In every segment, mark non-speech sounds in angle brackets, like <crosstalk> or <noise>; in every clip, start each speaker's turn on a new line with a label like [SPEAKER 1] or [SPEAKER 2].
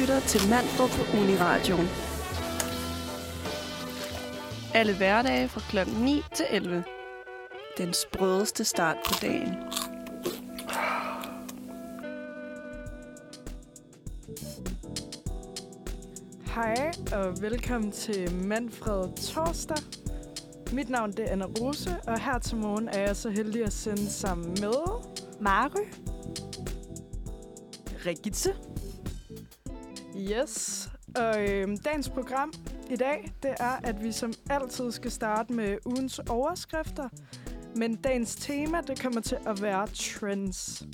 [SPEAKER 1] lytter til Manfred på Uniradioen. Alle hverdage fra kl. 9 til 11. Den sprødeste start på dagen.
[SPEAKER 2] Hej og velkommen til Manfred Torsdag. Mit navn det er Anna Rose, og her til morgen er jeg så heldig at sende sammen med...
[SPEAKER 3] Mary.
[SPEAKER 4] Rigitte.
[SPEAKER 2] Yes. Og øhm, dagens program i dag, det er, at vi som altid skal starte med ugens overskrifter. Men dagens tema, det kommer til at være trends. Og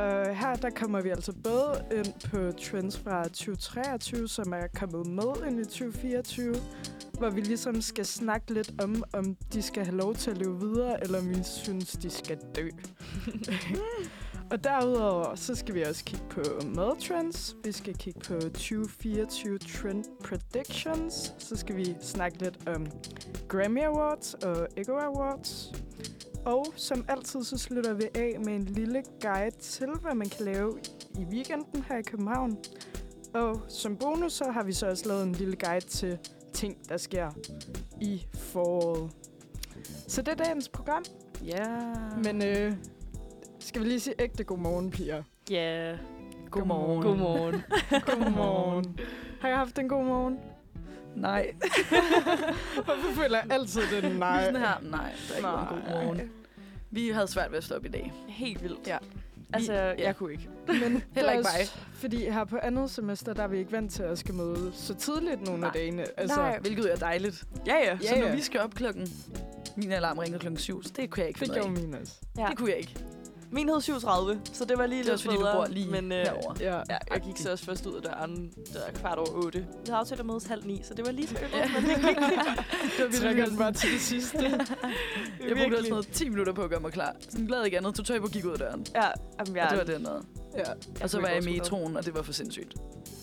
[SPEAKER 2] Øh, her der kommer vi altså både ind på trends fra 2023, som er kommet med ind i 2024, hvor vi ligesom skal snakke lidt om, om de skal have lov til at leve videre, eller om vi synes, de skal dø. og derudover, så skal vi også kigge på madtrends. Vi skal kigge på 2024 trend predictions. Så skal vi snakke lidt om Grammy Awards og Ego Awards. Og som altid, så slutter vi af med en lille guide til, hvad man kan lave i weekenden her i København. Og som bonus, så har vi så også lavet en lille guide til ting, der sker i foråret. Så det er dagens program,
[SPEAKER 4] Ja.
[SPEAKER 2] men øh, skal vi lige sige ægte godmorgen, piger.
[SPEAKER 3] Ja.
[SPEAKER 4] Godmorgen.
[SPEAKER 3] Godmorgen.
[SPEAKER 2] <laughs>
[SPEAKER 5] <laughs>
[SPEAKER 2] Godmorgen. har jeg haft en god morgen?
[SPEAKER 4] Nej.
[SPEAKER 2] Hvorfor føler jeg altid det
[SPEAKER 4] Nej.
[SPEAKER 2] nej?
[SPEAKER 4] Sådan her. Nej, det er ikke en god
[SPEAKER 2] Nej.
[SPEAKER 4] morgen. Vi havde svært ved at stå op i dag.
[SPEAKER 3] Helt vildt.
[SPEAKER 4] Ja.
[SPEAKER 3] Altså,
[SPEAKER 4] vi,
[SPEAKER 3] ja.
[SPEAKER 4] jeg kunne ikke.
[SPEAKER 2] Men
[SPEAKER 4] Heller ikke
[SPEAKER 2] mig. Fordi her på andet semester, der er vi ikke vant til at skal møde så tidligt nogle
[SPEAKER 4] Nej.
[SPEAKER 2] af dagene. Altså,
[SPEAKER 3] Nej.
[SPEAKER 4] Hvilket er dejligt. Ja, ja. Så
[SPEAKER 2] Ja,
[SPEAKER 4] når
[SPEAKER 2] ja.
[SPEAKER 4] vi skal op klokken... Min alarm ringede klokken 7, så det kunne jeg ikke
[SPEAKER 2] det
[SPEAKER 4] finde ud
[SPEAKER 2] gjorde
[SPEAKER 4] af.
[SPEAKER 2] min også.
[SPEAKER 3] Ja.
[SPEAKER 4] Det kunne jeg ikke.
[SPEAKER 5] Min hed 37, så det var lige
[SPEAKER 4] Det er
[SPEAKER 5] lidt
[SPEAKER 4] også fordi, du
[SPEAKER 5] bedre,
[SPEAKER 4] bor lige
[SPEAKER 5] men, øh,
[SPEAKER 4] herovre.
[SPEAKER 2] Ja.
[SPEAKER 5] Ja, jeg gik så også først ud af døren, der er kvart over 8. Vi havde aftalt at mødes halv 9, så det var lige så øvrigt, men det gik
[SPEAKER 4] <laughs>
[SPEAKER 2] Det var Trækker den bare til det sidste.
[SPEAKER 4] Jeg brugte også noget 10 minutter på at gøre mig klar. Sådan glad ikke andet. Du tøj på og gik ud af døren.
[SPEAKER 5] Ja, jamen, jeg,
[SPEAKER 4] Og det var det noget.
[SPEAKER 2] <laughs> ja.
[SPEAKER 4] Og så
[SPEAKER 5] kunne
[SPEAKER 4] var jeg
[SPEAKER 5] ikke
[SPEAKER 4] i
[SPEAKER 5] overskue noget.
[SPEAKER 4] metroen, og det var for sindssygt.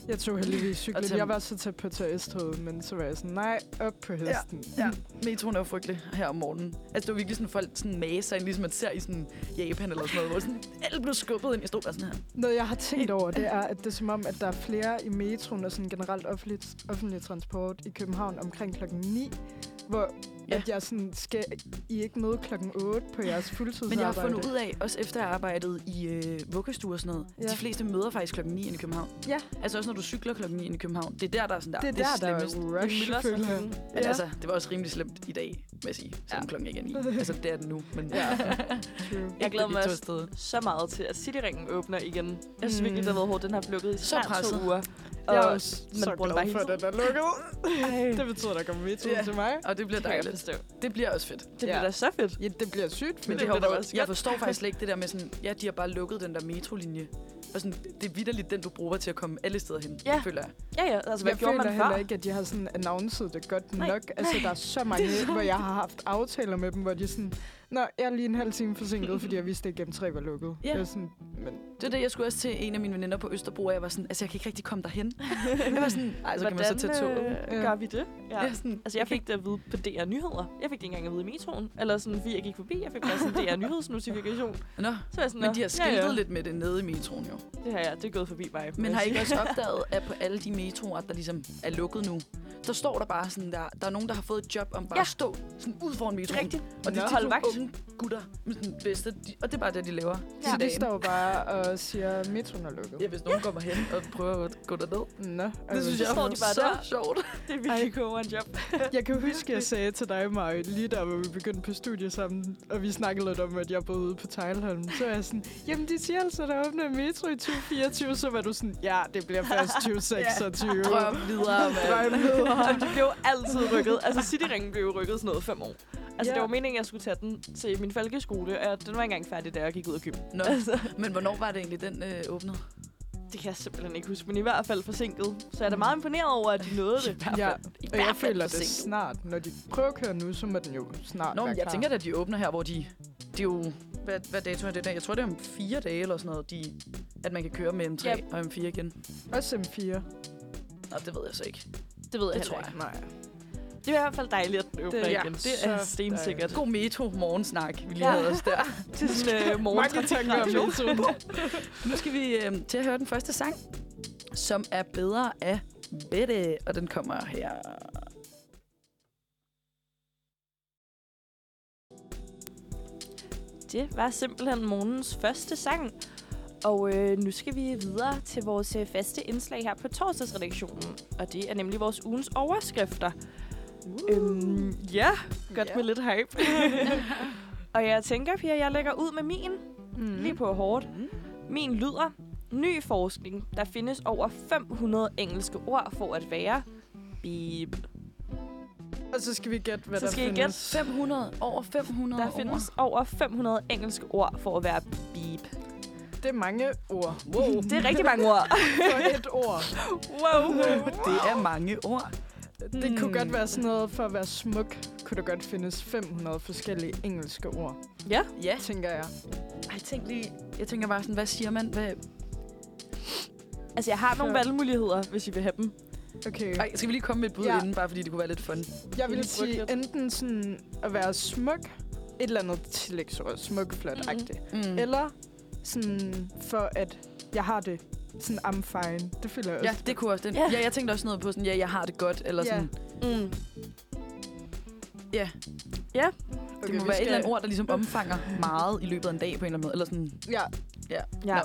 [SPEAKER 2] Jeg tog heldigvis
[SPEAKER 4] Og
[SPEAKER 2] cyklen.
[SPEAKER 4] tæm-
[SPEAKER 2] Jeg var så tæt på at tage S-toget, men så var jeg sådan, nej, op på hesten.
[SPEAKER 4] Ja, metroen er jo frygtelig her om morgenen. Altså, det var virkelig sådan, folk sådan maser ind, ligesom man ser i sådan Japan eller sådan noget, hvor sådan, alle blev skubbet ind. Jeg stod bare sådan her.
[SPEAKER 2] <laughs> Noget, jeg har tænkt over, det er, at det er som om, at der er flere i metroen og sådan generelt offentlig, offentlig transport i København omkring klokken 9, hvor
[SPEAKER 4] Ja.
[SPEAKER 2] ja. at jeg sådan, skal I ikke møde klokken 8 på jeres
[SPEAKER 4] Men jeg
[SPEAKER 2] fuldtidsarbejde?
[SPEAKER 4] har fundet ud af, også efter jeg arbejdede i øh, vuggestue og sådan noget, ja.
[SPEAKER 2] Ja.
[SPEAKER 4] de fleste møder faktisk klokken 9 inde i København.
[SPEAKER 2] Ja.
[SPEAKER 4] Altså også når du cykler klokken 9 inde i København. Det er der, der er sådan der.
[SPEAKER 2] Det er der, der
[SPEAKER 4] slemmest.
[SPEAKER 2] er rush,
[SPEAKER 5] myldrer
[SPEAKER 2] føler
[SPEAKER 5] sådan.
[SPEAKER 2] jeg.
[SPEAKER 4] Men
[SPEAKER 2] Ja.
[SPEAKER 4] altså, det var også rimelig slemt i dag, vil jeg sige. Selvom ja. klokken ikke er 9. Altså, det er den nu, men <laughs>
[SPEAKER 2] Ja. True.
[SPEAKER 5] jeg glæder mig
[SPEAKER 4] også.
[SPEAKER 5] også så meget til, at Cityringen åbner igen. Jeg synes
[SPEAKER 2] Mm.
[SPEAKER 5] virkelig, det har været hårdt. Den har plukket i
[SPEAKER 4] Så
[SPEAKER 5] snart
[SPEAKER 4] presset.
[SPEAKER 5] to uger.
[SPEAKER 2] Jeg er
[SPEAKER 5] Og
[SPEAKER 2] også
[SPEAKER 5] man
[SPEAKER 2] så
[SPEAKER 5] bruger den bare
[SPEAKER 2] glad
[SPEAKER 5] hele
[SPEAKER 2] for, at den er lukket.
[SPEAKER 5] det
[SPEAKER 2] Det betyder, der kommer metroen
[SPEAKER 4] Ja.
[SPEAKER 2] til mig.
[SPEAKER 4] Og det bliver
[SPEAKER 5] kan jeg
[SPEAKER 4] dejligt.
[SPEAKER 5] forstå.
[SPEAKER 4] Det bliver også fedt.
[SPEAKER 5] Det bliver
[SPEAKER 2] Ja.
[SPEAKER 5] da så fedt.
[SPEAKER 2] Ja, det bliver sygt
[SPEAKER 4] Men det
[SPEAKER 2] fedt.
[SPEAKER 4] har jo
[SPEAKER 5] bliver da
[SPEAKER 4] været-
[SPEAKER 5] også
[SPEAKER 4] jeg
[SPEAKER 5] godt.
[SPEAKER 4] forstår faktisk slet ikke det der med sådan, ja, de har bare lukket den der metrolinje. Og sådan, det er vidderligt den, du bruger til at komme alle steder hen,
[SPEAKER 5] Ja.
[SPEAKER 4] føler jeg.
[SPEAKER 5] Ja, ja. Altså, hvad
[SPEAKER 2] jeg
[SPEAKER 5] gjorde
[SPEAKER 2] føler
[SPEAKER 5] man før?
[SPEAKER 2] heller ikke, at de har sådan annonceret det godt
[SPEAKER 5] Nej,
[SPEAKER 2] nok. Altså,
[SPEAKER 5] nej.
[SPEAKER 2] der er så mange,
[SPEAKER 5] Det er så
[SPEAKER 2] hvor jeg har haft aftaler med dem, hvor de sådan... Nå, jeg er lige en halv time forsinket, fordi jeg vidste, at GM3 var lukket.
[SPEAKER 4] Ja.
[SPEAKER 2] Jeg er sådan, men
[SPEAKER 4] Det er det, jeg skulle også til en af mine veninder på Østerbro, og jeg var sådan, altså jeg kan ikke rigtig komme derhen. jeg var sådan, nej, så kan man så tage toget.
[SPEAKER 5] Hvordan øh, gør vi det?
[SPEAKER 4] Ja. <laughs> Jeg, sådan,
[SPEAKER 5] Altså, jeg fik det at vide på DR Nyheder. Jeg fik det ikke engang at vide i metroen. Eller sådan, fordi jeg gik forbi, jeg fik bare sådan en DR Nyhedsnotifikation.
[SPEAKER 4] Nå,
[SPEAKER 5] Så var jeg sådan,
[SPEAKER 4] men
[SPEAKER 5] "Nå,
[SPEAKER 4] de har skiltet
[SPEAKER 5] ja, ja.
[SPEAKER 4] lidt med det nede i metroen jo.
[SPEAKER 5] Det har jeg, det er gået forbi mig.
[SPEAKER 4] Men har I ikke
[SPEAKER 5] <laughs>
[SPEAKER 4] også opdaget, at på alle de metroer, der ligesom er lukket nu, der står der bare sådan der, der er nogen, der har fået et job om bare
[SPEAKER 5] Ja.
[SPEAKER 4] at stå sådan ud foran metroen.
[SPEAKER 5] Rigtigt.
[SPEAKER 4] Og det er
[SPEAKER 5] Nå.
[SPEAKER 4] tit
[SPEAKER 5] Hold
[SPEAKER 4] nogle
[SPEAKER 5] vagt.
[SPEAKER 4] unge gutter med sådan bedste, de, og det er bare det, de laver.
[SPEAKER 2] ja. Så de står jo bare og siger, at metroen er lukket.
[SPEAKER 4] Ja, hvis nogen kommer hen og prøver at gå derned.
[SPEAKER 2] Nå,
[SPEAKER 4] Det
[SPEAKER 2] altså,
[SPEAKER 4] synes
[SPEAKER 5] så
[SPEAKER 4] jeg er
[SPEAKER 5] står de bare
[SPEAKER 4] så
[SPEAKER 5] der.
[SPEAKER 4] sjovt.
[SPEAKER 5] Det er virkelig god job.
[SPEAKER 2] Jeg kan huske, at jeg sagde til dig, Maj, lige der, hvor vi begyndte på studie sammen, og vi snakkede lidt om, at jeg boede ude på Tejlholm. Så var jeg sådan, jamen de siger altså, der åbner en metro i 2024. Så var du sådan, ja, det bliver først 2026.
[SPEAKER 4] Drøm videre, mand.
[SPEAKER 2] <laughs> Drøm videre.
[SPEAKER 5] <laughs> Jamen, det blev jo altid rykket. Altså, Cityringen blev jo rykket sådan noget fem år. Altså,
[SPEAKER 2] Ja.
[SPEAKER 5] det var meningen, at jeg skulle tage den til min folkeskole, og den var ikke engang færdig, da jeg gik ud af gym.
[SPEAKER 4] Nå, men hvornår var det egentlig, den øh, åbnede?
[SPEAKER 5] Det kan jeg simpelthen ikke huske, men i hvert fald forsinket. Så jeg er da meget imponeret over, at de
[SPEAKER 4] <laughs>
[SPEAKER 5] nåede det.
[SPEAKER 4] I
[SPEAKER 2] Ja, og jeg
[SPEAKER 4] hvert fald
[SPEAKER 2] føler det
[SPEAKER 4] forsinket.
[SPEAKER 2] snart. Når de prøver at køre nu, så må den jo snart
[SPEAKER 4] Nå,
[SPEAKER 2] være
[SPEAKER 4] men jeg
[SPEAKER 2] klar.
[SPEAKER 4] tænker da, at de åbner her, hvor de... Det er jo... Hvad, hvad dato er det der? Jeg tror, det er om fire dage eller sådan noget, de, at man kan køre med M3
[SPEAKER 5] Ja.
[SPEAKER 4] og M4 igen.
[SPEAKER 2] Også M4.
[SPEAKER 4] Nå, det ved jeg så ikke.
[SPEAKER 5] Det ved jeg
[SPEAKER 4] Det
[SPEAKER 5] heller
[SPEAKER 4] tror
[SPEAKER 5] ikke.
[SPEAKER 4] jeg.
[SPEAKER 2] Nej.
[SPEAKER 5] Det er i hvert fald dejligt, at den åbner
[SPEAKER 4] Det- ja,
[SPEAKER 5] igen. Det er
[SPEAKER 2] så
[SPEAKER 5] stensikkert.
[SPEAKER 4] Altså, God metro morgensnak, vi lige
[SPEAKER 5] Ja.
[SPEAKER 4] havde os der.
[SPEAKER 5] Til sådan øh,
[SPEAKER 2] Mange tanker om
[SPEAKER 5] morgentrafikradio.
[SPEAKER 2] metroen.
[SPEAKER 4] Nu skal vi øh, til at høre den første sang. som er bedre af Bette, og den kommer her.
[SPEAKER 5] <laughs> Det var simpelthen morgens første sang. Og øh, nu skal vi videre til vores øh, faste indslag her på torsdagsredaktionen. Og det er nemlig vores ugens overskrifter. Uh. Øhm, ja, godt yeah. med lidt <laughs> hype. og jeg tænker, Pia, jeg lægger ud med min. Mm. Lige på hårdt.
[SPEAKER 4] Mm.
[SPEAKER 5] Min lyder, ny forskning, der findes over 500 engelske ord for at være Beep.
[SPEAKER 2] Og så skal vi gætte, hvad
[SPEAKER 5] Så
[SPEAKER 2] der
[SPEAKER 5] skal I gætte.
[SPEAKER 2] findes.
[SPEAKER 4] 500, over 500
[SPEAKER 5] Der findes over 500 engelske ord for at være beep.
[SPEAKER 2] Det er mange ord. Wow.
[SPEAKER 5] Det er rigtig mange ord.
[SPEAKER 2] For et ord.
[SPEAKER 5] wow.
[SPEAKER 4] <laughs> Det er mange ord.
[SPEAKER 2] Det kunne godt
[SPEAKER 4] Hmm.
[SPEAKER 2] være sådan noget, for at være smuk, kunne der godt findes 500 forskellige engelske ord,
[SPEAKER 5] Ja.
[SPEAKER 4] Ja.
[SPEAKER 2] tænker jeg.
[SPEAKER 4] Ej, tænk lige. Jeg tænker bare sådan, hvad siger man? Hvad?
[SPEAKER 5] Altså, jeg har nogle
[SPEAKER 2] Så-
[SPEAKER 5] valgmuligheder, hvis I vil have dem.
[SPEAKER 2] Okay.
[SPEAKER 4] Ej, skal vi lige komme med et bud
[SPEAKER 2] Ja.
[SPEAKER 4] ja. inden, bare fordi det kunne være lidt fun.
[SPEAKER 2] Jeg
[SPEAKER 5] Det
[SPEAKER 2] vil
[SPEAKER 5] er frygteligt.
[SPEAKER 2] sige enten sådan at være smuk, et eller andet tillægsord, smuk, flot mm.
[SPEAKER 4] Mm.
[SPEAKER 2] Eller sådan for at jeg har det sådan I'm fine. Det føler jeg
[SPEAKER 4] Ja,
[SPEAKER 2] også.
[SPEAKER 4] det kunne også. Den,
[SPEAKER 5] Ja.
[SPEAKER 4] ja. ja, jeg tænkte også noget på sådan, ja, jeg har det godt, eller
[SPEAKER 2] Ja.
[SPEAKER 4] sådan.
[SPEAKER 5] Mm.
[SPEAKER 4] Det
[SPEAKER 2] Okay,
[SPEAKER 4] må være
[SPEAKER 2] vi
[SPEAKER 4] et
[SPEAKER 2] skal-
[SPEAKER 4] eller andet ord, der ligesom omfanger meget i løbet af en dag på en eller anden måde. Eller sådan,
[SPEAKER 2] Ja,
[SPEAKER 5] Ja.
[SPEAKER 4] Nå.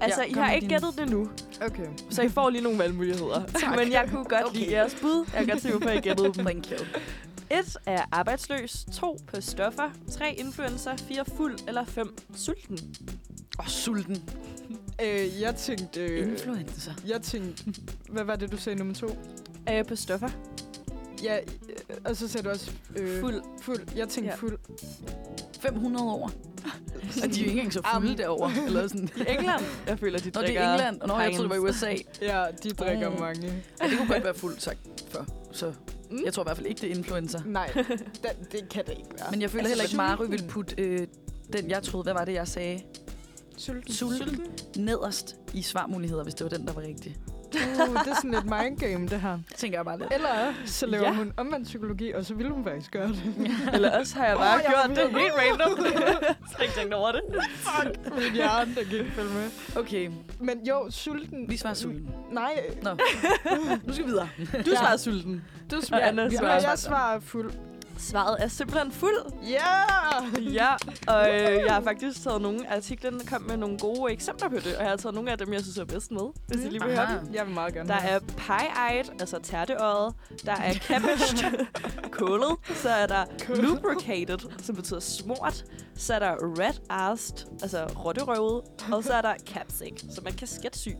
[SPEAKER 5] Altså,
[SPEAKER 4] Ja,
[SPEAKER 5] I
[SPEAKER 4] kom
[SPEAKER 5] har
[SPEAKER 4] med
[SPEAKER 5] ikke
[SPEAKER 4] din.
[SPEAKER 5] gættet det nu,
[SPEAKER 2] okay.
[SPEAKER 5] så I får lige nogle <laughs> valgmuligheder. Men jeg kunne godt okay. lide
[SPEAKER 4] Okay.
[SPEAKER 5] jeres bud. Jeg kan godt se, hvorfor I gættede dem.
[SPEAKER 4] thank you.
[SPEAKER 5] Et er arbejdsløs, to på stoffer, tre influencer, fire fuld eller fem sulten.
[SPEAKER 4] Åh, sulten.
[SPEAKER 2] Øh, jeg tænkte... Øh,
[SPEAKER 4] Influencer.
[SPEAKER 2] jeg tænkte... Hvad var det, du sagde nummer to?
[SPEAKER 5] Øh, på stoffer.
[SPEAKER 2] Ja, øh, og så sagde du også... Øh,
[SPEAKER 5] Fuld.
[SPEAKER 2] fuld. Jeg tænkte
[SPEAKER 5] Ja.
[SPEAKER 2] ja. fuld.
[SPEAKER 4] 500 år. Og de er jo ikke engang så fulde derovre. Eller sådan.
[SPEAKER 5] <laughs> I England. Jeg føler, de
[SPEAKER 4] Nå, det
[SPEAKER 5] drikker...
[SPEAKER 4] er England. Nå, jeg troede, det var i USA.
[SPEAKER 2] Ja, de drikker
[SPEAKER 4] Mm.
[SPEAKER 2] mm. mange.
[SPEAKER 4] Ja, det kunne godt være fuldt sagt for. Så
[SPEAKER 5] Mm.
[SPEAKER 4] jeg tror i hvert fald ikke, det er influencer.
[SPEAKER 2] Nej, da, det kan det ikke være. Altså,
[SPEAKER 4] Men jeg føler heller ikke,
[SPEAKER 2] sulten.
[SPEAKER 4] Mari ville putte øh, den, jeg troede, hvad var det, jeg sagde?
[SPEAKER 2] Sulten.
[SPEAKER 4] Sulten, nederst i svarmuligheder, hvis det var den, der var rigtig.
[SPEAKER 2] Uh, det er sådan lidt mindgame, det her.
[SPEAKER 4] Tænker jeg bare lidt.
[SPEAKER 2] Eller så laver
[SPEAKER 5] Ja.
[SPEAKER 2] ja. hun omvendt psykologi, og så ville hun faktisk gøre det.
[SPEAKER 5] <laughs> Eller også har jeg bare
[SPEAKER 2] Åh, jeg
[SPEAKER 5] gjort
[SPEAKER 2] ved
[SPEAKER 5] det
[SPEAKER 2] det.
[SPEAKER 5] helt <laughs> random. Så ikke tænkt over det.
[SPEAKER 2] <laughs> Min hjerne, der gik følge med.
[SPEAKER 4] Okay,
[SPEAKER 2] Men jo, sulten...
[SPEAKER 4] vi svarer sulten.
[SPEAKER 2] Nej,
[SPEAKER 4] Nå, nu skal vi videre.
[SPEAKER 5] Du svarer sulten.
[SPEAKER 2] du
[SPEAKER 5] Og
[SPEAKER 2] svarer...
[SPEAKER 5] Anna
[SPEAKER 2] Ja,
[SPEAKER 5] svarer.
[SPEAKER 2] jeg svarer fuld.
[SPEAKER 5] Svaret er simpelthen fuld.
[SPEAKER 2] Ja!
[SPEAKER 5] Ja, og øh, jeg har faktisk taget nogle af artiklerne, kom med nogle gode eksempler på det, og jeg har taget nogle af dem, jeg synes er bedst med, hvis I lige vil høre dem.
[SPEAKER 2] Jeg vil meget gerne
[SPEAKER 5] Der
[SPEAKER 2] have.
[SPEAKER 5] er pie-eyed, altså tærteøjet. Der <laughs> er cabbaged, kålet. Så er der lubricated, som betyder smort. Så er der red-assed, altså rotterøvet. Og så er der capsic, som er kasketsyg.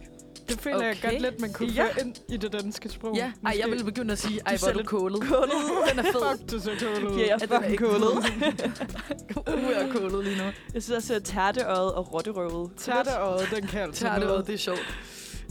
[SPEAKER 2] Det føler okay. jeg
[SPEAKER 4] Okay.
[SPEAKER 2] godt lidt, man kunne
[SPEAKER 5] Ja.
[SPEAKER 2] ja. føre ind i det danske
[SPEAKER 4] <laughs>
[SPEAKER 2] sprog.
[SPEAKER 4] Ja, ej, jeg ville begynde at sige, ej, hvor
[SPEAKER 5] sagde
[SPEAKER 4] er du
[SPEAKER 5] lidt
[SPEAKER 4] kålet.
[SPEAKER 5] Kålet.
[SPEAKER 4] <laughs> Den er fed.
[SPEAKER 2] Fuck, du så kålet ud.
[SPEAKER 5] Ja, jeg
[SPEAKER 4] Er
[SPEAKER 5] er
[SPEAKER 4] den
[SPEAKER 5] fucking
[SPEAKER 4] ikke
[SPEAKER 5] kålet.
[SPEAKER 4] <laughs> Uh, jeg er kålet lige nu.
[SPEAKER 5] Jeg synes også, at tærteøjet og rotterøvet.
[SPEAKER 2] Tærteøjet, den kan altså
[SPEAKER 4] Tager det ud,
[SPEAKER 2] noget.
[SPEAKER 4] det er sjovt.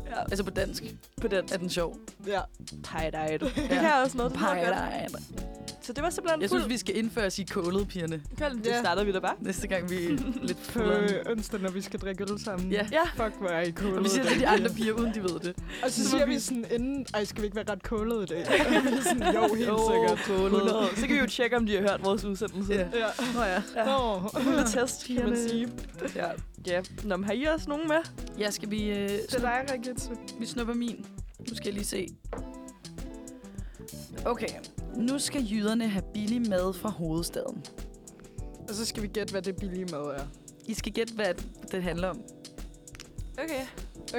[SPEAKER 5] Ja.
[SPEAKER 4] Altså på dansk
[SPEAKER 5] På den
[SPEAKER 4] er den sjov.
[SPEAKER 2] Ja.
[SPEAKER 5] pie-eyed. Det
[SPEAKER 4] Ja.
[SPEAKER 5] kan også noget, det lyder
[SPEAKER 4] Pie,
[SPEAKER 5] godt.
[SPEAKER 4] nej, nej.
[SPEAKER 5] Så det var simpelthen
[SPEAKER 4] Jeg synes,
[SPEAKER 5] fuld.
[SPEAKER 4] vi skal indføre at sige kålet, pigerne.
[SPEAKER 5] Det
[SPEAKER 2] Ja.
[SPEAKER 5] starter vi da bare.
[SPEAKER 4] Næste gang vi er lidt
[SPEAKER 2] På
[SPEAKER 4] fuldere.
[SPEAKER 2] øh, onsdag, når vi skal drikke øl sammen.
[SPEAKER 4] Ja.
[SPEAKER 5] Ja,
[SPEAKER 2] Fuck, hvor er I kålet.
[SPEAKER 4] Og vi siger
[SPEAKER 2] i
[SPEAKER 4] det til de
[SPEAKER 2] dag.
[SPEAKER 4] andre piger, uden de ved det. <laughs>
[SPEAKER 2] Og så siger vi sådan inden, ej, skal vi ikke være ret kålet i dag? Og vi er sådan, jo, helt
[SPEAKER 5] Jo,
[SPEAKER 2] sikkert.
[SPEAKER 4] kålet.
[SPEAKER 5] 100. Så kan vi jo tjekke, om de har hørt vores udsendelse.
[SPEAKER 4] Ja.
[SPEAKER 2] Ja.
[SPEAKER 4] Nå ja.
[SPEAKER 5] Ja.
[SPEAKER 2] Nå.
[SPEAKER 5] Lille test, kan man
[SPEAKER 2] Pigerne.
[SPEAKER 5] sige.
[SPEAKER 4] ja.
[SPEAKER 5] Ja. Nå, men har I også nogen med?
[SPEAKER 4] Ja, skal vi, øh,
[SPEAKER 2] Det er dig, Rikitsu.
[SPEAKER 4] vi snupper min? Nu skal jeg lige se. Okay. Nu skal jyderne have billig mad fra hovedstaden.
[SPEAKER 2] Og så skal vi gætte, hvad det billige mad er.
[SPEAKER 4] I skal gætte, hvad det handler om.
[SPEAKER 5] Okay.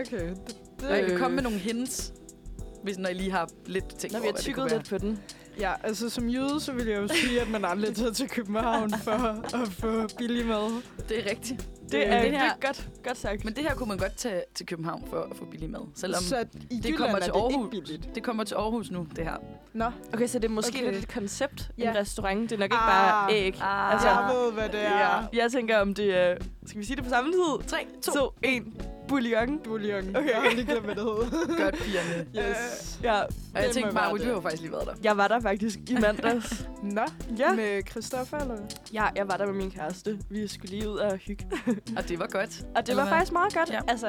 [SPEAKER 2] Okay. Det, det,
[SPEAKER 4] Og jeg kan komme
[SPEAKER 2] Øh.
[SPEAKER 4] med nogle hints, hvis når I lige har lidt tænkt
[SPEAKER 5] Når vi
[SPEAKER 4] over, hvad
[SPEAKER 5] har
[SPEAKER 4] det
[SPEAKER 5] tykket
[SPEAKER 4] kunne være.
[SPEAKER 5] lidt på den.
[SPEAKER 2] Ja, altså som jøde, så vil jeg jo sige, at man aldrig tager til København for at få billig mad.
[SPEAKER 4] Det er rigtigt.
[SPEAKER 5] Det
[SPEAKER 4] Øh,
[SPEAKER 5] er,
[SPEAKER 4] det
[SPEAKER 5] det
[SPEAKER 4] her-
[SPEAKER 5] er godt, godt sagt.
[SPEAKER 4] Men det her kunne man godt tage til København for at få billig mad. Selvom
[SPEAKER 2] Så i Jylland
[SPEAKER 4] kommer
[SPEAKER 2] er
[SPEAKER 4] til
[SPEAKER 2] det
[SPEAKER 4] Aarhus.
[SPEAKER 2] ikke billigt.
[SPEAKER 4] det kommer til Aarhus nu, det
[SPEAKER 2] <laughs>
[SPEAKER 4] her.
[SPEAKER 2] Nå,
[SPEAKER 5] Okay, så det er måske
[SPEAKER 2] Okay.
[SPEAKER 5] lidt et koncept, ja.
[SPEAKER 2] Ja.
[SPEAKER 5] en restaurant. Det er nok ikke bare
[SPEAKER 2] Ah.
[SPEAKER 5] æg.
[SPEAKER 4] Ah.
[SPEAKER 5] Altså,
[SPEAKER 2] jeg ved, hvad det er.
[SPEAKER 5] ja. Jeg tænker, om det er... Skal vi sige det på samme tid?
[SPEAKER 4] 3, 2,
[SPEAKER 5] 2, 1. Bouillon.
[SPEAKER 2] Bouillon.
[SPEAKER 5] Okay.
[SPEAKER 2] Okay. Jeg har lige glemt, hvad det hed.
[SPEAKER 4] <laughs> godt pigerne.
[SPEAKER 2] Yes.
[SPEAKER 5] Ja,
[SPEAKER 4] Og jeg
[SPEAKER 2] Det
[SPEAKER 4] tænkte,
[SPEAKER 2] må være
[SPEAKER 4] Maru, du
[SPEAKER 2] det.
[SPEAKER 4] har faktisk lige været der.
[SPEAKER 5] jeg var der faktisk i <laughs> mandags.
[SPEAKER 2] Nå,
[SPEAKER 5] Øh, ja.
[SPEAKER 2] med Christoffer, eller hvad?
[SPEAKER 5] ja, jeg var der med min kæreste. Vi skulle lige ud og hygge.
[SPEAKER 4] Og det var godt.
[SPEAKER 5] Og det
[SPEAKER 4] Eller
[SPEAKER 5] var
[SPEAKER 4] hvad?
[SPEAKER 5] faktisk meget godt.
[SPEAKER 4] Ja.
[SPEAKER 5] Ja. Altså,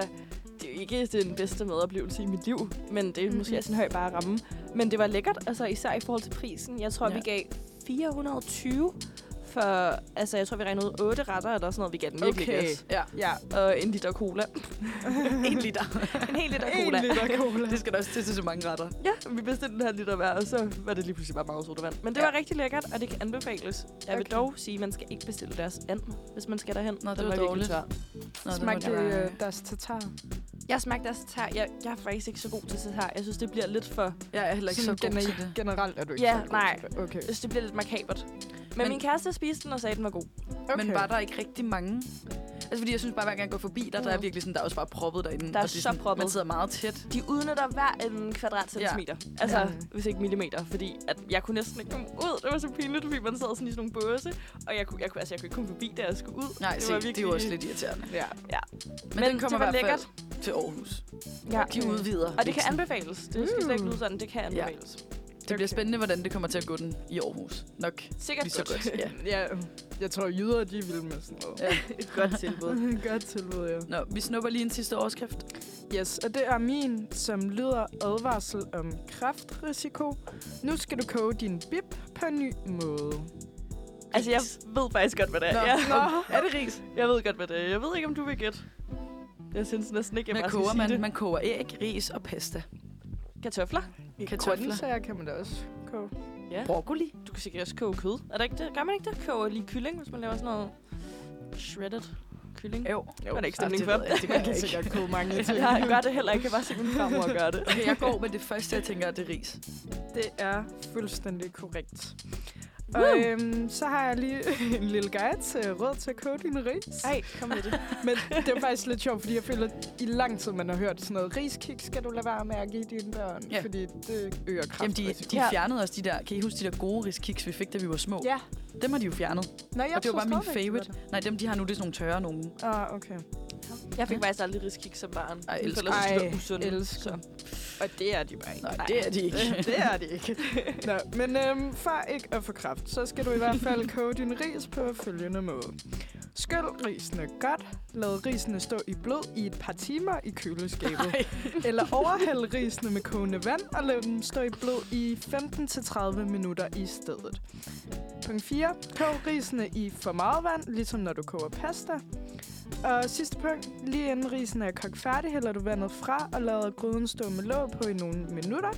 [SPEAKER 5] det er jo ikke den bedste madoplevelse i mit liv, men det er måske mm. sådan en høj bare ramme. Men det var lækkert, altså især i forhold til prisen. Jeg tror,
[SPEAKER 4] Ja.
[SPEAKER 5] ja. vi gav 420 for for, altså jeg tror, vi regnede ud otte retter eller sådan noget. Vi gav den virkelig
[SPEAKER 2] Okay.
[SPEAKER 5] okay. gæst.
[SPEAKER 2] <laughs>
[SPEAKER 4] Ja.
[SPEAKER 2] Ja.
[SPEAKER 5] Og en liter cola.
[SPEAKER 4] En liter.
[SPEAKER 5] <laughs> En hel liter
[SPEAKER 2] En
[SPEAKER 5] cola.
[SPEAKER 2] liter cola.
[SPEAKER 4] <laughs> det skal der også til til så mange retter.
[SPEAKER 5] Ja, vi bestilte den her liter hver, og så var det lige pludselig bare meget sodavand. Men det
[SPEAKER 4] Ja.
[SPEAKER 5] ja. var rigtig lækkert, og det kan anbefales. Jeg vil
[SPEAKER 2] Okay.
[SPEAKER 5] dog sige, at man skal ikke bestille deres and, hvis man skal derhen.
[SPEAKER 4] Nå, det
[SPEAKER 5] Den
[SPEAKER 4] var
[SPEAKER 5] virkelig
[SPEAKER 4] dårligt.
[SPEAKER 5] tør.
[SPEAKER 4] Nå,
[SPEAKER 2] Smagte
[SPEAKER 4] det
[SPEAKER 2] du
[SPEAKER 4] var
[SPEAKER 2] øh,
[SPEAKER 4] da-
[SPEAKER 2] deres tatar?
[SPEAKER 5] Jeg smagte deres tatar. Jeg, jeg er faktisk ikke så god til tatar. Jeg synes, det bliver lidt for...
[SPEAKER 4] Jeg er heller ikke så
[SPEAKER 2] Sådan
[SPEAKER 4] god til det.
[SPEAKER 2] Generelt er du ikke
[SPEAKER 5] Ja,
[SPEAKER 2] så god
[SPEAKER 5] nej.
[SPEAKER 2] til det. Okay.
[SPEAKER 5] Jeg synes, det bliver lidt makabert. Men,
[SPEAKER 4] Men-
[SPEAKER 5] Men min kæreste spiste den og sagde, at den var god.
[SPEAKER 2] okay.
[SPEAKER 4] Men var der ikke rigtig mange? Altså, fordi jeg synes bare, hver gang jeg går forbi der, der er
[SPEAKER 5] Mm.
[SPEAKER 4] virkelig sådan, der er også bare proppet derinde.
[SPEAKER 5] Der er
[SPEAKER 4] og det
[SPEAKER 5] så
[SPEAKER 4] sådan,
[SPEAKER 5] proppet.
[SPEAKER 4] Man sidder meget tæt.
[SPEAKER 5] De udnytter hver en kvadratcentimeter. Ja. Altså,
[SPEAKER 2] Ja.
[SPEAKER 5] ja. hvis ikke millimeter. Fordi at jeg kunne næsten ikke komme ud. Det var så pinligt, fordi man sad sådan i sådan nogle båse. Og jeg kunne, jeg kunne, altså, jeg kunne ikke komme forbi, da jeg skulle ud.
[SPEAKER 4] Nej, det,
[SPEAKER 5] det
[SPEAKER 4] se,
[SPEAKER 5] var
[SPEAKER 4] virkelig... det er jo også lidt irriterende.
[SPEAKER 2] Ja.
[SPEAKER 4] Men, den kommer
[SPEAKER 5] det
[SPEAKER 4] i
[SPEAKER 5] var
[SPEAKER 4] hvert
[SPEAKER 5] lækkert.
[SPEAKER 4] fald til Aarhus.
[SPEAKER 5] Ja.
[SPEAKER 4] De udvider.
[SPEAKER 5] Og det kan
[SPEAKER 4] Vixen.
[SPEAKER 5] anbefales. Det skal slet ikke lyde sådan, det kan
[SPEAKER 4] Ja.
[SPEAKER 5] anbefales.
[SPEAKER 4] Det bliver spændende, hvordan det kommer til at gå den i Aarhus. Nok
[SPEAKER 5] Sikkert
[SPEAKER 4] lige så godt. Ja.
[SPEAKER 2] ja. Jeg tror, jyder, de vil med sådan noget.
[SPEAKER 5] <laughs>
[SPEAKER 4] Ja.
[SPEAKER 5] Et godt
[SPEAKER 2] <laughs>
[SPEAKER 5] tilbud.
[SPEAKER 2] Godt tilbud, ja.
[SPEAKER 4] Nå, vi snupper lige en sidste overskrift.
[SPEAKER 2] Yes, og det er min, som lyder advarsel om kræftrisiko. Nu skal du koge din bip på en ny måde.
[SPEAKER 5] <laughs> Altså, jeg ved faktisk godt, hvad det er. Ja.
[SPEAKER 4] Er det ris?
[SPEAKER 5] Jeg ved godt, hvad det er. Jeg ved ikke, om du vil gætte. Jeg synes næsten ikke, jeg
[SPEAKER 4] Man
[SPEAKER 5] bare
[SPEAKER 4] koger,
[SPEAKER 5] skal sige
[SPEAKER 4] man,
[SPEAKER 5] det.
[SPEAKER 4] man koger æg, ris og pasta.
[SPEAKER 5] Kartofler.
[SPEAKER 2] I
[SPEAKER 4] Kartofler.
[SPEAKER 2] grøntsager kan man da også koge.
[SPEAKER 4] Broccoli.
[SPEAKER 5] Du kan sikkert også koge kød. Er det ikke det? Gør man ikke det? Koger lige kylling, hvis man laver sådan noget shredded kylling?
[SPEAKER 4] Jo.
[SPEAKER 5] Jo, der er ikke stemning
[SPEAKER 4] det
[SPEAKER 5] for.
[SPEAKER 4] ved jeg, det gør
[SPEAKER 5] <laughs>
[SPEAKER 2] Man kan
[SPEAKER 4] jeg
[SPEAKER 2] sikkert koge mange ting.
[SPEAKER 5] Jeg gør det heller ikke. Jeg kan bare se min farmor gøre det.
[SPEAKER 4] Okay, jeg går med det første, jeg tænker, det er ris.
[SPEAKER 2] Det er fuldstændig korrekt. Og øhm, så har jeg lige <laughs> en lille guide til råd til at koge din ris.
[SPEAKER 5] Ej, kom med det.
[SPEAKER 2] Men det er faktisk lidt sjovt, fordi jeg føler, at i lang tid, man har hørt sådan noget, riskik skal du lade være med at give dine børn,
[SPEAKER 4] Ja.
[SPEAKER 2] ja. fordi det øger
[SPEAKER 4] Jamen, de,
[SPEAKER 2] kræftrisiko.
[SPEAKER 4] de
[SPEAKER 5] Ja.
[SPEAKER 4] fjernede også de der, kan I huske de der gode riskiks, vi fik, da vi var små?
[SPEAKER 2] Ja.
[SPEAKER 4] Dem har de jo fjernet.
[SPEAKER 2] Nej, jeg
[SPEAKER 4] og det var bare
[SPEAKER 2] tror
[SPEAKER 4] min
[SPEAKER 2] stadigvæk, de var
[SPEAKER 4] favorite. Nej, dem de har nu, det er sådan nogle tørre nogen.
[SPEAKER 2] der.
[SPEAKER 4] <laughs>
[SPEAKER 2] Ah, okay.
[SPEAKER 5] Jeg fik faktisk aldrig riskik som barn.
[SPEAKER 4] Ej, elsker.
[SPEAKER 5] Ellers synes jeg, det var
[SPEAKER 2] Ej,
[SPEAKER 5] usundt.
[SPEAKER 2] elsker.
[SPEAKER 5] Så.
[SPEAKER 2] Og det er de bare ikke.
[SPEAKER 4] <laughs> Nej, det er de ikke.
[SPEAKER 2] det er det ikke. Nå, men øhm, for ikke at få kraft, så skal du i hvert fald koge din ris på følgende måde. Skyl risene godt. Lad risene stå i blod i et par timer i køleskabet. Ej. Eller overhæld risene med kogende vand og lad dem stå i blod i 15-30 minutter i stedet. Punkt 4. Kog risene i for meget vand, ligesom når du koger pasta. Og sidste punkt. Lige inden risen er kogt færdig, hælder du vandet fra og lader gryden stå med låg på i nogle minutter.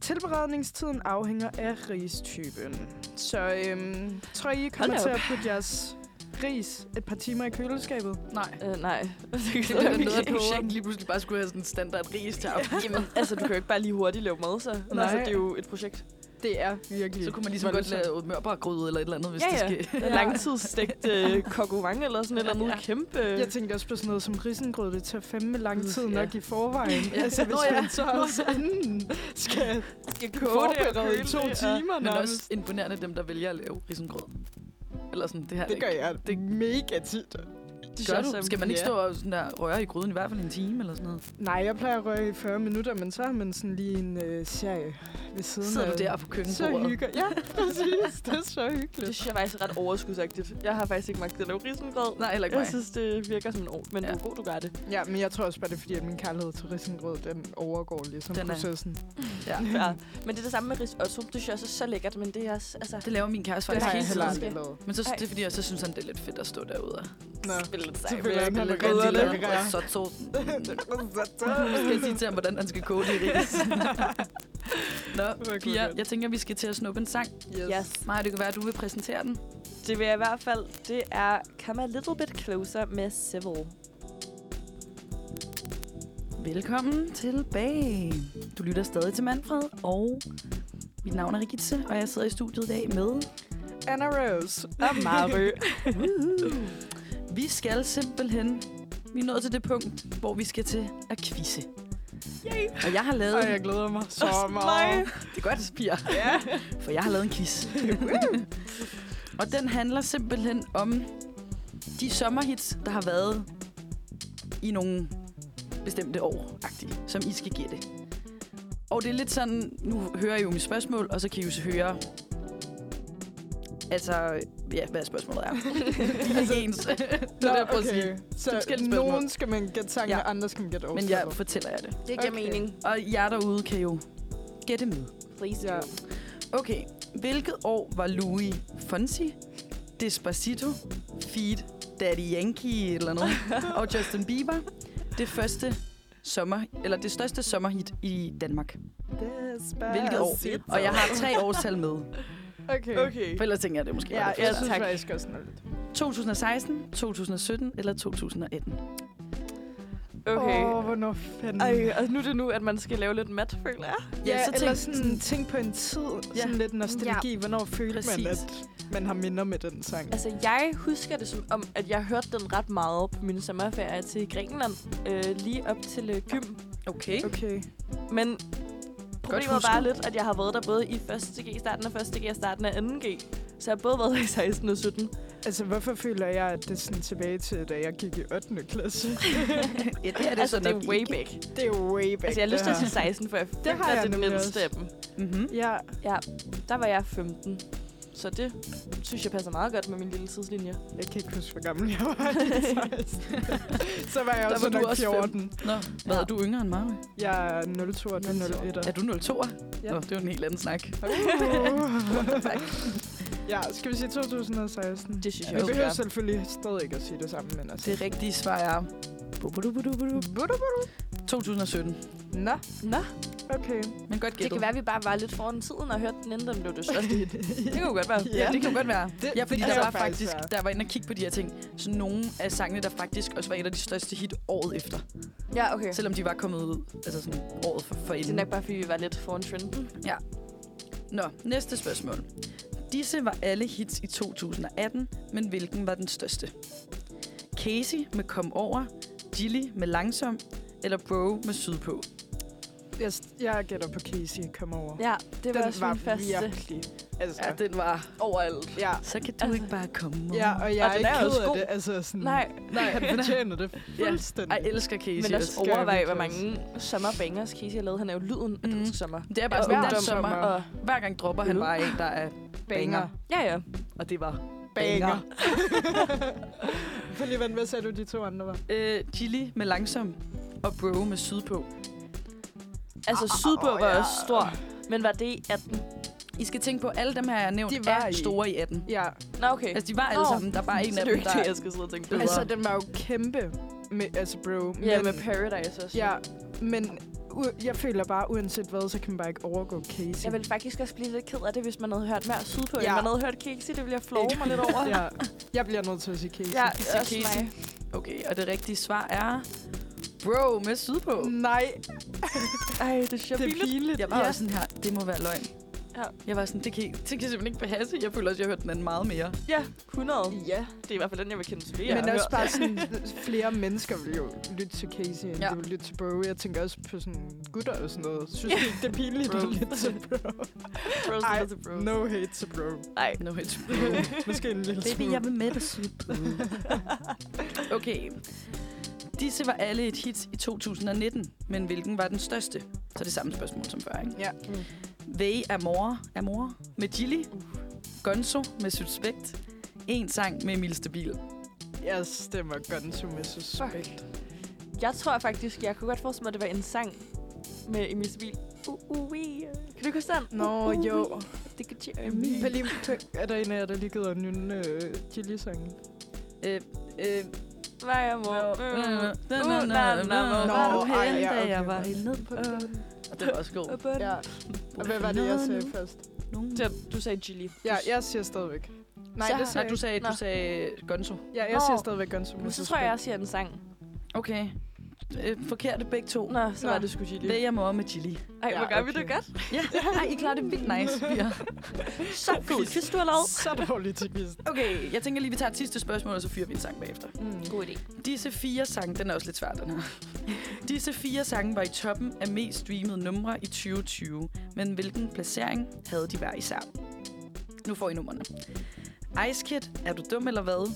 [SPEAKER 2] Tilberedningstiden afhænger af ristypen. Så øhm, tror I, I kommer
[SPEAKER 5] Hold da
[SPEAKER 2] til
[SPEAKER 5] op.
[SPEAKER 2] at putte jeres ris et par timer i køleskabet?
[SPEAKER 4] Nej.
[SPEAKER 5] Øh, nej. <laughs>
[SPEAKER 4] Det er lidt noget af et projekt, lige pludselig bare skulle have sådan en standard ris til aften.
[SPEAKER 5] Jamen, altså, du kan jo ikke bare lige hurtigt lave mad, så.
[SPEAKER 2] Nej.
[SPEAKER 5] Altså, det er jo et projekt.
[SPEAKER 2] Det er virkelig
[SPEAKER 4] <laughs> Så kunne man ligesom godt
[SPEAKER 2] voldsomt.
[SPEAKER 4] lave mørbargryde eller et eller andet, hvis
[SPEAKER 5] Ja,
[SPEAKER 4] det
[SPEAKER 5] ja.
[SPEAKER 4] <laughs> sker.
[SPEAKER 5] Ja. Langtidsstegt øh, kokovang eller sådan et eller andet
[SPEAKER 4] Ja.
[SPEAKER 5] ja. kæmpe... Ja.
[SPEAKER 2] Jeg tænkte også på sådan noget som risengrød, det tager fandme lang tid
[SPEAKER 4] ja.
[SPEAKER 2] nok i <laughs> forvejen.
[SPEAKER 4] Ja.
[SPEAKER 2] Altså hvis
[SPEAKER 4] Nå ja.
[SPEAKER 2] man så også inden skal
[SPEAKER 5] Skal
[SPEAKER 2] forberede i to timer
[SPEAKER 4] Men også
[SPEAKER 2] nærmest.
[SPEAKER 4] imponerende dem, der vælger at lave risengrød. Eller sådan, det her
[SPEAKER 2] Det gør jeg. Det er mega tit.
[SPEAKER 5] Det
[SPEAKER 4] Gør du? Skal man ikke stå og sådan der, røre i gryden i hvert fald en time eller sådan noget?
[SPEAKER 2] Nej, jeg plejer at røre i 40 minutter, men så har man sådan lige en øh, serie ved siden
[SPEAKER 4] Sidder
[SPEAKER 2] af.
[SPEAKER 4] du der på
[SPEAKER 2] Så
[SPEAKER 4] køkkenbordet?
[SPEAKER 2] hygger. Ja, præcis. Det er så
[SPEAKER 5] Det
[SPEAKER 2] hyggeligt.
[SPEAKER 5] synes jeg faktisk er ret overskudsagtigt. Jeg har faktisk ikke magt at lave risengrød.
[SPEAKER 4] Nej, heller ikke
[SPEAKER 5] Jeg
[SPEAKER 4] mig.
[SPEAKER 5] synes, det virker som en år, men
[SPEAKER 4] Ja.
[SPEAKER 5] ja. du er god, du gør det.
[SPEAKER 2] Ja, men jeg tror også bare, det er fordi, at min kærlighed til risengrød, den overgår ligesom
[SPEAKER 4] Den
[SPEAKER 2] den
[SPEAKER 4] er-
[SPEAKER 2] processen.
[SPEAKER 5] <laughs> Ja. Men det er det samme med risotto. Det synes jeg også er så lækkert, men det er også... Altså,
[SPEAKER 4] Det laver min kæreste
[SPEAKER 5] Det
[SPEAKER 2] Det
[SPEAKER 4] faktisk
[SPEAKER 2] har
[SPEAKER 5] er
[SPEAKER 2] jeg
[SPEAKER 4] hele
[SPEAKER 5] helt
[SPEAKER 4] tiden.
[SPEAKER 2] heller aldrig
[SPEAKER 5] vildt.
[SPEAKER 2] lavet.
[SPEAKER 4] Men så, det er fordi, jeg så synes han, det er lidt fedt at stå derude og
[SPEAKER 2] Nå.
[SPEAKER 5] spille lidt sejt.
[SPEAKER 2] Selvfølgelig
[SPEAKER 4] Jeg
[SPEAKER 2] er han
[SPEAKER 4] vil
[SPEAKER 2] med
[SPEAKER 4] rigtig lave
[SPEAKER 2] rødderne.
[SPEAKER 4] risottoen. <laughs> Nu skal jeg sige til ham, hvordan han skal koge det ris. Nå, Pia, jeg tænker, vi skal til at snuppe en sang.
[SPEAKER 5] Yes.
[SPEAKER 4] Maja, det kan være, at du vil præsentere den.
[SPEAKER 5] Det vil jeg i hvert fald. Det er Come a Little Bit Closer med <laughs> Civil.
[SPEAKER 4] Velkommen tilbage. Du lytter stadig til Manfred, og mit navn er Rigitze, og jeg sidder i studiet i dag med...
[SPEAKER 2] Anna Rose.
[SPEAKER 5] Og Marø.
[SPEAKER 4] <laughs> Vi skal simpelthen... Vi er nået til det punkt, hvor vi skal til at quizze. Yay. Og jeg har lavet...
[SPEAKER 2] Og jeg glæder mig så
[SPEAKER 4] Mig.
[SPEAKER 2] meget.
[SPEAKER 4] Det er godt, Pia. For jeg har lavet en quiz. og den handler simpelthen om de sommerhits, der har været i nogle bestemte år, som I skal gætte. Og det er lidt sådan, nu hører I jo mit spørgsmål, og så kan I jo så høre, altså, ja, hvad spørgsmålet er. De er ikke ens. det er det, jeg prøver at sige.
[SPEAKER 2] Så
[SPEAKER 4] Forskellige spørgsmål.
[SPEAKER 2] nogen skal man gætte sangen,
[SPEAKER 4] Ja.
[SPEAKER 2] ja. og andre skal man gætte
[SPEAKER 4] Men jeg fortæller jer det.
[SPEAKER 5] Det
[SPEAKER 2] giver mening.
[SPEAKER 4] Og jer derude kan jo gætte med.
[SPEAKER 5] Please
[SPEAKER 2] Ja.
[SPEAKER 5] ja.
[SPEAKER 4] Okay, hvilket år var Louis Fonsi Despacito, Feed, Daddy Yankee eller noget,
[SPEAKER 2] <laughs>
[SPEAKER 4] og Justin Bieber. Det første sommer, eller det største sommerhit i Danmark. Hvilket år? Og jeg har tre årstal med.
[SPEAKER 2] Okay. okay.
[SPEAKER 4] For ellers tænker jeg det måske.
[SPEAKER 2] Ja,
[SPEAKER 4] var det
[SPEAKER 2] jeg
[SPEAKER 4] første.
[SPEAKER 2] synes
[SPEAKER 5] tak.
[SPEAKER 2] faktisk også den er lidt.
[SPEAKER 4] 2016, 2017 eller 2018?
[SPEAKER 5] Okay.
[SPEAKER 2] Åh, hvornår fanden.
[SPEAKER 5] Ej, og nu er det nu, at man skal lave lidt mat, føler jeg.
[SPEAKER 2] Ja, ja
[SPEAKER 4] så
[SPEAKER 2] eller
[SPEAKER 4] tænk-
[SPEAKER 2] sådan, tænk på en tid, ja. sådan lidt nostalgi. Ja. Hvornår følte man,
[SPEAKER 4] Præcis.
[SPEAKER 2] at man har minder med den sang?
[SPEAKER 6] Altså,
[SPEAKER 5] Jeg husker det som om, at jeg hørte den ret meget på mine sommerferier til Grækenland. Øh, lige op til øh, gym.
[SPEAKER 4] Okay.
[SPEAKER 2] Okay.
[SPEAKER 5] Men problemet var
[SPEAKER 4] husket.
[SPEAKER 5] bare lidt, at jeg har været der både i 1. G, starten af 1. G og starten af 2. G. Så jeg har både været der i 16 og 17.
[SPEAKER 2] Altså, hvorfor føler jeg, at det er sådan tilbage til, da jeg gik i 8. klasse?
[SPEAKER 4] Ja, det er det
[SPEAKER 5] altså,
[SPEAKER 4] så
[SPEAKER 5] det
[SPEAKER 4] nok
[SPEAKER 5] er way
[SPEAKER 4] ikke.
[SPEAKER 5] back.
[SPEAKER 2] <laughs> Det er way back,
[SPEAKER 5] Altså, jeg har lyst til
[SPEAKER 2] det
[SPEAKER 5] at sige 16, for jeg det
[SPEAKER 2] har
[SPEAKER 5] har
[SPEAKER 2] jeg
[SPEAKER 5] jeg det
[SPEAKER 2] nemlig
[SPEAKER 5] mindste
[SPEAKER 2] også.
[SPEAKER 5] af dem.
[SPEAKER 4] Mm-hmm.
[SPEAKER 2] her. Ja,
[SPEAKER 5] Der var jeg 15. Så det synes jeg passer meget godt med min lille tidslinje.
[SPEAKER 2] jeg kan ikke huske, hvor gammel
[SPEAKER 4] <laughs>
[SPEAKER 2] jeg var. <laughs> så var jeg
[SPEAKER 4] Der
[SPEAKER 2] også
[SPEAKER 4] var du
[SPEAKER 2] nok
[SPEAKER 4] også
[SPEAKER 2] 14.
[SPEAKER 4] Nå, hvad er du yngre end mig?
[SPEAKER 2] Jeg er 02 og du er 01.
[SPEAKER 4] Er du 02'er?
[SPEAKER 2] Ja.
[SPEAKER 4] Nå, det var en helt anden snak.
[SPEAKER 2] tak. <laughs> Ja, skal vi sige 2016?
[SPEAKER 5] Det synes jeg
[SPEAKER 2] vi
[SPEAKER 5] også.
[SPEAKER 2] behøver selvfølgelig stadig ikke at sige det samme, men altså...
[SPEAKER 4] Det rigtige svar er... 2017.
[SPEAKER 2] Nå,
[SPEAKER 5] Nå,
[SPEAKER 2] okay.
[SPEAKER 4] Men godt
[SPEAKER 6] det
[SPEAKER 4] gættet.
[SPEAKER 6] kan være, at vi bare var lidt foran tiden og hørte den, inden den blev det
[SPEAKER 5] <laughs>
[SPEAKER 6] største hit.
[SPEAKER 5] det kunne godt være.
[SPEAKER 4] Ja, det kan godt være.
[SPEAKER 2] Det-
[SPEAKER 4] ja, fordi
[SPEAKER 2] det kan
[SPEAKER 4] der
[SPEAKER 2] jo
[SPEAKER 4] var
[SPEAKER 2] faktisk
[SPEAKER 4] faktisk,
[SPEAKER 2] være.
[SPEAKER 4] der var inde og kigge på de her ting. Så nogle af sangene, der faktisk også var et af de største hit året efter.
[SPEAKER 6] ja, okay.
[SPEAKER 4] Selvom de var kommet ud altså sådan, året for, for
[SPEAKER 5] Det er
[SPEAKER 4] inden.
[SPEAKER 5] nok bare, fordi vi var lidt foran trenden.
[SPEAKER 4] Nå, næste spørgsmål. Disse var alle hits i 2018, men hvilken var den største? Casey med Kom Over, Gilly med Langsom, eller Bro med Sydpå?
[SPEAKER 2] Jeg, jeg gætter på Casey. Kom over.
[SPEAKER 6] Ja, det var
[SPEAKER 2] Den
[SPEAKER 6] også
[SPEAKER 2] var
[SPEAKER 6] min første.
[SPEAKER 2] virkelig... Altså,
[SPEAKER 4] Ja, den var...
[SPEAKER 5] Overalt.
[SPEAKER 2] ja.
[SPEAKER 4] Så kan du
[SPEAKER 6] Altså-
[SPEAKER 4] altså, ikke bare komme over.
[SPEAKER 2] Ja, og jeg
[SPEAKER 5] Og
[SPEAKER 2] er
[SPEAKER 5] den
[SPEAKER 2] ikke
[SPEAKER 5] er også
[SPEAKER 2] ked af
[SPEAKER 5] god.
[SPEAKER 2] det. Altså, sådan,
[SPEAKER 6] Nej,
[SPEAKER 2] nej, han fortjener det fuldstændig.
[SPEAKER 4] Jeg elsker Casey.
[SPEAKER 5] Men også
[SPEAKER 2] også gør
[SPEAKER 5] overvej,
[SPEAKER 2] jeg
[SPEAKER 5] hvor mange
[SPEAKER 2] virkelig
[SPEAKER 5] sommerbangers Casey har lavet. Han er jo lyden af
[SPEAKER 4] Mhm.
[SPEAKER 5] dansk sommer.
[SPEAKER 4] Det er bare
[SPEAKER 2] Og
[SPEAKER 4] sådan,
[SPEAKER 2] hver
[SPEAKER 4] den sommer,
[SPEAKER 2] sommer.
[SPEAKER 4] og hver gang dropper han
[SPEAKER 5] Øl.
[SPEAKER 4] bare en, der er banger.
[SPEAKER 5] Ja, ja.
[SPEAKER 4] Og det var
[SPEAKER 2] <laughs> Banger. Følg lige, vent, hvad sagde du, de to andre var?
[SPEAKER 4] øh, Gilly med Langsom og Bro med Sydpå.
[SPEAKER 5] Altså, Sydbog
[SPEAKER 2] åh,
[SPEAKER 5] var
[SPEAKER 2] ja.
[SPEAKER 5] også stor. Men var det i 18?
[SPEAKER 4] I skal tænke på, alle dem her, jeg har nævnt,
[SPEAKER 2] De var
[SPEAKER 4] er
[SPEAKER 2] i-
[SPEAKER 4] store i 18.
[SPEAKER 2] Ja,
[SPEAKER 5] Nå, okay.
[SPEAKER 4] Altså, de var alle
[SPEAKER 5] Nå.
[SPEAKER 4] sammen. Der er bare en
[SPEAKER 5] Så
[SPEAKER 4] af
[SPEAKER 5] det er
[SPEAKER 4] dem,
[SPEAKER 5] jo ikke det,
[SPEAKER 4] der...
[SPEAKER 5] jeg skal sidde og tænke på.
[SPEAKER 4] Bedre.
[SPEAKER 2] altså, den var jo kæmpe, med, altså bro.
[SPEAKER 5] ja, med Paradise også.
[SPEAKER 2] ja, men u- jeg føler bare, uanset hvad, så kan man bare ikke overgå Casey.
[SPEAKER 6] jeg ville faktisk også blive lidt ked af det, hvis man havde hørt mere sydpå, ja.
[SPEAKER 2] Ja.
[SPEAKER 6] end man havde hørt Kixi. Det ville jeg flove mig lidt over.
[SPEAKER 2] <laughs> ja. Jeg bliver nødt til at sige Casey.
[SPEAKER 6] Ja,
[SPEAKER 4] Kixi,
[SPEAKER 6] også
[SPEAKER 4] Kixi.
[SPEAKER 6] mig.
[SPEAKER 4] Okay, og det rigtige svar er... Bro med Sydpå.
[SPEAKER 2] Nej,
[SPEAKER 5] Ej, det synes jeg
[SPEAKER 2] Mm. det
[SPEAKER 5] er
[SPEAKER 2] er
[SPEAKER 5] pinligt.
[SPEAKER 2] pinligt.
[SPEAKER 4] Jeg var også sådan her, det må være løgn.
[SPEAKER 6] Ja.
[SPEAKER 4] Jeg var sådan, det kan, det kan jeg simpelthen ikke passe. Jeg føler også, jeg har hørt den anden meget mere.
[SPEAKER 5] Ja, 100.
[SPEAKER 2] Ja,
[SPEAKER 5] Det er i hvert fald den, jeg vil kende flere.
[SPEAKER 2] men
[SPEAKER 5] Jeg
[SPEAKER 2] også
[SPEAKER 5] har
[SPEAKER 2] bare sådan, flere mennesker vil jo lytte til Casey, end
[SPEAKER 4] Ja.
[SPEAKER 2] ja. de vil lytte til Bro. Jeg tænker også på sådan gutter og sådan noget. Synes ja. ikke, det er pinligt
[SPEAKER 4] Bro.
[SPEAKER 2] at lytte til Bro?
[SPEAKER 5] hørt Bros
[SPEAKER 2] Ej,
[SPEAKER 5] and the Bros.
[SPEAKER 2] No hate til Bro.
[SPEAKER 5] Nej.
[SPEAKER 4] No hits.
[SPEAKER 2] Måske en lille smule.
[SPEAKER 4] vil med dig Sydpå. <laughs> Okay. Disse var alle et hit i 2019, men hvilken var den største? Så det samme spørgsmål som før, ikke?
[SPEAKER 2] Ja.
[SPEAKER 5] Mm.
[SPEAKER 4] Vej Amore, Amore med Gilly, Gonzo med Suspekt, En sang med Emil Stabil.
[SPEAKER 2] Jeg stemmer Gonzo med suspekt.
[SPEAKER 6] Jeg tror faktisk, jeg kunne godt forestille mig, at det var en sang med Emil Stabil. Uh, uh, uh. Kan du ikke huske den?
[SPEAKER 2] Nå,
[SPEAKER 6] Uh, uh,
[SPEAKER 2] jo.
[SPEAKER 6] uh. Det kan jeg Emil.
[SPEAKER 2] Hvad lige, er der en af jer, der lige gider at nynne øh, Gilly-sangen?
[SPEAKER 4] Øh, øh,
[SPEAKER 6] Hvad er mor? uh,
[SPEAKER 2] Nå,
[SPEAKER 4] Var du
[SPEAKER 2] ej,
[SPEAKER 4] hen,
[SPEAKER 2] ja,
[SPEAKER 4] da
[SPEAKER 2] okay.
[SPEAKER 4] jeg var helt ned på Og den var også god.
[SPEAKER 2] Ja. Og hvad var det, jeg sagde først?
[SPEAKER 5] Den, du sagde Gilly.
[SPEAKER 2] Ja, jeg siger stadigvæk. Nej,
[SPEAKER 6] Så
[SPEAKER 2] det
[SPEAKER 6] har-
[SPEAKER 4] Nej,
[SPEAKER 2] sagde
[SPEAKER 4] du sagde,
[SPEAKER 6] Nå.
[SPEAKER 4] du sagde Gonzo.
[SPEAKER 2] Ja, jeg siger
[SPEAKER 6] Nå.
[SPEAKER 2] stadigvæk Gonzo med
[SPEAKER 6] Men så
[SPEAKER 2] suspekt.
[SPEAKER 6] tror jeg også, jeg er en sang.
[SPEAKER 4] Okay. Øh, forkerte begge to.
[SPEAKER 6] Nå, så
[SPEAKER 5] Så var
[SPEAKER 6] var det.
[SPEAKER 5] det sgu Gilly.
[SPEAKER 4] Vej Amore med Gilly.
[SPEAKER 6] Ej,
[SPEAKER 2] Ja,
[SPEAKER 6] hvor gør vi
[SPEAKER 2] okay.
[SPEAKER 6] det godt?
[SPEAKER 4] Ja, nej, I klarer det vildt nice, piger.
[SPEAKER 6] Så god quiz, du har lavet.
[SPEAKER 2] <laughs> Så dårlig til quizzen.
[SPEAKER 4] Okay, jeg tænker lige, vi tager et sidste spørgsmål, og så fyrer vi en sang bagefter.
[SPEAKER 2] Mm.
[SPEAKER 6] God idé.
[SPEAKER 4] Disse fire sange, den er også lidt svær, den her. Disse fire sange var i toppen af mest streamede numre i 2020, men hvilken placering havde de hver især? Nu får I numrene. Ice Kid, Er du dum eller hvad?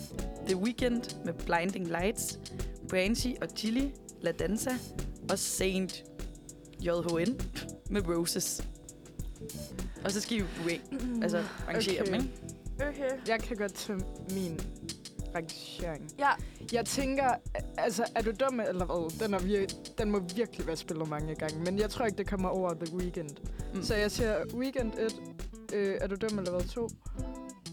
[SPEAKER 4] The Weeknd med Blinding Lights, Branchy og Chili, La Danza og Saint JHN med Roses. Og så skal I jo ra- altså, rangere okay.
[SPEAKER 2] Okay.
[SPEAKER 4] dem, ikke?
[SPEAKER 6] Okay.
[SPEAKER 2] Jeg kan godt tage min rangering.
[SPEAKER 6] Ja.
[SPEAKER 2] Jeg tænker, altså, er du dum eller hvad? Den, er vir- den må virkelig være spillet mange gange, men jeg tror ikke, det kommer over The Weekend.
[SPEAKER 4] Mm.
[SPEAKER 2] Mm. Så jeg siger Weekend 1, øh, er du dum eller hvad 2,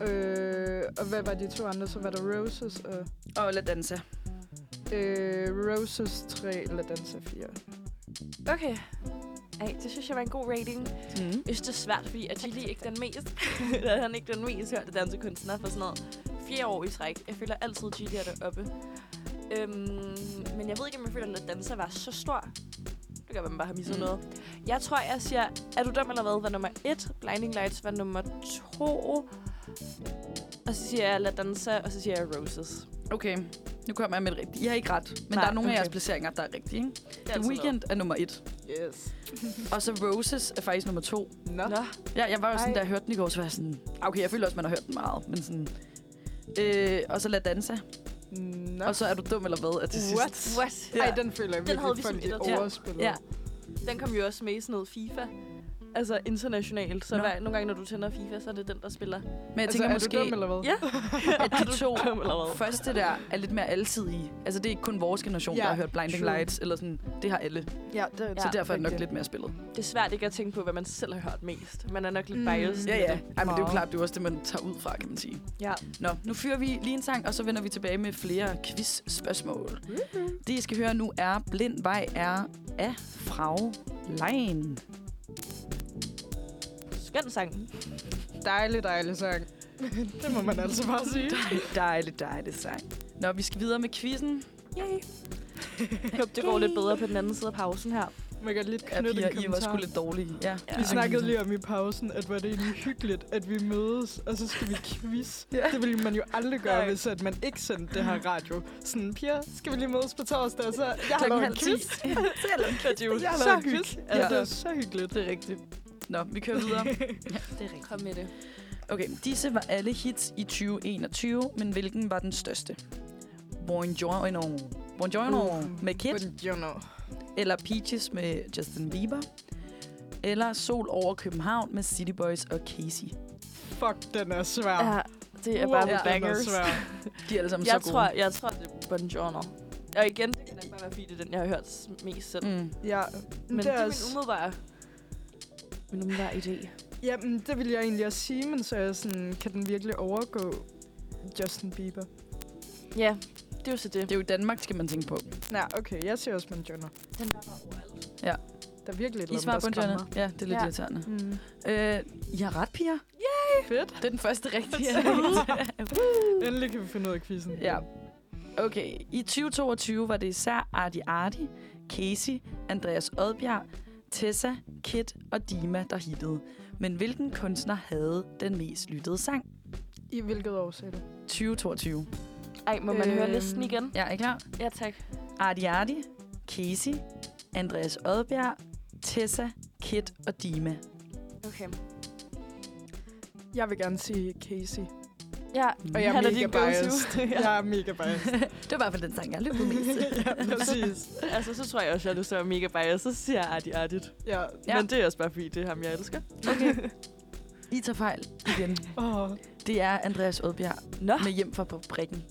[SPEAKER 2] Øh, og hvad var de to andre? Så var der Roses og...
[SPEAKER 4] Og La Danza.
[SPEAKER 2] Øh, Roses 3, La Danza 4.
[SPEAKER 5] Okay. Ej, det synes jeg var en god rating.
[SPEAKER 4] Mm.
[SPEAKER 5] Jeg synes, det er svært, fordi at Gilly er ikke den mest... <laughs> eller han er ikke den mest hørte dansekunstner for sådan noget. Fjerde år i træk. Jeg føler altid, Gilly er deroppe. Øhm, men jeg ved ikke, om jeg føler, at danser var så stor. Det gør, at man bare har misset
[SPEAKER 4] Mm.
[SPEAKER 5] mm. noget. Jeg tror, jeg siger, er du dum eller hvad, var nummer et. Blinding Lights var nummer to. Og så siger jeg La Danza, og så siger jeg Roses.
[SPEAKER 4] Okay, nu kommer jeg med et rigtigt. I har ikke ret, men
[SPEAKER 5] Nej,
[SPEAKER 4] der er nogle af
[SPEAKER 5] okay.
[SPEAKER 4] jeres placeringer, der er rigtige. Ikke?
[SPEAKER 5] Det er
[SPEAKER 4] The
[SPEAKER 5] altid
[SPEAKER 4] Weeknd er nummer et.
[SPEAKER 2] Yes.
[SPEAKER 4] Og så Roses er faktisk nummer to.
[SPEAKER 2] Nå.
[SPEAKER 5] noget. Nå,
[SPEAKER 4] Ja, jeg var jo sådan,
[SPEAKER 2] Ej.
[SPEAKER 4] da jeg hørte den i går, så var jeg sådan... Okay, jeg føler også, man har hørt den meget, men sådan... Øh, og så La Danza.
[SPEAKER 2] Nå.
[SPEAKER 4] Og så er du dum eller hvad, er til sidst.
[SPEAKER 2] What?
[SPEAKER 5] what?
[SPEAKER 2] Ej, den føler jeg
[SPEAKER 5] Den havde vi
[SPEAKER 2] virkelig,
[SPEAKER 5] som
[SPEAKER 2] folk de
[SPEAKER 5] etter til.
[SPEAKER 2] overspillede.
[SPEAKER 4] Ja.
[SPEAKER 5] Den kom jo også med i sådan noget FIFA. Altså internationalt. Så
[SPEAKER 4] Nå.
[SPEAKER 5] hver, nogle gange, når du tænder FIFA, så er det den, der spiller.
[SPEAKER 4] Men jeg
[SPEAKER 2] Altså,
[SPEAKER 4] tænker
[SPEAKER 2] er
[SPEAKER 4] måske,
[SPEAKER 2] du dum, eller hvad?
[SPEAKER 5] Ja.
[SPEAKER 2] <laughs>
[SPEAKER 4] at de to
[SPEAKER 5] Dum eller hvad?
[SPEAKER 4] første der er lidt mere alsidige. Altså, det er ikke kun vores generation,
[SPEAKER 2] Ja,
[SPEAKER 4] der har hørt Blinding
[SPEAKER 2] true.
[SPEAKER 4] Lights, eller sådan. Det har alle. Ja,
[SPEAKER 2] ja det,
[SPEAKER 4] så derfor er det nok lidt mere spillet.
[SPEAKER 5] Det er svært ikke at tænke på, hvad man selv har hørt mest. Man er nok lidt
[SPEAKER 2] Mm.
[SPEAKER 5] biased.
[SPEAKER 4] Ja,
[SPEAKER 5] i
[SPEAKER 4] ja.
[SPEAKER 5] det.
[SPEAKER 4] Ej, men det er jo
[SPEAKER 2] Meget.
[SPEAKER 4] klart, det er jo også det, man tager ud fra, kan man sige.
[SPEAKER 5] Ja.
[SPEAKER 4] Nå, nu fyrer vi lige en sang, og så vender vi tilbage med flere quiz-spørgsmål. Det, I skal høre nu, er Blind Vej er af Frau Lein.
[SPEAKER 5] Skøn sang.
[SPEAKER 2] Dejlig, dejlig sang. <laughs> det må man altså bare
[SPEAKER 4] <laughs>
[SPEAKER 2] sige.
[SPEAKER 4] Dejlig, dejlig sang. Nå, vi skal videre med quizzen.
[SPEAKER 5] Yay. Jeg <laughs> håber, det går lidt bedre på den anden side af pausen her.
[SPEAKER 2] Man kan lidt
[SPEAKER 4] Ja,
[SPEAKER 2] knytte
[SPEAKER 4] piger,
[SPEAKER 2] en
[SPEAKER 4] I var
[SPEAKER 2] kommentar.
[SPEAKER 4] sgu lidt dårlige. Ja.
[SPEAKER 5] Ja.
[SPEAKER 2] Vi snakkede lige om i pausen, at var det egentlig hyggeligt, at vi mødes, og så skal vi quiz.
[SPEAKER 4] Ja.
[SPEAKER 2] Det ville man jo aldrig gøre,
[SPEAKER 4] Nej.
[SPEAKER 2] hvis at man ikke sendte det her radio. Sådan, Pia, skal vi lige mødes på torsdag, og så jeg
[SPEAKER 5] Ah,
[SPEAKER 2] har
[SPEAKER 4] Klokken
[SPEAKER 2] lavet en
[SPEAKER 4] halv ti.
[SPEAKER 2] quiz.
[SPEAKER 5] Det er jo
[SPEAKER 2] Jeg har
[SPEAKER 5] så
[SPEAKER 2] lavet en quiz.
[SPEAKER 5] hyggeligt.
[SPEAKER 2] Ja, det
[SPEAKER 4] Ja.
[SPEAKER 2] er så hyggeligt.
[SPEAKER 4] Det er rigtigt. Nå, vi kører <laughs>
[SPEAKER 2] <laughs>
[SPEAKER 4] videre.
[SPEAKER 5] Det er rigtigt. Kom med det.
[SPEAKER 4] Okay, disse var alle hits i 2021, men hvilken var den største? Buongiorno. Buongiorno
[SPEAKER 2] Uh.
[SPEAKER 4] med Kid,
[SPEAKER 2] You know.
[SPEAKER 4] eller Peaches med Justin Bieber, eller Sol over København med City Boys og Casey.
[SPEAKER 2] Fuck, den er svær.
[SPEAKER 5] Ja, det er bare
[SPEAKER 2] Wow,
[SPEAKER 5] wow,
[SPEAKER 2] den er
[SPEAKER 5] bangers.
[SPEAKER 2] svær.
[SPEAKER 4] De er alle sammen
[SPEAKER 5] Jeg
[SPEAKER 4] så
[SPEAKER 5] tror,
[SPEAKER 4] gode.
[SPEAKER 5] jeg tror, det er Buongiorno. Og igen, det kan nok bare være, fordi det er den, jeg har hørt mest selv.
[SPEAKER 4] Mm.
[SPEAKER 2] Ja,
[SPEAKER 5] Men det er min
[SPEAKER 2] også-
[SPEAKER 5] umiddelbare, min umiddelbare idé.
[SPEAKER 2] Jamen, det ville jeg egentlig også sige, men så er jeg sådan, kan den virkelig overgå Justin Bieber?
[SPEAKER 5] Ja, det er jo så det.
[SPEAKER 4] Det er jo Danmark, skal man tænke på.
[SPEAKER 2] Nej, okay, jeg siger også Manjona.
[SPEAKER 5] Den var bare overalt.
[SPEAKER 2] Der er virkelig
[SPEAKER 4] I
[SPEAKER 2] et eller
[SPEAKER 4] svarer
[SPEAKER 2] andet, der
[SPEAKER 4] Buongiorno.
[SPEAKER 2] skræmmer.
[SPEAKER 4] Ja, det er lidt
[SPEAKER 5] Ja.
[SPEAKER 4] irriterende.
[SPEAKER 2] Mm.
[SPEAKER 4] Øh, I har ret, piger.
[SPEAKER 2] Fedt.
[SPEAKER 4] Det er den første <laughs> rigtige.
[SPEAKER 2] Endelig kan vi finde ud af quizzen.
[SPEAKER 4] ja. Okay, i 2022 var det især Arti Arti, Casey, Andreas Odbjerg, Tessa, Kit og Dima, der hittede. Men hvilken kunstner havde den mest lyttede sang?
[SPEAKER 2] I hvilket år sagde du?
[SPEAKER 4] 2022.
[SPEAKER 5] Ej, må man høre
[SPEAKER 2] Øhm.
[SPEAKER 5] listen igen?
[SPEAKER 4] Ja, er I klar?
[SPEAKER 5] Ja, tak.
[SPEAKER 4] Arti Arti, Casey, Andreas Odbjerg, Tessa, Kit og Dima.
[SPEAKER 5] Okay.
[SPEAKER 2] Jeg vil gerne sige Casey.
[SPEAKER 5] Ja,
[SPEAKER 2] Og jeg er
[SPEAKER 5] han er
[SPEAKER 2] mega
[SPEAKER 5] din go-to.
[SPEAKER 4] <laughs>
[SPEAKER 5] <laughs>
[SPEAKER 2] biased. Jeg er mega biased.
[SPEAKER 4] Det var i hvert fald den sang, jeg løb <laughs> mest.
[SPEAKER 2] ja, præcis.
[SPEAKER 5] altså, så tror jeg også, at du så mega biased, så siger jeg artigt, artigt.
[SPEAKER 2] Ja.
[SPEAKER 4] Ja.
[SPEAKER 5] Ja. Men det er også bare fordi, det er ham, jeg elsker.
[SPEAKER 4] I tager fejl igen.
[SPEAKER 2] Oh.
[SPEAKER 4] Det er Andreas Odbjerg
[SPEAKER 5] Nå,
[SPEAKER 4] med hjem fra fabrikken.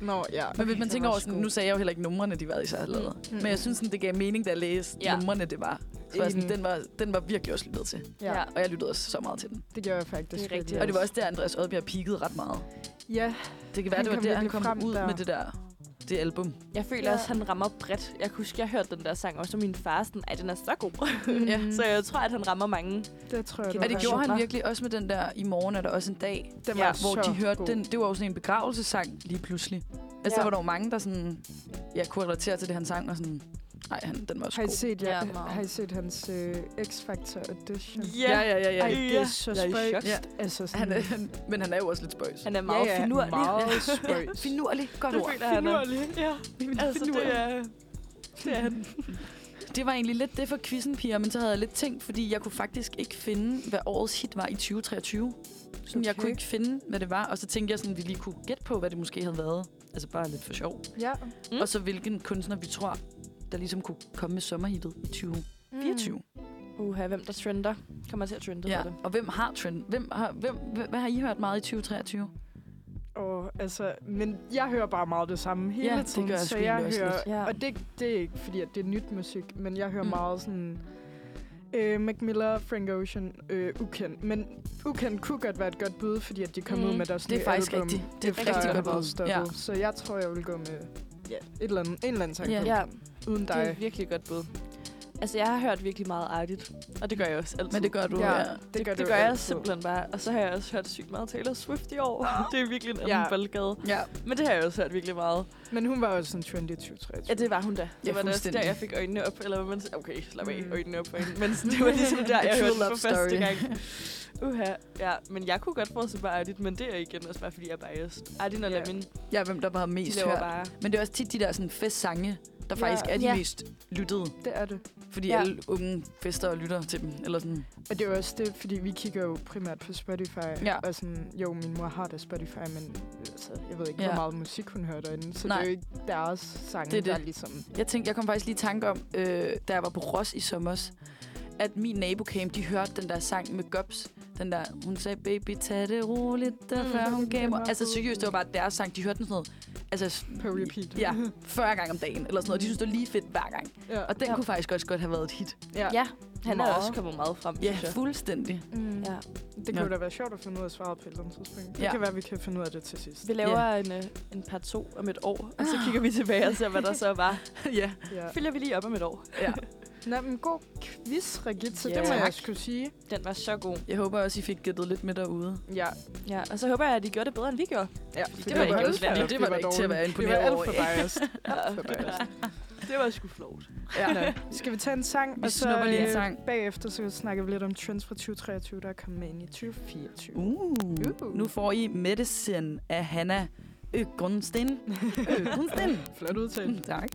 [SPEAKER 2] Nå, ja.
[SPEAKER 4] Men hvis Ah. man tænker over sådan, nu
[SPEAKER 2] nu...
[SPEAKER 4] sagde jeg jo heller ikke numrene, de var i sig allerede. Mm. Men jeg synes, sådan, det gav mening, da jeg læste ja.
[SPEAKER 5] Ja.
[SPEAKER 4] numrene, det var. Så var jeg sådan,
[SPEAKER 2] Enig.
[SPEAKER 4] den, var, den var virkelig også lyttet til.
[SPEAKER 2] Ja,
[SPEAKER 5] Ja.
[SPEAKER 4] Og jeg lyttede også så meget til den.
[SPEAKER 2] det gjorde jeg faktisk.
[SPEAKER 5] Det er rigtigt.
[SPEAKER 2] virkelig
[SPEAKER 4] Og det var også der, Andreas Odbjerg peakede ret meget.
[SPEAKER 2] Ja,
[SPEAKER 4] Det kan være,
[SPEAKER 2] Han
[SPEAKER 4] det var
[SPEAKER 2] kom
[SPEAKER 4] der, han
[SPEAKER 2] virkelig
[SPEAKER 4] kom
[SPEAKER 2] frem
[SPEAKER 4] ud
[SPEAKER 2] der.
[SPEAKER 4] med det der det album.
[SPEAKER 5] jeg føler
[SPEAKER 2] Ja.
[SPEAKER 5] også, han rammer bredt. Jeg kan huske, jeg hørte den der sang også, og min far sådan, ej, den er så god.
[SPEAKER 4] <laughs> Ja.
[SPEAKER 2] Mm.
[SPEAKER 5] <laughs> så jeg tror, at han rammer mange.
[SPEAKER 2] det tror jeg.
[SPEAKER 5] Og
[SPEAKER 4] Og det
[SPEAKER 5] Generationer.
[SPEAKER 4] gjorde han virkelig også med den der, i morgen er der også en dag,
[SPEAKER 2] Den
[SPEAKER 5] Ja,
[SPEAKER 2] var
[SPEAKER 4] hvor
[SPEAKER 2] så
[SPEAKER 4] de hørte
[SPEAKER 2] god.
[SPEAKER 4] den. Det var jo sådan en begravelsesang lige pludselig. Altså,
[SPEAKER 5] Ja.
[SPEAKER 4] der var der jo mange, der sådan, ja, kunne relatere til det, han sang, og sådan, nej, han, den var også
[SPEAKER 2] Har I
[SPEAKER 4] god.
[SPEAKER 2] set, ja,
[SPEAKER 5] Ja, meget.
[SPEAKER 2] har I set hans øh, X-Factor audition?
[SPEAKER 4] Ja, ja, ja, ja.
[SPEAKER 2] Ej, det er
[SPEAKER 5] Ja.
[SPEAKER 2] så
[SPEAKER 5] Jeg er i
[SPEAKER 2] spøjst.
[SPEAKER 4] chok.
[SPEAKER 2] Altså sådan,
[SPEAKER 4] Han er, men han er jo også lidt spøjs.
[SPEAKER 5] Han er meget
[SPEAKER 2] ja, ja,
[SPEAKER 5] finurlig.
[SPEAKER 4] <laughs>
[SPEAKER 2] meget spøjs.
[SPEAKER 4] Finurlig, godt
[SPEAKER 5] Det
[SPEAKER 4] ord.
[SPEAKER 5] føler han. er.
[SPEAKER 2] ja.
[SPEAKER 5] Altså, det er... Det er han.
[SPEAKER 4] Det var egentlig lidt det for quizzen, piger, men så havde jeg lidt tænkt, fordi jeg kunne faktisk ikke finde, hvad årets hit var i 2023. Så okay. jeg
[SPEAKER 2] Okay.
[SPEAKER 4] kunne ikke finde, hvad det var, og så tænkte jeg sådan, at vi lige kunne gætte på, hvad det måske havde været. Altså bare lidt for sjov.
[SPEAKER 2] Ja.
[SPEAKER 4] Mm. Og så hvilken kunstner, vi tror, der ligesom kunne komme med sommerhittet i 2024. Mm.
[SPEAKER 5] Uha, hvem der trender, kommer til at trende
[SPEAKER 4] Ja.
[SPEAKER 5] for det.
[SPEAKER 4] Og hvem har trend? Hvem har, hvem, hvem, hvad har I hørt meget i 2023?
[SPEAKER 2] Og, altså, men jeg hører bare meget det samme hele
[SPEAKER 4] Ja, det
[SPEAKER 2] tiden,
[SPEAKER 4] gør jeg
[SPEAKER 2] så
[SPEAKER 4] sgu egentlig
[SPEAKER 2] jeg
[SPEAKER 4] også
[SPEAKER 2] hører,
[SPEAKER 4] lidt.
[SPEAKER 5] Ja.
[SPEAKER 2] og det, det er ikke fordi, at det er nyt musik, men jeg hører
[SPEAKER 4] Mm.
[SPEAKER 2] mm. meget sådan Øh, Macmillan og Frank Ocean, øh, ukendt. Men ukendt kunne godt være et godt bud, fordi at de kom mm.
[SPEAKER 6] Mm.
[SPEAKER 2] ud med deres
[SPEAKER 4] Det er
[SPEAKER 2] nye
[SPEAKER 4] faktisk
[SPEAKER 2] album.
[SPEAKER 4] rigtigt. Det er et
[SPEAKER 2] før
[SPEAKER 4] rigtig godt
[SPEAKER 2] Red
[SPEAKER 4] bud.
[SPEAKER 2] Stoppet.
[SPEAKER 4] Ja.
[SPEAKER 2] Så jeg tror, jeg vil gå med
[SPEAKER 5] Ja.
[SPEAKER 2] et eller andet, en eller anden tanke.
[SPEAKER 4] Ja.
[SPEAKER 2] Yeah.
[SPEAKER 5] Ja,
[SPEAKER 2] Uden
[SPEAKER 5] det er
[SPEAKER 2] dig.
[SPEAKER 5] et virkelig godt bud. Altså, jeg har hørt virkelig meget artigt, og det gør jeg også altid.
[SPEAKER 4] Men det gør du,
[SPEAKER 2] Ja.
[SPEAKER 4] ja.
[SPEAKER 5] det, det,
[SPEAKER 2] du
[SPEAKER 5] det gør jeg
[SPEAKER 2] altid.
[SPEAKER 5] simpelthen bare. Og så har jeg også hørt sygt meget Taylor Swift i år. <laughs> det er virkelig en anden
[SPEAKER 2] Ja.
[SPEAKER 5] ja. boldgade.
[SPEAKER 4] ja.
[SPEAKER 5] Men det har jeg også hørt virkelig meget.
[SPEAKER 2] Men hun var også sådan trendy 2023.
[SPEAKER 5] Ja, det var hun da. Det
[SPEAKER 4] Ja,
[SPEAKER 5] var da også
[SPEAKER 4] fuldstændig.
[SPEAKER 5] der, jeg fik øjnene op. Eller hvad man siger. Okay, slap af.
[SPEAKER 2] Mm.
[SPEAKER 5] Øjnene op for hende. Men <laughs> det var ligesom der, jeg
[SPEAKER 4] True
[SPEAKER 5] hørte
[SPEAKER 4] love
[SPEAKER 5] for første
[SPEAKER 4] story.
[SPEAKER 5] <laughs> gang. Uha. Ja, men jeg kunne godt forestille mig Ardit, men det er igen også bare, fordi jeg er biased. Ardit og
[SPEAKER 2] Ja.
[SPEAKER 5] yeah. Lamin, de
[SPEAKER 4] ja, hvem der bare har mest
[SPEAKER 5] laver
[SPEAKER 4] hørt.
[SPEAKER 5] bare...
[SPEAKER 4] Men det er også tit de der sådan festsange, der
[SPEAKER 2] Ja.
[SPEAKER 4] faktisk er de
[SPEAKER 6] Ja.
[SPEAKER 4] mest lyttede.
[SPEAKER 2] det er det.
[SPEAKER 4] Fordi
[SPEAKER 5] Ja.
[SPEAKER 4] alle unge fester og lytter til dem. Eller sådan.
[SPEAKER 2] Og det er jo også det, fordi vi kigger jo primært på Spotify.
[SPEAKER 4] Ja.
[SPEAKER 2] Og sådan, jo, min mor har da Spotify, men altså, jeg ved ikke,
[SPEAKER 4] Ja.
[SPEAKER 2] hvor meget musik hun hører derinde. Så Nej.
[SPEAKER 4] Nej.
[SPEAKER 2] det er jo ikke deres sang,
[SPEAKER 4] Det er det.
[SPEAKER 2] der ligesom...
[SPEAKER 4] Jeg tænkte, jeg kom faktisk lige i tanke om, øh, da jeg var på Ros i sommer, at min nabo came, de hørte den der sang med Gobs. Den der, hun sagde, baby, tag det roligt, der
[SPEAKER 2] Mm,
[SPEAKER 4] før hun
[SPEAKER 2] den
[SPEAKER 4] gav mig.
[SPEAKER 2] var
[SPEAKER 4] Altså
[SPEAKER 2] god.
[SPEAKER 4] seriøst, det var bare deres sang. De hørte den sådan noget, altså
[SPEAKER 2] På repeat.
[SPEAKER 4] ja, 40 gange om dagen, eller sådan noget. De synes, det var lige fedt hver gang.
[SPEAKER 2] ja.
[SPEAKER 4] Og den kunne faktisk også godt have været et hit.
[SPEAKER 6] Ja,
[SPEAKER 5] Han er
[SPEAKER 6] Meget.
[SPEAKER 5] også kommet meget frem,
[SPEAKER 4] Ja,
[SPEAKER 5] synes jeg.
[SPEAKER 4] fuldstændig.
[SPEAKER 2] Mm.
[SPEAKER 6] Ja.
[SPEAKER 2] Det kunne
[SPEAKER 4] Nå.
[SPEAKER 2] ja. da være sjovt at finde ud af svaret på et eller andet tidspunkt. Det
[SPEAKER 4] Ja.
[SPEAKER 2] ja. kan være, vi kan finde ud af det til sidst.
[SPEAKER 5] Vi laver yeah. en, øh, en par to om et år, og så kigger vi tilbage og ser, hvad <laughs> der så var.
[SPEAKER 4] <laughs> ja.
[SPEAKER 2] Ja.
[SPEAKER 5] Fylder vi lige op om et år.
[SPEAKER 2] Nå, men god quiz, Regitze.
[SPEAKER 5] Ja.
[SPEAKER 2] Det må
[SPEAKER 5] Tak.
[SPEAKER 2] jeg skulle sige.
[SPEAKER 5] Den var så god.
[SPEAKER 4] Jeg håber også, I fik gættet lidt med derude.
[SPEAKER 2] Ja.
[SPEAKER 5] Ja, og så håber jeg, at de gjorde det bedre, end vi gjorde.
[SPEAKER 2] ja.
[SPEAKER 5] det var ikke
[SPEAKER 2] alt
[SPEAKER 5] også
[SPEAKER 2] for-
[SPEAKER 5] værd.
[SPEAKER 4] Det var da ikke til at være
[SPEAKER 2] dårligt.
[SPEAKER 4] imponeret
[SPEAKER 2] Det var
[SPEAKER 4] over,
[SPEAKER 2] alt for biased.
[SPEAKER 5] <laughs>
[SPEAKER 2] alt for biased.
[SPEAKER 5] Det var sgu flot.
[SPEAKER 2] Ja. Skal vi tage en sang,
[SPEAKER 4] Vi
[SPEAKER 2] og så
[SPEAKER 4] snupper lige en
[SPEAKER 2] øh,
[SPEAKER 4] sang.
[SPEAKER 2] bagefter så snakker vi lidt om trends fra 2023, der er kommet med ind i 2024. <laughs>
[SPEAKER 4] Uh.
[SPEAKER 2] Uh.
[SPEAKER 4] Nu får I Medicine af Hanna Øgrunsten.
[SPEAKER 2] <laughs>
[SPEAKER 4] Øgrunsten.
[SPEAKER 2] Flot udtalt.
[SPEAKER 4] tak.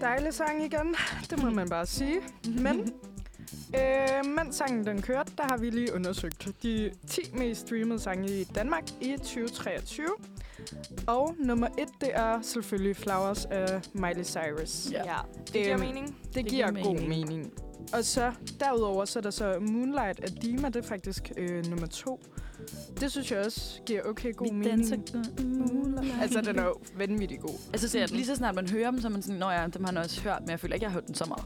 [SPEAKER 2] Dejlig sang igen, det må man bare sige.
[SPEAKER 4] Mm-hmm.
[SPEAKER 2] Men, øh, mens sangen den kørte, der har vi lige undersøgt de 10 mest streamede sange i Danmark i 2023. Og nummer et, det er selvfølgelig Flowers af Miley Cyrus.
[SPEAKER 4] Ja.
[SPEAKER 5] ja. Det giver
[SPEAKER 2] Øhm,
[SPEAKER 5] mening.
[SPEAKER 2] Det, det giver, god mening. Og så derudover, så er der så Moonlight af Dima, det er faktisk øh, nummer to. Det synes jeg også giver okay god
[SPEAKER 4] Vi
[SPEAKER 2] mening.
[SPEAKER 4] danser moonlight.
[SPEAKER 2] Altså, den er jo vanvittig god.
[SPEAKER 4] Altså, så lige så snart man hører dem, så er man sådan, Nå ja, dem har man også hørt, men jeg føler ikke, jeg har hørt den så meget.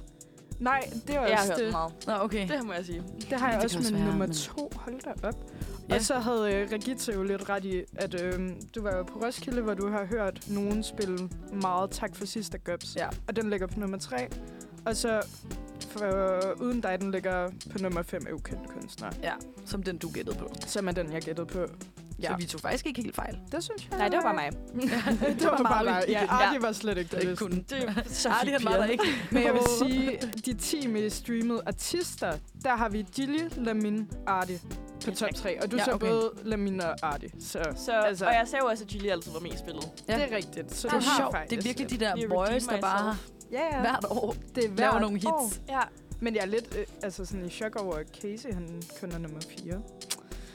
[SPEAKER 2] Nej, det er også
[SPEAKER 5] Jeg har hørt
[SPEAKER 2] det.
[SPEAKER 5] den meget.
[SPEAKER 4] Nå, okay.
[SPEAKER 5] Det må jeg sige.
[SPEAKER 2] Det har jeg
[SPEAKER 4] Det
[SPEAKER 2] også
[SPEAKER 4] kan også
[SPEAKER 2] med
[SPEAKER 4] være,
[SPEAKER 2] nummer
[SPEAKER 4] men-
[SPEAKER 2] to. Hold da op.
[SPEAKER 4] Ja.
[SPEAKER 2] Ja. Og så havde øh, Regitze jo lidt ret i, at øh, du var jo på Roskilde, hvor du har hørt nogen spille meget tak for sidst af Gubs.
[SPEAKER 4] Ja.
[SPEAKER 2] Og den ligger på nummer tre. Og så for, uden dig, den ligger på nummer 5 af ukendte kunstnere,
[SPEAKER 4] Som den, du gættede på.
[SPEAKER 2] som er den, jeg gættede på.
[SPEAKER 4] Ja.
[SPEAKER 2] Ja.
[SPEAKER 4] Så vi tog faktisk ikke helt fejl.
[SPEAKER 2] Det synes jeg...
[SPEAKER 6] nej, det var bare mig.
[SPEAKER 2] <laughs> det var bare dig. Ja,
[SPEAKER 4] Ja.
[SPEAKER 2] Ardi var slet
[SPEAKER 4] Det
[SPEAKER 2] ikke på
[SPEAKER 4] ikke
[SPEAKER 2] listen.
[SPEAKER 4] kun. <laughs>
[SPEAKER 5] Det er så
[SPEAKER 4] Ej, det havde meget der ikke.
[SPEAKER 2] Men jeg vil sige, de 10 mest streamede artister, der har vi Gilly, Lamin, Arti på top 3. Og du
[SPEAKER 4] Ja,
[SPEAKER 2] ja, så
[SPEAKER 4] okay.
[SPEAKER 2] både Lamin og Arti, så...
[SPEAKER 5] Så,
[SPEAKER 2] Altså-
[SPEAKER 5] altså, og jeg sagde jo også, at Julie altid var mest spillet.
[SPEAKER 4] Ja.
[SPEAKER 2] Ja. Det er rigtigt. Så
[SPEAKER 4] Det
[SPEAKER 2] du
[SPEAKER 4] er
[SPEAKER 2] har
[SPEAKER 4] sjovt. Det er
[SPEAKER 2] faktisk
[SPEAKER 4] virkelig
[SPEAKER 2] lidt.
[SPEAKER 4] de der
[SPEAKER 5] Jeg
[SPEAKER 4] boys,
[SPEAKER 5] redeem
[SPEAKER 4] der bare
[SPEAKER 5] myself.
[SPEAKER 2] Ja, ja.
[SPEAKER 4] hvert år
[SPEAKER 2] Det er
[SPEAKER 4] laver
[SPEAKER 2] hvert
[SPEAKER 4] nogle hits.
[SPEAKER 2] År.
[SPEAKER 5] Ja.
[SPEAKER 2] Men jeg er lidt øh, altså sådan i chok over, at Casey han kun er nummer 4.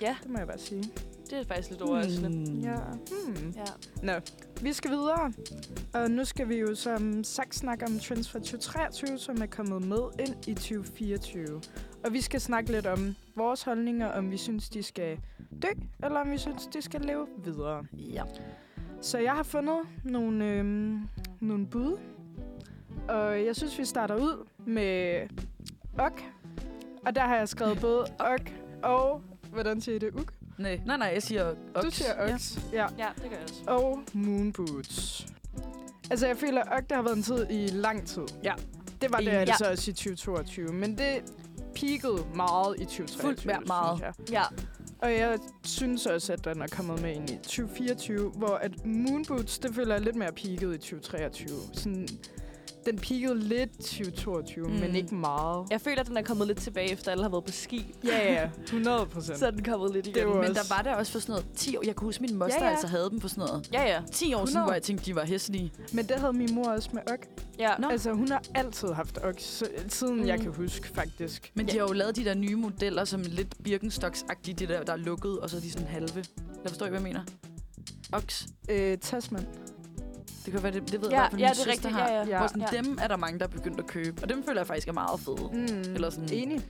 [SPEAKER 5] Ja.
[SPEAKER 2] Det må jeg bare sige.
[SPEAKER 5] Det er faktisk lidt overraskende.
[SPEAKER 4] Mm.
[SPEAKER 2] Ja. Hmm.
[SPEAKER 5] Ja.
[SPEAKER 2] Vi skal videre. Og nu skal vi jo som sagt snakke om trends fra 2023, som er kommet med ind i 2024. Og vi skal snakke lidt om vores holdninger, om vi synes, de skal dø, eller om vi synes, de skal leve videre.
[SPEAKER 4] Ja.
[SPEAKER 2] Så jeg har fundet nogle, øhm, nogle bud, og jeg synes, vi starter ud med ok. Og der har jeg skrevet både ok og, hvordan siger I det, uk?
[SPEAKER 4] Nej, nej, nej, jeg siger oks.
[SPEAKER 2] Du siger oks, ja. ja.
[SPEAKER 5] ja, det gør jeg også.
[SPEAKER 2] Og moonboots. Altså, jeg føler, at ok, der har været en tid i lang tid.
[SPEAKER 4] Ja.
[SPEAKER 2] Det var det,
[SPEAKER 4] Enig.
[SPEAKER 2] altså også i 2022, men det peakede meget i 2023,
[SPEAKER 4] Fuldt værd meget.
[SPEAKER 2] synes jeg.
[SPEAKER 5] Ja.
[SPEAKER 2] Og jeg synes også, at den er kommet med ind i 2024, hvor at Moonboots, det føler jeg lidt mere peaked i 2023. Sådan, den peakede lidt 2022, mm.
[SPEAKER 4] Mm.
[SPEAKER 2] men ikke meget.
[SPEAKER 5] Jeg føler, at den er kommet lidt tilbage, efter alle har været på ski.
[SPEAKER 2] Ja, ja, 100
[SPEAKER 4] <laughs>
[SPEAKER 2] procent.
[SPEAKER 5] Så er den kommet lidt
[SPEAKER 2] Det
[SPEAKER 5] igen.
[SPEAKER 2] var-
[SPEAKER 4] Men
[SPEAKER 2] Også.
[SPEAKER 4] der var der også for sådan noget 10 år. Jeg kunne huske, min moster
[SPEAKER 5] Ja, ja.
[SPEAKER 4] altså havde dem på sådan noget.
[SPEAKER 5] Ja, ja.
[SPEAKER 4] 10 år siden,
[SPEAKER 2] 100.
[SPEAKER 4] hvor jeg tænkte, de var hæslige.
[SPEAKER 2] Men det havde min mor også med ok.
[SPEAKER 5] ja.
[SPEAKER 4] Nå.
[SPEAKER 2] Altså, hun har altid haft ok, så, siden
[SPEAKER 5] Mm.
[SPEAKER 2] mm. jeg kan huske, faktisk.
[SPEAKER 4] Men de
[SPEAKER 5] Ja.
[SPEAKER 4] har jo lavet de der nye modeller, som er lidt Birkenstocks-agtige, de der, der er lukket, og så er de sådan halve. Jeg forstår ikke, hvad jeg mener. Oks.
[SPEAKER 2] Øh, Tasman.
[SPEAKER 4] Det kan være, det, det ved
[SPEAKER 5] Ja,
[SPEAKER 4] jeg, for min
[SPEAKER 5] ja, det er
[SPEAKER 4] søster
[SPEAKER 5] rigtigt.
[SPEAKER 4] har.
[SPEAKER 5] Ja, ja.
[SPEAKER 4] Hvor
[SPEAKER 2] Ja.
[SPEAKER 4] sådan,
[SPEAKER 5] Ja.
[SPEAKER 4] dem er der mange, der er begyndt at købe. Og dem føler jeg faktisk er meget fede.
[SPEAKER 2] Mm.
[SPEAKER 4] Eller sådan-
[SPEAKER 2] Enig.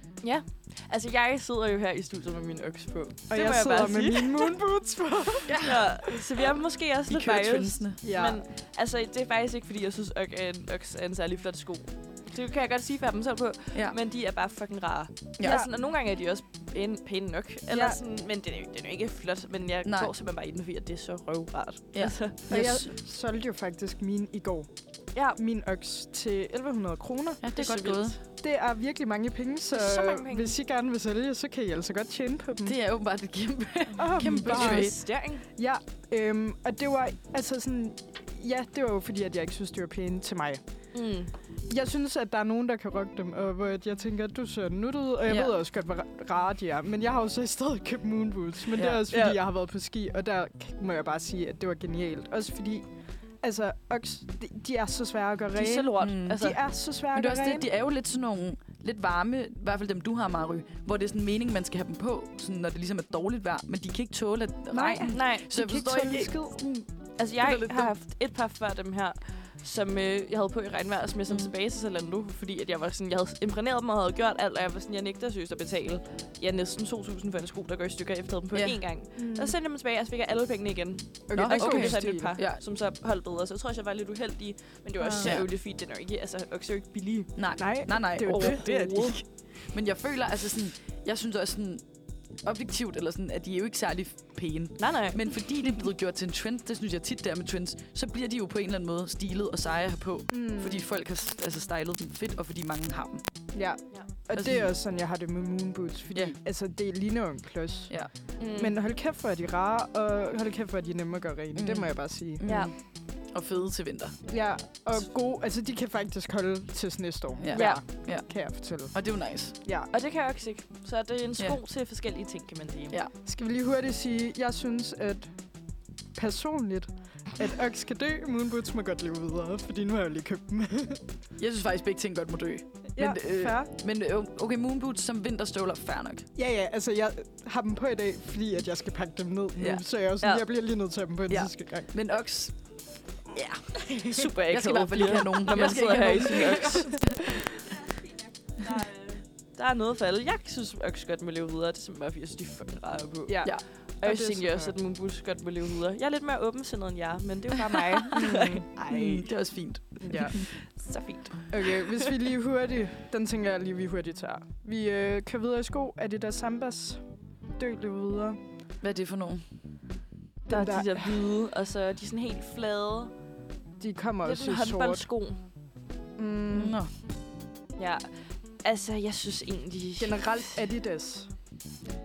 [SPEAKER 5] Altså, jeg sidder jo her i studiet med min øks på.
[SPEAKER 2] Og
[SPEAKER 5] det
[SPEAKER 2] jeg
[SPEAKER 5] må jeg
[SPEAKER 2] sidder
[SPEAKER 5] bare
[SPEAKER 2] med
[SPEAKER 5] sige.
[SPEAKER 2] mine Moonboots <laughs> på.
[SPEAKER 5] Ja. ja. Så vi er måske også
[SPEAKER 4] De
[SPEAKER 5] lidt
[SPEAKER 4] kører
[SPEAKER 5] biased.
[SPEAKER 4] trendsene.
[SPEAKER 5] Ja. Men altså, det er faktisk ikke, fordi jeg synes, at ok, er en, oks er en særlig flot sko. det kan jeg godt sige for dem selv på.
[SPEAKER 4] Ja.
[SPEAKER 5] Men de er bare fucking rare.
[SPEAKER 4] Ja.
[SPEAKER 5] Ja. Eller sådan, og nogle gange er de også pæne, pæne nok.
[SPEAKER 4] Ja.
[SPEAKER 5] Eller ja. sådan, men den er, jo- den er jo ikke flot, men jeg
[SPEAKER 4] Nej.
[SPEAKER 5] Nej. går simpelthen bare i den, fordi at det er så røvrart.
[SPEAKER 4] Ja.
[SPEAKER 5] Altså,
[SPEAKER 2] Og
[SPEAKER 4] Yes.
[SPEAKER 2] jeg solgte jo faktisk min i går.
[SPEAKER 5] ja.
[SPEAKER 2] Min oks til 1100 kroner.
[SPEAKER 4] Ja, det er
[SPEAKER 5] Det er
[SPEAKER 4] godt
[SPEAKER 5] så vildt.
[SPEAKER 4] gået.
[SPEAKER 2] Det er virkelig mange penge, så,
[SPEAKER 5] Det er så mange penge.
[SPEAKER 2] hvis I gerne vil sælge, så kan I altså godt tjene på
[SPEAKER 5] Mm.
[SPEAKER 2] dem.
[SPEAKER 4] Det er åbenbart et kæmpe.
[SPEAKER 2] er
[SPEAKER 4] kæmpe
[SPEAKER 5] Bare
[SPEAKER 4] trade.
[SPEAKER 5] investering.
[SPEAKER 2] Ja, øhm, og det var altså sådan... Ja, det var jo fordi, at jeg ikke synes, det var pæne til mig.
[SPEAKER 5] Mm.
[SPEAKER 2] Jeg synes, at der er nogen, der kan rokke dem, og hvor at jeg tænker, at du ser nuttet ud, og jeg
[SPEAKER 4] Ja.
[SPEAKER 2] ja. ved også godt, hvor ra- rare de er. Men jeg har jo så i stedet købt moonboots, men ja. det
[SPEAKER 4] Ja.
[SPEAKER 2] er også fordi,
[SPEAKER 5] Ja.
[SPEAKER 2] jeg har været på ski, og der k- må jeg bare sige, at det var genialt. Også fordi, altså, oks, de, de er så svære at gøre
[SPEAKER 5] De er så
[SPEAKER 2] rene.
[SPEAKER 5] lort.
[SPEAKER 4] Mm.
[SPEAKER 5] Mm.
[SPEAKER 2] De
[SPEAKER 5] Altså,
[SPEAKER 2] er så svære
[SPEAKER 4] Men
[SPEAKER 2] at
[SPEAKER 4] det er
[SPEAKER 2] gøre
[SPEAKER 4] også
[SPEAKER 2] rene.
[SPEAKER 4] det, de er jo lidt sådan nogle lidt varme, i hvert fald dem, du har, Mary, hvor det er sådan mening, man skal have dem på, sådan, når det ligesom er dårligt vejr, men de kan ikke tåle at regn.
[SPEAKER 5] nej,
[SPEAKER 4] Så jeg
[SPEAKER 2] kan ikke
[SPEAKER 4] forstår
[SPEAKER 2] tåle
[SPEAKER 4] ikke,
[SPEAKER 2] skid.
[SPEAKER 4] Mm.
[SPEAKER 5] altså
[SPEAKER 4] Det er
[SPEAKER 5] jeg
[SPEAKER 4] lidt
[SPEAKER 5] har
[SPEAKER 4] dumt.
[SPEAKER 5] haft et par før dem her, som øh, jeg havde på i regnvejr, som jeg sendte
[SPEAKER 4] Mm.
[SPEAKER 5] mm. tilbage til Zalando, fordi at jeg var sådan, jeg havde impræneret dem og havde gjort alt, og jeg var sådan, jeg nægter seriøst at betale. Jeg er næsten 2.000 for en sko, der går i stykker efter dem på
[SPEAKER 4] Ja.
[SPEAKER 5] én gang.
[SPEAKER 2] Mm.
[SPEAKER 5] Så
[SPEAKER 4] Altså,
[SPEAKER 5] sendte jeg dem tilbage, og så fik jeg alle pengene igen.
[SPEAKER 4] Nå,
[SPEAKER 5] Og så
[SPEAKER 4] okay.
[SPEAKER 5] okay. jeg så et nyt par,
[SPEAKER 4] Ja.
[SPEAKER 5] ja. som så holdt bedre. Så jeg tror også, jeg var lidt uheldig. Men det var også
[SPEAKER 4] Ah.
[SPEAKER 5] så ærgerligt, fordi den er jo ikke, altså, okser er jo ikke billige.
[SPEAKER 4] Nej,
[SPEAKER 2] Nej,
[SPEAKER 4] nej, nej.
[SPEAKER 2] det er jo det.
[SPEAKER 4] overhovedet. Men jeg føler, altså sådan, jeg synes også sådan, objektivt, eller sådan, at de er jo ikke særlig pæne.
[SPEAKER 5] Nej, nej.
[SPEAKER 4] Men fordi det er blevet gjort til en trend, det synes jeg tit der med trends, så bliver de jo på en eller anden måde stilet og seje at have på.
[SPEAKER 2] Mm.
[SPEAKER 4] Fordi folk har s- altså, stylet dem fedt, og fordi mange har dem.
[SPEAKER 2] Ja. Og
[SPEAKER 4] Altså-
[SPEAKER 2] det er også sådan, jeg har det med moonboots, fordi
[SPEAKER 4] Ja.
[SPEAKER 2] altså, det ligner jo en klods.
[SPEAKER 4] Ja.
[SPEAKER 5] Mm.
[SPEAKER 2] Men hold kæft, hvor er de rare, og hold kæft, hvor er de nemme at gøre rene.
[SPEAKER 4] Mm.
[SPEAKER 2] Mm. Det må jeg bare sige.
[SPEAKER 5] Ja.
[SPEAKER 4] Og fede til vinter.
[SPEAKER 2] Ja, og gode, altså de kan faktisk holde til næste år,
[SPEAKER 4] Ja.
[SPEAKER 2] ja.
[SPEAKER 5] Ja.
[SPEAKER 2] kan jeg fortælle.
[SPEAKER 4] Og det er jo nice.
[SPEAKER 2] Ja.
[SPEAKER 5] Og det kan jeg også ikke. Så det er en sko
[SPEAKER 4] Ja.
[SPEAKER 5] yeah. til forskellige ting, kan man sige.
[SPEAKER 4] Ja.
[SPEAKER 2] Skal vi lige hurtigt sige, jeg synes, at personligt, at Ox skal dø, Moonboots må godt leve videre, fordi nu har jeg jo lige købt dem. <laughs>
[SPEAKER 4] Jeg synes faktisk, begge ting godt må dø.
[SPEAKER 2] ja,
[SPEAKER 4] Men, øh, <laughs>
[SPEAKER 2] fair.
[SPEAKER 4] Men øh, okay, moonboots som vinterstøvler, fair nok.
[SPEAKER 2] Ja, ja, altså jeg har dem på i dag, fordi at jeg skal pakke dem ned nu,
[SPEAKER 4] Ja.
[SPEAKER 2] ja. så jeg, er jo sådan,
[SPEAKER 5] Ja.
[SPEAKER 2] ja. jeg bliver lige nødt til at have dem på en
[SPEAKER 4] Ja.
[SPEAKER 2] ja. sidste gang.
[SPEAKER 4] Men oks,
[SPEAKER 5] Super
[SPEAKER 4] jeg skal i hvert fald ikke have nogen,
[SPEAKER 5] når man
[SPEAKER 4] Jeg skal
[SPEAKER 5] sidder
[SPEAKER 4] ikke
[SPEAKER 5] her
[SPEAKER 4] have
[SPEAKER 5] i sin øks.
[SPEAKER 4] <laughs>
[SPEAKER 5] Der er noget for alle. Jeg synes, øks godt må leve videre. Det er simpelthen bare, fordi jeg synes, de er fucking rare på.
[SPEAKER 2] Ja.
[SPEAKER 4] Ja.
[SPEAKER 5] Og jeg
[SPEAKER 2] det er
[SPEAKER 5] synes egentlig
[SPEAKER 2] så
[SPEAKER 5] også,
[SPEAKER 2] fair.
[SPEAKER 5] at min bus godt må leve videre. Jeg er lidt mere åbensindet end jer, men det er jo bare
[SPEAKER 4] <laughs>
[SPEAKER 5] mig.
[SPEAKER 4] Mm, det er også fint.
[SPEAKER 2] ja.
[SPEAKER 5] Så fint.
[SPEAKER 2] Okay, hvis vi lige hurtigt... Den tænker jeg lige, vi hurtigt tager. Vi øh, kører videre i sko. Er det der Sambas? Dø lidt videre.
[SPEAKER 4] Hvad er det for nogen?
[SPEAKER 5] Der er
[SPEAKER 2] der-
[SPEAKER 5] de der hvide, og så er de sådan helt flade.
[SPEAKER 2] De kommer
[SPEAKER 5] Lidt
[SPEAKER 2] også i
[SPEAKER 5] en
[SPEAKER 2] sort.
[SPEAKER 5] håndboldsko.
[SPEAKER 2] Mm.
[SPEAKER 4] Nå.
[SPEAKER 5] Ja. Altså, jeg synes egentlig...
[SPEAKER 2] Generelt Adidas.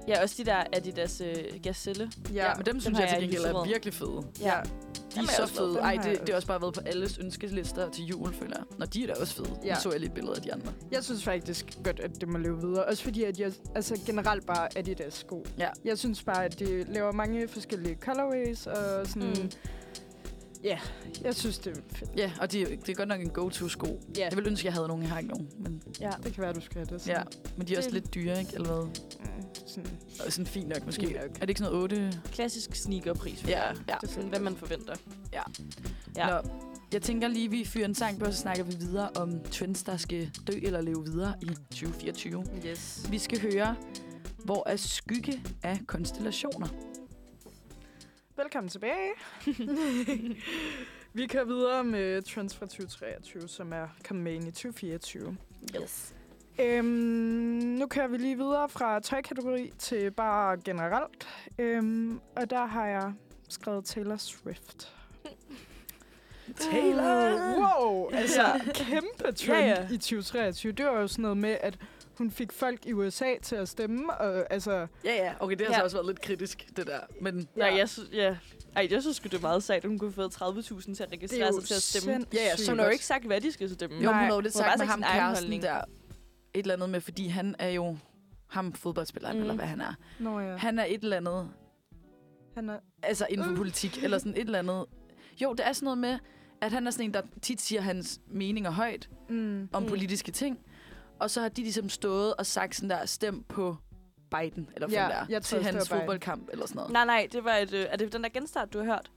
[SPEAKER 5] Ja, også de der Adidas øh, Gazelle.
[SPEAKER 4] Ja, ja, men dem synes
[SPEAKER 5] har
[SPEAKER 4] jeg til
[SPEAKER 5] jeg
[SPEAKER 4] gengæld er
[SPEAKER 5] lyserød.
[SPEAKER 4] virkelig fede.
[SPEAKER 5] Ja.
[SPEAKER 4] De er
[SPEAKER 5] Dem er jeg
[SPEAKER 4] så
[SPEAKER 5] også glad
[SPEAKER 4] fede.
[SPEAKER 2] for.
[SPEAKER 4] Ej,
[SPEAKER 2] Dem har
[SPEAKER 4] det,
[SPEAKER 2] jeg
[SPEAKER 4] det har
[SPEAKER 2] også.
[SPEAKER 4] også bare været på alles ønskelister til jul, føler jeg. Nå, de er da også fede. Ja.
[SPEAKER 2] Ja.
[SPEAKER 4] Nu så jeg lige billeder af de andre.
[SPEAKER 2] Jeg synes faktisk godt, at det må leve videre. Også fordi, at jeg altså generelt bare Adidas sko.
[SPEAKER 4] Ja.
[SPEAKER 2] Jeg synes bare, at de laver mange forskellige colorways og sådan...
[SPEAKER 5] Mm.
[SPEAKER 2] Mm. Ja, jeg synes, det er fedt.
[SPEAKER 4] Ja, og de, det er godt nok en go-to-sko.
[SPEAKER 2] Ja.
[SPEAKER 4] Jeg ville ønske, jeg havde nogen. Jeg har ikke nogen. Men,
[SPEAKER 2] Det kan være, du skal have det.
[SPEAKER 4] ja.
[SPEAKER 2] Sådan.
[SPEAKER 4] men de er også
[SPEAKER 2] Det-
[SPEAKER 4] lidt dyre, ikke? Eller hvad?
[SPEAKER 2] Mm, sådan.
[SPEAKER 4] Og sådan fint nok, måske.
[SPEAKER 2] Fint nok.
[SPEAKER 4] Er det ikke sådan noget 8?
[SPEAKER 5] Klassisk sneakerpris.
[SPEAKER 4] Ja, ja.
[SPEAKER 5] Det er sådan, hvad man forventer.
[SPEAKER 4] Ja.
[SPEAKER 5] Ja.
[SPEAKER 4] Nå, jeg tænker lige, vi fyrer en sang på, og så snakker vi videre om trends, der skal dø eller leve videre i 2024.
[SPEAKER 5] Yes.
[SPEAKER 4] Vi skal høre, hvor er skygge af konstellationer?
[SPEAKER 2] Velkommen tilbage. <laughs> vi kører videre med Trends fra 2023, som er kommet med ind i 2024.
[SPEAKER 5] Yes.
[SPEAKER 2] Øhm, nu kører vi lige videre fra tøjkategori til bare generelt. Øhm, og der har jeg skrevet Taylor Swift.
[SPEAKER 5] <laughs>
[SPEAKER 2] Wow! Altså, kæmpe trend
[SPEAKER 5] Ja, ja.
[SPEAKER 2] i 2023. Det var jo sådan noget med, at hun fik folk i USA til at stemme, og altså...
[SPEAKER 4] Ja, ja. Okay, det har
[SPEAKER 5] har så
[SPEAKER 4] så
[SPEAKER 5] Ja.
[SPEAKER 4] også været lidt kritisk, det der. Men
[SPEAKER 5] Ja, jeg synes, ja. Ej, jeg synes sgu, det er meget sejt, at hun kunne få 30.000 til at
[SPEAKER 2] Det er
[SPEAKER 5] registrere
[SPEAKER 2] jo
[SPEAKER 5] sig til at stemme.
[SPEAKER 2] sindssygt
[SPEAKER 4] Ja, ja,
[SPEAKER 5] Så hun
[SPEAKER 4] sygt
[SPEAKER 5] har jo
[SPEAKER 4] godt.
[SPEAKER 5] ikke sagt, hvad de skal stemme.
[SPEAKER 4] jo, hun
[SPEAKER 2] Nej,
[SPEAKER 4] har jo lidt
[SPEAKER 5] hun har
[SPEAKER 4] sagt med
[SPEAKER 5] bare sagt
[SPEAKER 4] ham
[SPEAKER 5] sin egen
[SPEAKER 4] kæresten
[SPEAKER 5] holdning.
[SPEAKER 4] der. Et eller andet med, fordi han er jo ham fodboldspilleren, mm.
[SPEAKER 5] Mm.
[SPEAKER 4] eller hvad han er.
[SPEAKER 2] Nå ja,
[SPEAKER 4] Han er et eller andet,
[SPEAKER 2] han er...
[SPEAKER 4] altså inden for
[SPEAKER 2] Mm.
[SPEAKER 4] politik, eller sådan et eller andet. Jo, det er sådan noget med, at han er sådan en, der tit siger hans meninger højt,
[SPEAKER 2] Mm.
[SPEAKER 4] om mm.
[SPEAKER 5] Mm.
[SPEAKER 4] politiske ting. Og så har de ligesom stået og sagt sådan der, stem på Biden, eller
[SPEAKER 2] Ja,
[SPEAKER 4] ja, der,
[SPEAKER 2] jeg tror
[SPEAKER 4] til
[SPEAKER 2] også, det
[SPEAKER 4] hans
[SPEAKER 2] var Biden.
[SPEAKER 4] fodboldkamp, eller sådan noget.
[SPEAKER 5] Nej, nej, det var et... Øh, er det den der genstart, du har hørt?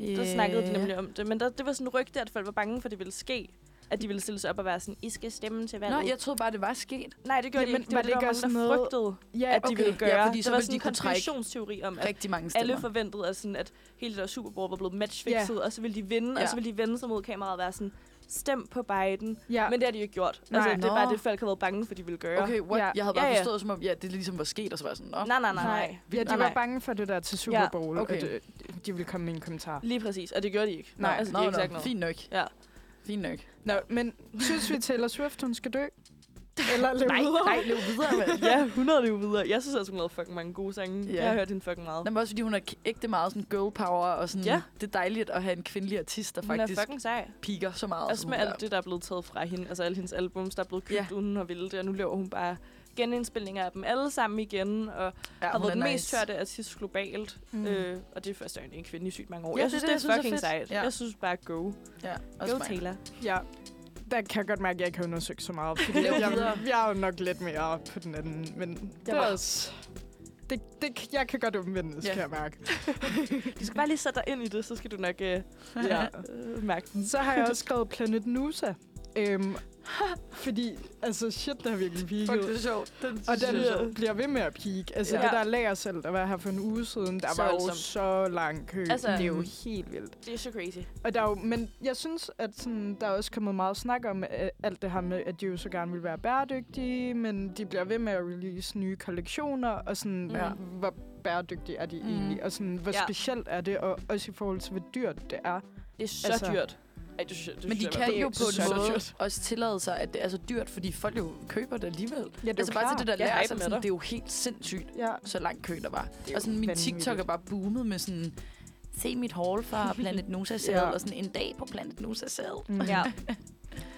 [SPEAKER 4] Yeah.
[SPEAKER 5] Der snakkede de nemlig om det. Men der, det var sådan en rygte, at folk var bange for, at det ville ske. At de ville stille sig op og være sådan, I skal stemme til valget.
[SPEAKER 4] Nå, jeg troede bare, det var sket.
[SPEAKER 5] Nej, det gjorde
[SPEAKER 2] Jamen,
[SPEAKER 5] de ikke. Det
[SPEAKER 2] var
[SPEAKER 5] var,
[SPEAKER 2] det
[SPEAKER 5] det,
[SPEAKER 2] ikke
[SPEAKER 5] der var
[SPEAKER 2] også
[SPEAKER 5] mange, der
[SPEAKER 2] noget-
[SPEAKER 5] frygtede,
[SPEAKER 2] Ja,
[SPEAKER 5] at de ville
[SPEAKER 4] ja,
[SPEAKER 5] gøre.
[SPEAKER 4] fordi så
[SPEAKER 5] der var
[SPEAKER 4] ville
[SPEAKER 5] sådan
[SPEAKER 4] de
[SPEAKER 5] en
[SPEAKER 4] kunne trække
[SPEAKER 5] konspirationsteori om, at
[SPEAKER 4] Rigtig mange stemmer.
[SPEAKER 5] Mm. alle forventede, at, sådan, at hele det der Super Bowl var blevet matchfixet, og så ville de vinde,
[SPEAKER 4] Ja.
[SPEAKER 5] og så ville de vende sig mod kameraet og være sådan, stem på Biden.
[SPEAKER 2] Ja,
[SPEAKER 5] Men det har de jo ikke gjort.
[SPEAKER 2] Nej.
[SPEAKER 5] Altså, det er
[SPEAKER 4] Nå.
[SPEAKER 5] bare det, folk har været bange for, de ville gøre.
[SPEAKER 4] Okay, what?
[SPEAKER 2] Ja.
[SPEAKER 4] Jeg havde bare
[SPEAKER 5] Ja,
[SPEAKER 4] ja,
[SPEAKER 5] ja.
[SPEAKER 4] forstået, som om ja, det ligesom var sket, og så var jeg sådan, nå.
[SPEAKER 5] Nej, nej, nej, nej.
[SPEAKER 2] ja de
[SPEAKER 5] nej,
[SPEAKER 2] var
[SPEAKER 5] nej.
[SPEAKER 2] bange for det der til Super
[SPEAKER 5] Ja,
[SPEAKER 2] Bowl,
[SPEAKER 4] okay.
[SPEAKER 2] at øh, de ville komme med en kommentar.
[SPEAKER 5] Lige præcis, og det gjorde de ikke.
[SPEAKER 2] Nej,
[SPEAKER 5] altså, de
[SPEAKER 4] nå,
[SPEAKER 5] har
[SPEAKER 4] nå,
[SPEAKER 5] ikke sagt noget.
[SPEAKER 4] fint nok.
[SPEAKER 5] Ja.
[SPEAKER 4] Fint nok.
[SPEAKER 2] Nå, men synes vi Taylor Swift, hun
[SPEAKER 5] <laughs>
[SPEAKER 2] skal dø? Eller leve
[SPEAKER 5] Nej,
[SPEAKER 2] videre?
[SPEAKER 5] nej,
[SPEAKER 4] lev videre, mand.
[SPEAKER 5] ja, 100 jo videre. Jeg synes også, hun lavede fucking mange gode sange.
[SPEAKER 4] Ja.
[SPEAKER 5] Jeg har hørt hende fucking
[SPEAKER 4] <laughs>
[SPEAKER 5] meget.
[SPEAKER 4] Nå, men også fordi hun er k- ægte meget sådan girl power, og sådan,
[SPEAKER 5] Ja.
[SPEAKER 4] det er dejligt at have en kvindelig artist, der
[SPEAKER 5] Hun er
[SPEAKER 4] faktisk
[SPEAKER 5] fucking sej.
[SPEAKER 4] piker så meget.
[SPEAKER 5] Også
[SPEAKER 4] som
[SPEAKER 5] Altså med
[SPEAKER 4] hun
[SPEAKER 5] alt
[SPEAKER 4] gør.
[SPEAKER 5] det, der er blevet taget fra hende. Altså alle hendes albums, der er blevet købt,
[SPEAKER 4] Ja.
[SPEAKER 5] ja. uden hun har ville det. Og nu laver hun bare genindspilninger af dem alle sammen igen. Og
[SPEAKER 4] ja,
[SPEAKER 5] har
[SPEAKER 4] hun
[SPEAKER 5] været
[SPEAKER 4] er
[SPEAKER 5] den mest
[SPEAKER 4] nice.
[SPEAKER 5] tørte artist globalt.
[SPEAKER 2] Mm.
[SPEAKER 5] Mm. Øh, og det er først egentlig en kvinde i sygt mange år.
[SPEAKER 4] Ja,
[SPEAKER 5] jeg synes,
[SPEAKER 4] det
[SPEAKER 5] det,
[SPEAKER 4] er
[SPEAKER 5] er
[SPEAKER 4] det, jeg
[SPEAKER 5] fucking
[SPEAKER 4] synes er
[SPEAKER 5] sejt.
[SPEAKER 4] fedt. Ja.
[SPEAKER 5] Jeg synes bare, go.
[SPEAKER 4] Ja, også
[SPEAKER 5] Go
[SPEAKER 4] mig. <laughs>
[SPEAKER 5] Taylor.
[SPEAKER 2] Ja, der kan jeg godt mærke, at jeg ikke har undersøgt så meget, fordi
[SPEAKER 4] Lev
[SPEAKER 2] jeg, jeg,
[SPEAKER 4] videre.
[SPEAKER 2] jeg er jo nok lidt mere op på den anden, men det, det er
[SPEAKER 5] var-
[SPEAKER 2] også... Det, det, jeg kan godt omvendes,
[SPEAKER 4] Ja.
[SPEAKER 2] yeah. kan jeg mærke. <laughs>
[SPEAKER 5] Du skal bare lige sætte dig ind i det, så skal du nok øh, ja. øh, <laughs> mærke den.
[SPEAKER 2] Så har jeg også skrevet Planet Nusa. Øhm, fordi, altså shit, der har virkelig
[SPEAKER 4] Fuck, det
[SPEAKER 2] peaked.
[SPEAKER 4] er sjovt. Den
[SPEAKER 2] Og den
[SPEAKER 4] synes jeg er sjov.
[SPEAKER 2] bliver ved med at peak. Altså
[SPEAKER 5] Ja.
[SPEAKER 2] det der lagersalt, der var her for en uge siden, der
[SPEAKER 5] Så
[SPEAKER 2] var jo
[SPEAKER 5] voldsomt.
[SPEAKER 2] så lang kø.
[SPEAKER 5] Altså-
[SPEAKER 2] det er jo helt vildt.
[SPEAKER 5] Det er så crazy.
[SPEAKER 2] Og der er jo, men jeg synes, at sådan, der er også kommet meget snak om øh, alt det her med, at de jo så gerne vil være bæredygtige, men de bliver ved med at release nye kollektioner, og sådan,
[SPEAKER 5] Mm.
[SPEAKER 2] ja. hvor bæredygtige er de
[SPEAKER 4] Mm.
[SPEAKER 2] egentlig, og sådan, hvor
[SPEAKER 5] Ja.
[SPEAKER 2] specielt er det, og også i forhold til, hvor dyrt det er.
[SPEAKER 5] Det er
[SPEAKER 2] Altså-
[SPEAKER 5] så altså, dyrt. Ej, det, synes jeg- det
[SPEAKER 4] Men
[SPEAKER 5] synes
[SPEAKER 4] de
[SPEAKER 5] jeg var-
[SPEAKER 4] kan jo på
[SPEAKER 2] så
[SPEAKER 4] en <laughs> måde
[SPEAKER 2] dyrt.
[SPEAKER 4] også tillade sig, at det er så dyrt, fordi folk jo køber det alligevel.
[SPEAKER 2] Ja, det
[SPEAKER 4] Altså bare til det der
[SPEAKER 5] Ja,
[SPEAKER 4] lærer,
[SPEAKER 5] hypen
[SPEAKER 4] så
[SPEAKER 5] er
[SPEAKER 4] sådan,
[SPEAKER 5] der.
[SPEAKER 4] det er jo helt sindssygt,
[SPEAKER 2] Ja.
[SPEAKER 4] så lang kø der var.
[SPEAKER 2] jo
[SPEAKER 4] Og sådan min
[SPEAKER 2] vanvittigt.
[SPEAKER 4] TikTok er bare boomet med sådan, se mit haul
[SPEAKER 2] <laughs>
[SPEAKER 4] fra Planet Nusa Sæd,
[SPEAKER 2] Ja.
[SPEAKER 4] og sådan en dag på Planet Nusa Sæd.
[SPEAKER 2] Mm.
[SPEAKER 5] Ja.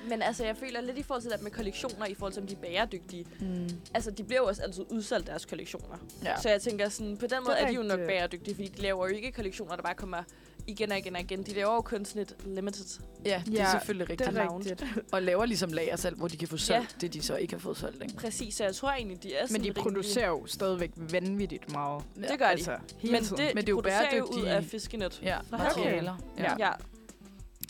[SPEAKER 5] Men altså, jeg føler lidt i forhold til det med kollektioner, i forhold til om de er bæredygtige.
[SPEAKER 4] Mm.
[SPEAKER 5] Altså, de bliver jo også altid udsolgt deres kollektioner.
[SPEAKER 4] Ja.
[SPEAKER 5] Ja. Så jeg tænker sådan, på den måde er de jo nok
[SPEAKER 2] rigtigt.
[SPEAKER 5] bæredygtige, fordi de laver jo ikke kollektioner, der bare kommer igen og igen og igen. De laver jo kun sådan et limited.
[SPEAKER 4] ja, det er
[SPEAKER 2] Ja,
[SPEAKER 4] selvfølgelig
[SPEAKER 2] Det
[SPEAKER 4] rigtigt.
[SPEAKER 2] er
[SPEAKER 5] Lounge.
[SPEAKER 2] rigtigt.
[SPEAKER 4] Og laver ligesom lager selv, hvor de kan få
[SPEAKER 5] Ja.
[SPEAKER 4] solgt ja. det, de så ikke har fået solgt. Ikke?
[SPEAKER 5] Præcis, så jeg tror egentlig, de er sådan
[SPEAKER 2] Men de
[SPEAKER 5] rimelig-
[SPEAKER 2] producerer jo stadigvæk vanvittigt meget.
[SPEAKER 4] Ja.
[SPEAKER 5] Det gør de.
[SPEAKER 2] Altså, hele
[SPEAKER 5] Men
[SPEAKER 2] tiden.
[SPEAKER 5] det,
[SPEAKER 4] Men det
[SPEAKER 5] men det
[SPEAKER 4] er
[SPEAKER 5] de
[SPEAKER 4] jo
[SPEAKER 5] producerer jo ud
[SPEAKER 4] bæredygtige-
[SPEAKER 5] af fiskenet.
[SPEAKER 4] Ja,
[SPEAKER 5] Fra
[SPEAKER 4] materialer. Okay. Ja.
[SPEAKER 5] Ja. ja.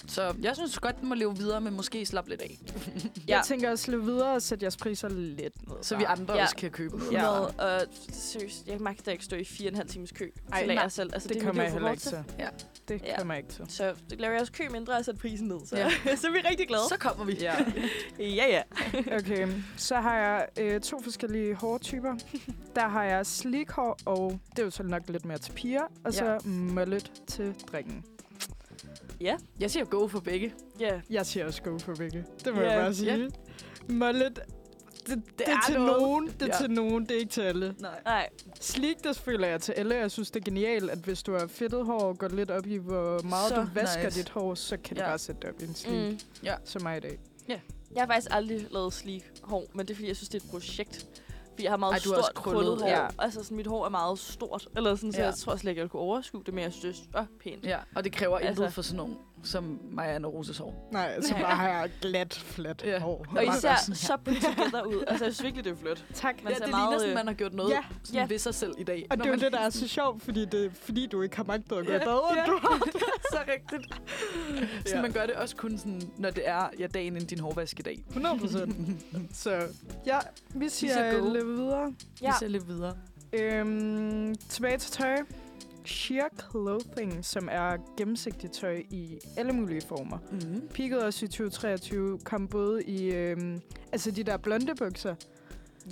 [SPEAKER 4] Så jeg synes godt, den må leve videre, men måske slappe lidt
[SPEAKER 2] <laughs>
[SPEAKER 4] af.
[SPEAKER 2] Jeg
[SPEAKER 5] ja.
[SPEAKER 2] tænker også lidt videre og sætte jeres priser lidt ned.
[SPEAKER 4] Så vi andre ja.
[SPEAKER 5] Ja.
[SPEAKER 4] også kan købe noget.
[SPEAKER 5] 100, og øh, seriøst, jeg magter ikke stå i fire og en halv times kø.
[SPEAKER 2] Ej,
[SPEAKER 5] Ej,
[SPEAKER 2] nej,
[SPEAKER 5] jeg selv. Altså,
[SPEAKER 2] det, det
[SPEAKER 5] ville
[SPEAKER 2] kommer
[SPEAKER 5] jo
[SPEAKER 2] jeg
[SPEAKER 5] få
[SPEAKER 2] heller
[SPEAKER 5] lov
[SPEAKER 2] ikke
[SPEAKER 5] til.
[SPEAKER 2] til.
[SPEAKER 4] Ja.
[SPEAKER 2] Det
[SPEAKER 5] Ja.
[SPEAKER 2] kommer jeg ikke til.
[SPEAKER 5] Så det laver jeg også kø mindre og sætte prisen ned, så,
[SPEAKER 4] Ja.
[SPEAKER 5] ja. <laughs> så er vi rigtig glade.
[SPEAKER 4] Så kommer vi.
[SPEAKER 2] <laughs> Ja.
[SPEAKER 5] Ja, ja.
[SPEAKER 2] Okay, så har jeg øh, to forskellige hårtyper. Der har jeg slikhår, og det er jo så nok lidt mere til piger, og så
[SPEAKER 4] Ja.
[SPEAKER 2] ja. mullet til drengen.
[SPEAKER 4] Jeg siger go for begge.
[SPEAKER 5] Ja,
[SPEAKER 2] Jeg siger også go for begge. Det må
[SPEAKER 5] Ja,
[SPEAKER 2] jeg bare sige.
[SPEAKER 4] ja.
[SPEAKER 2] Mullet, det, det, det er,
[SPEAKER 4] er
[SPEAKER 2] til
[SPEAKER 4] noget.
[SPEAKER 2] nogen, det er
[SPEAKER 4] Ja.
[SPEAKER 2] til nogen, det er ikke til alle.
[SPEAKER 4] Nej.
[SPEAKER 5] nej.
[SPEAKER 2] Slik, det føler jeg til alle. Jeg synes, det er genialt, at hvis du har fedtet hår og går lidt op i, hvor meget
[SPEAKER 4] Så
[SPEAKER 2] du vasker
[SPEAKER 4] nice.
[SPEAKER 2] dit hår, så kan
[SPEAKER 4] Ja.
[SPEAKER 2] du bare sætte det op i en slik, mm.
[SPEAKER 5] Mm.
[SPEAKER 2] som mig i dag.
[SPEAKER 5] Jeg har faktisk aldrig lavet sleek hår, men det er fordi, jeg synes, det er et projekt. Fordi jeg har meget
[SPEAKER 4] Ej,
[SPEAKER 5] Ej,
[SPEAKER 4] du er også
[SPEAKER 5] stort krullet hår.
[SPEAKER 4] krøllet,
[SPEAKER 5] Ja.
[SPEAKER 2] ja.
[SPEAKER 5] Altså, sådan, mit hår er meget stort. Eller sådan, så
[SPEAKER 4] Ja.
[SPEAKER 5] jeg tror slet ikke, jeg kunne overskue det, men jeg synes, det er så pænt.
[SPEAKER 4] Ja, og det kræver altså.
[SPEAKER 5] Altså.
[SPEAKER 4] intet for sådan nogen som Maja og Roses hår.
[SPEAKER 2] Nej, så
[SPEAKER 5] Nej.
[SPEAKER 2] bare har jeg glat, flat
[SPEAKER 4] Ja.
[SPEAKER 2] hår.
[SPEAKER 5] Og
[SPEAKER 4] Bare
[SPEAKER 5] især
[SPEAKER 4] sådan her.
[SPEAKER 5] så put together ud. Altså, jeg synes virkelig, det er flot.
[SPEAKER 2] Tak.
[SPEAKER 5] Man
[SPEAKER 4] ja,
[SPEAKER 5] ser
[SPEAKER 4] det
[SPEAKER 5] meget,
[SPEAKER 4] ligner sådan,
[SPEAKER 5] øh,
[SPEAKER 4] man har gjort noget
[SPEAKER 2] ja.
[SPEAKER 4] sådan
[SPEAKER 5] Ja.
[SPEAKER 4] ved sig selv i dag.
[SPEAKER 2] Og
[SPEAKER 4] Når
[SPEAKER 2] det er jo
[SPEAKER 4] man-
[SPEAKER 2] det, der er så sjovt, fordi, det, er- fordi du ikke har magt at gå i
[SPEAKER 4] Ja,
[SPEAKER 2] bad, og
[SPEAKER 4] ja.
[SPEAKER 2] du har
[SPEAKER 4] <laughs> så rigtigt. Så
[SPEAKER 2] Ja.
[SPEAKER 4] man gør det også kun sådan, når det er ja, dagen inden din hårvask i dag.
[SPEAKER 2] 100 Så ja, vi
[SPEAKER 4] siger
[SPEAKER 2] siger øh,
[SPEAKER 4] go.
[SPEAKER 2] lidt videre.
[SPEAKER 4] Ja.
[SPEAKER 5] Ja.
[SPEAKER 4] Vi ser lidt videre.
[SPEAKER 2] Øhm, tilbage til tøj. Sheer clothing, som er gennemsigtigt tøj i alle mulige former.
[SPEAKER 4] Mm-hmm.
[SPEAKER 2] Peakede også i 2023, kom både i øhm, altså de der blonde bukser.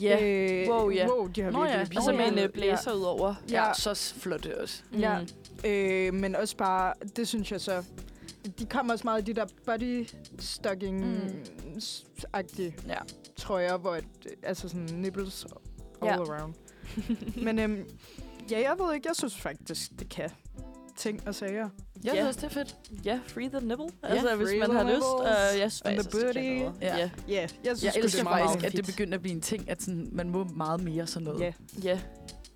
[SPEAKER 5] Ja.
[SPEAKER 2] Øh,
[SPEAKER 5] Wow, ja.
[SPEAKER 2] wow, de har
[SPEAKER 4] Nå,
[SPEAKER 2] virkelig
[SPEAKER 4] ja.
[SPEAKER 5] Og så med en
[SPEAKER 2] peaket.
[SPEAKER 5] øh, blazer ud over.
[SPEAKER 2] Ja,
[SPEAKER 4] Ja, så s- flot det også.
[SPEAKER 2] Ja.
[SPEAKER 5] Mm.
[SPEAKER 2] ja. Øh, men også bare, det synes jeg så, de kommer også meget i de der body stocking-agtige
[SPEAKER 4] Ja.
[SPEAKER 2] trøjer, hvor et, altså sådan nipples all
[SPEAKER 5] Ja.
[SPEAKER 2] around. <laughs> Men øhm, ja, jeg ved ikke, jeg synes faktisk, det kan ting og sager.
[SPEAKER 4] Jeg
[SPEAKER 5] Ja.
[SPEAKER 4] synes også, det er fedt.
[SPEAKER 5] Ja, free the nipple. Altså,
[SPEAKER 2] free
[SPEAKER 5] hvis man
[SPEAKER 2] the
[SPEAKER 5] har lyst.
[SPEAKER 2] nipples
[SPEAKER 5] Uh, jeg synes
[SPEAKER 2] and the
[SPEAKER 5] faktisk, det
[SPEAKER 2] booty.
[SPEAKER 5] kan noget.
[SPEAKER 4] Ja.
[SPEAKER 5] Ja.
[SPEAKER 2] Ja, yeah, jeg synes
[SPEAKER 4] Jeg
[SPEAKER 2] sgu, det
[SPEAKER 4] elsker
[SPEAKER 2] er meget
[SPEAKER 4] faktisk, at det
[SPEAKER 2] fedt.
[SPEAKER 4] begynder at blive en ting, at sådan, man må meget mere sådan noget.
[SPEAKER 2] Ja.
[SPEAKER 5] Ja.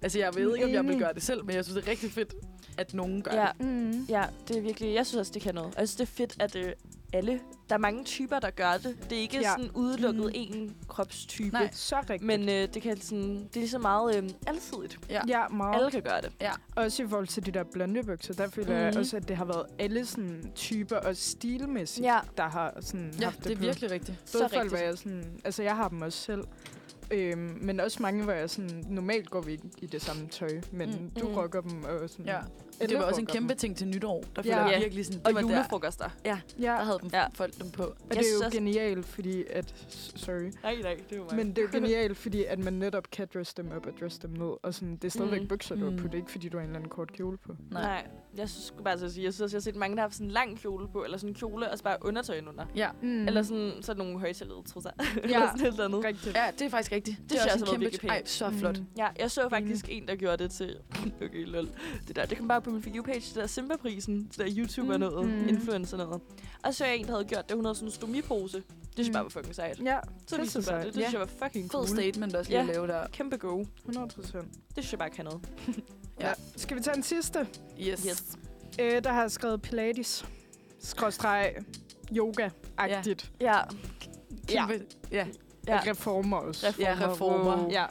[SPEAKER 4] Altså, jeg ved ikke, om jeg vil
[SPEAKER 2] Enig.
[SPEAKER 4] gøre det selv, men jeg synes, det er rigtig fedt, at nogen gør
[SPEAKER 5] Ja.
[SPEAKER 4] det.
[SPEAKER 2] Mm.
[SPEAKER 5] Ja, det er virkelig, jeg synes også, det kan noget. Og jeg synes, det er fedt, at øh, alle, der er mange typer, der gør det. Det er ikke
[SPEAKER 2] Ja.
[SPEAKER 5] ja. sådan udelukket
[SPEAKER 4] Mm.
[SPEAKER 5] en kropstype.
[SPEAKER 4] Nej.
[SPEAKER 2] Så rigtigt.
[SPEAKER 5] Men øh, det, kan sådan, det er lige så meget øh, alsidigt.
[SPEAKER 2] ja, meget.
[SPEAKER 5] Alle kan gøre det.
[SPEAKER 2] Også i forhold til de der blonde bukser, der føler mm. jeg
[SPEAKER 5] Mhm.
[SPEAKER 2] også, at det har været alle sådan typer og stilmæssigt,
[SPEAKER 5] Ja.
[SPEAKER 2] der har sådan
[SPEAKER 4] Ja,
[SPEAKER 2] haft det,
[SPEAKER 4] det er
[SPEAKER 2] på.
[SPEAKER 4] virkelig rigtigt.
[SPEAKER 5] Så
[SPEAKER 2] Både folk,
[SPEAKER 5] rigtigt.
[SPEAKER 2] hvor jeg sådan... Altså, jeg har dem også selv. Øhm, men også mange, hvor jeg sådan... Normalt går vi ikke i det samme tøj, men
[SPEAKER 4] Mm.
[SPEAKER 2] mm. du
[SPEAKER 5] Mm.
[SPEAKER 2] rocker dem og sådan...
[SPEAKER 4] Ja. Det var også en
[SPEAKER 5] Elefrokosten.
[SPEAKER 4] kæmpe ting til nytår. Der
[SPEAKER 2] Ja.
[SPEAKER 4] føler jeg
[SPEAKER 5] Ja.
[SPEAKER 4] virkelig sådan, det
[SPEAKER 5] Og
[SPEAKER 4] var der,
[SPEAKER 5] julefrokoster.
[SPEAKER 2] Ja,
[SPEAKER 4] der havde dem,
[SPEAKER 5] Ja.
[SPEAKER 4] folk dem på.
[SPEAKER 2] og det
[SPEAKER 5] Jeg
[SPEAKER 2] er jo
[SPEAKER 5] synes-
[SPEAKER 2] genialt, fordi at... s- Sorry.
[SPEAKER 5] Nej, nej, det var
[SPEAKER 2] Men det er
[SPEAKER 5] <laughs>
[SPEAKER 2] jo genialt, fordi at man netop kan dress dem op og dress dem ned. Og sådan, det er stadigvæk
[SPEAKER 5] Mm.
[SPEAKER 2] mm. bukser, du har
[SPEAKER 4] Mm.
[SPEAKER 2] på. Det er ikke, fordi du har en eller anden kort kjole på.
[SPEAKER 4] Nej.
[SPEAKER 5] Nej. nej. Jeg synes, skulle bare så sige, jeg synes også, jeg har set mange, der har haft sådan en lang kjole på, eller sådan en kjole, og så bare undertøjen under.
[SPEAKER 4] Ja.
[SPEAKER 2] Mm.
[SPEAKER 5] Eller sådan, sådan nogle højtillede trusser.
[SPEAKER 2] Ja.
[SPEAKER 5] <laughs> eller sådan et eller andet.
[SPEAKER 2] Rigtigt.
[SPEAKER 4] Ja, det er faktisk rigtigt. Det,
[SPEAKER 5] synes
[SPEAKER 4] er
[SPEAKER 5] jeg
[SPEAKER 4] også
[SPEAKER 5] også
[SPEAKER 4] en
[SPEAKER 5] har
[SPEAKER 4] kæmpe...
[SPEAKER 5] været
[SPEAKER 4] T-
[SPEAKER 5] virkelig
[SPEAKER 4] Ej, så flot. Mm.
[SPEAKER 5] Ja, jeg så
[SPEAKER 2] Enig.
[SPEAKER 5] faktisk en, der gjorde det til... <laughs> okay, lol. Det der, det kom bare på min figurpage, det der Simba-prisen, det der YouTuber noget,
[SPEAKER 2] Mm.
[SPEAKER 5] mm. influencer noget. Og så jeg en, der havde gjort det, hun havde sådan en stomipose. Det synes jeg
[SPEAKER 2] Mm.
[SPEAKER 5] bare var fucking sejt.
[SPEAKER 2] Ja,
[SPEAKER 5] Så
[SPEAKER 2] det
[SPEAKER 5] viste det
[SPEAKER 2] synes
[SPEAKER 5] bare
[SPEAKER 2] jeg.
[SPEAKER 5] det. Det synes
[SPEAKER 4] Ja.
[SPEAKER 5] jeg var fucking
[SPEAKER 4] Fed
[SPEAKER 5] cool.
[SPEAKER 4] statement også lige
[SPEAKER 5] Ja.
[SPEAKER 4] at lave der.
[SPEAKER 5] Kæmpe go.
[SPEAKER 2] 100 procent.
[SPEAKER 5] Det synes jeg bare kan noget.
[SPEAKER 4] Ja.
[SPEAKER 2] Skal vi tage en sidste?
[SPEAKER 4] Yes. yes.
[SPEAKER 2] Øh, der har jeg skrevet pilates. Skråstreg yoga-agtigt.
[SPEAKER 5] Ja,
[SPEAKER 2] Ja.
[SPEAKER 4] Kæmpe. Ja.
[SPEAKER 2] Ja.
[SPEAKER 5] ja.
[SPEAKER 2] Reformer også.
[SPEAKER 4] Ja, reformer.
[SPEAKER 5] Wow.
[SPEAKER 2] Ja.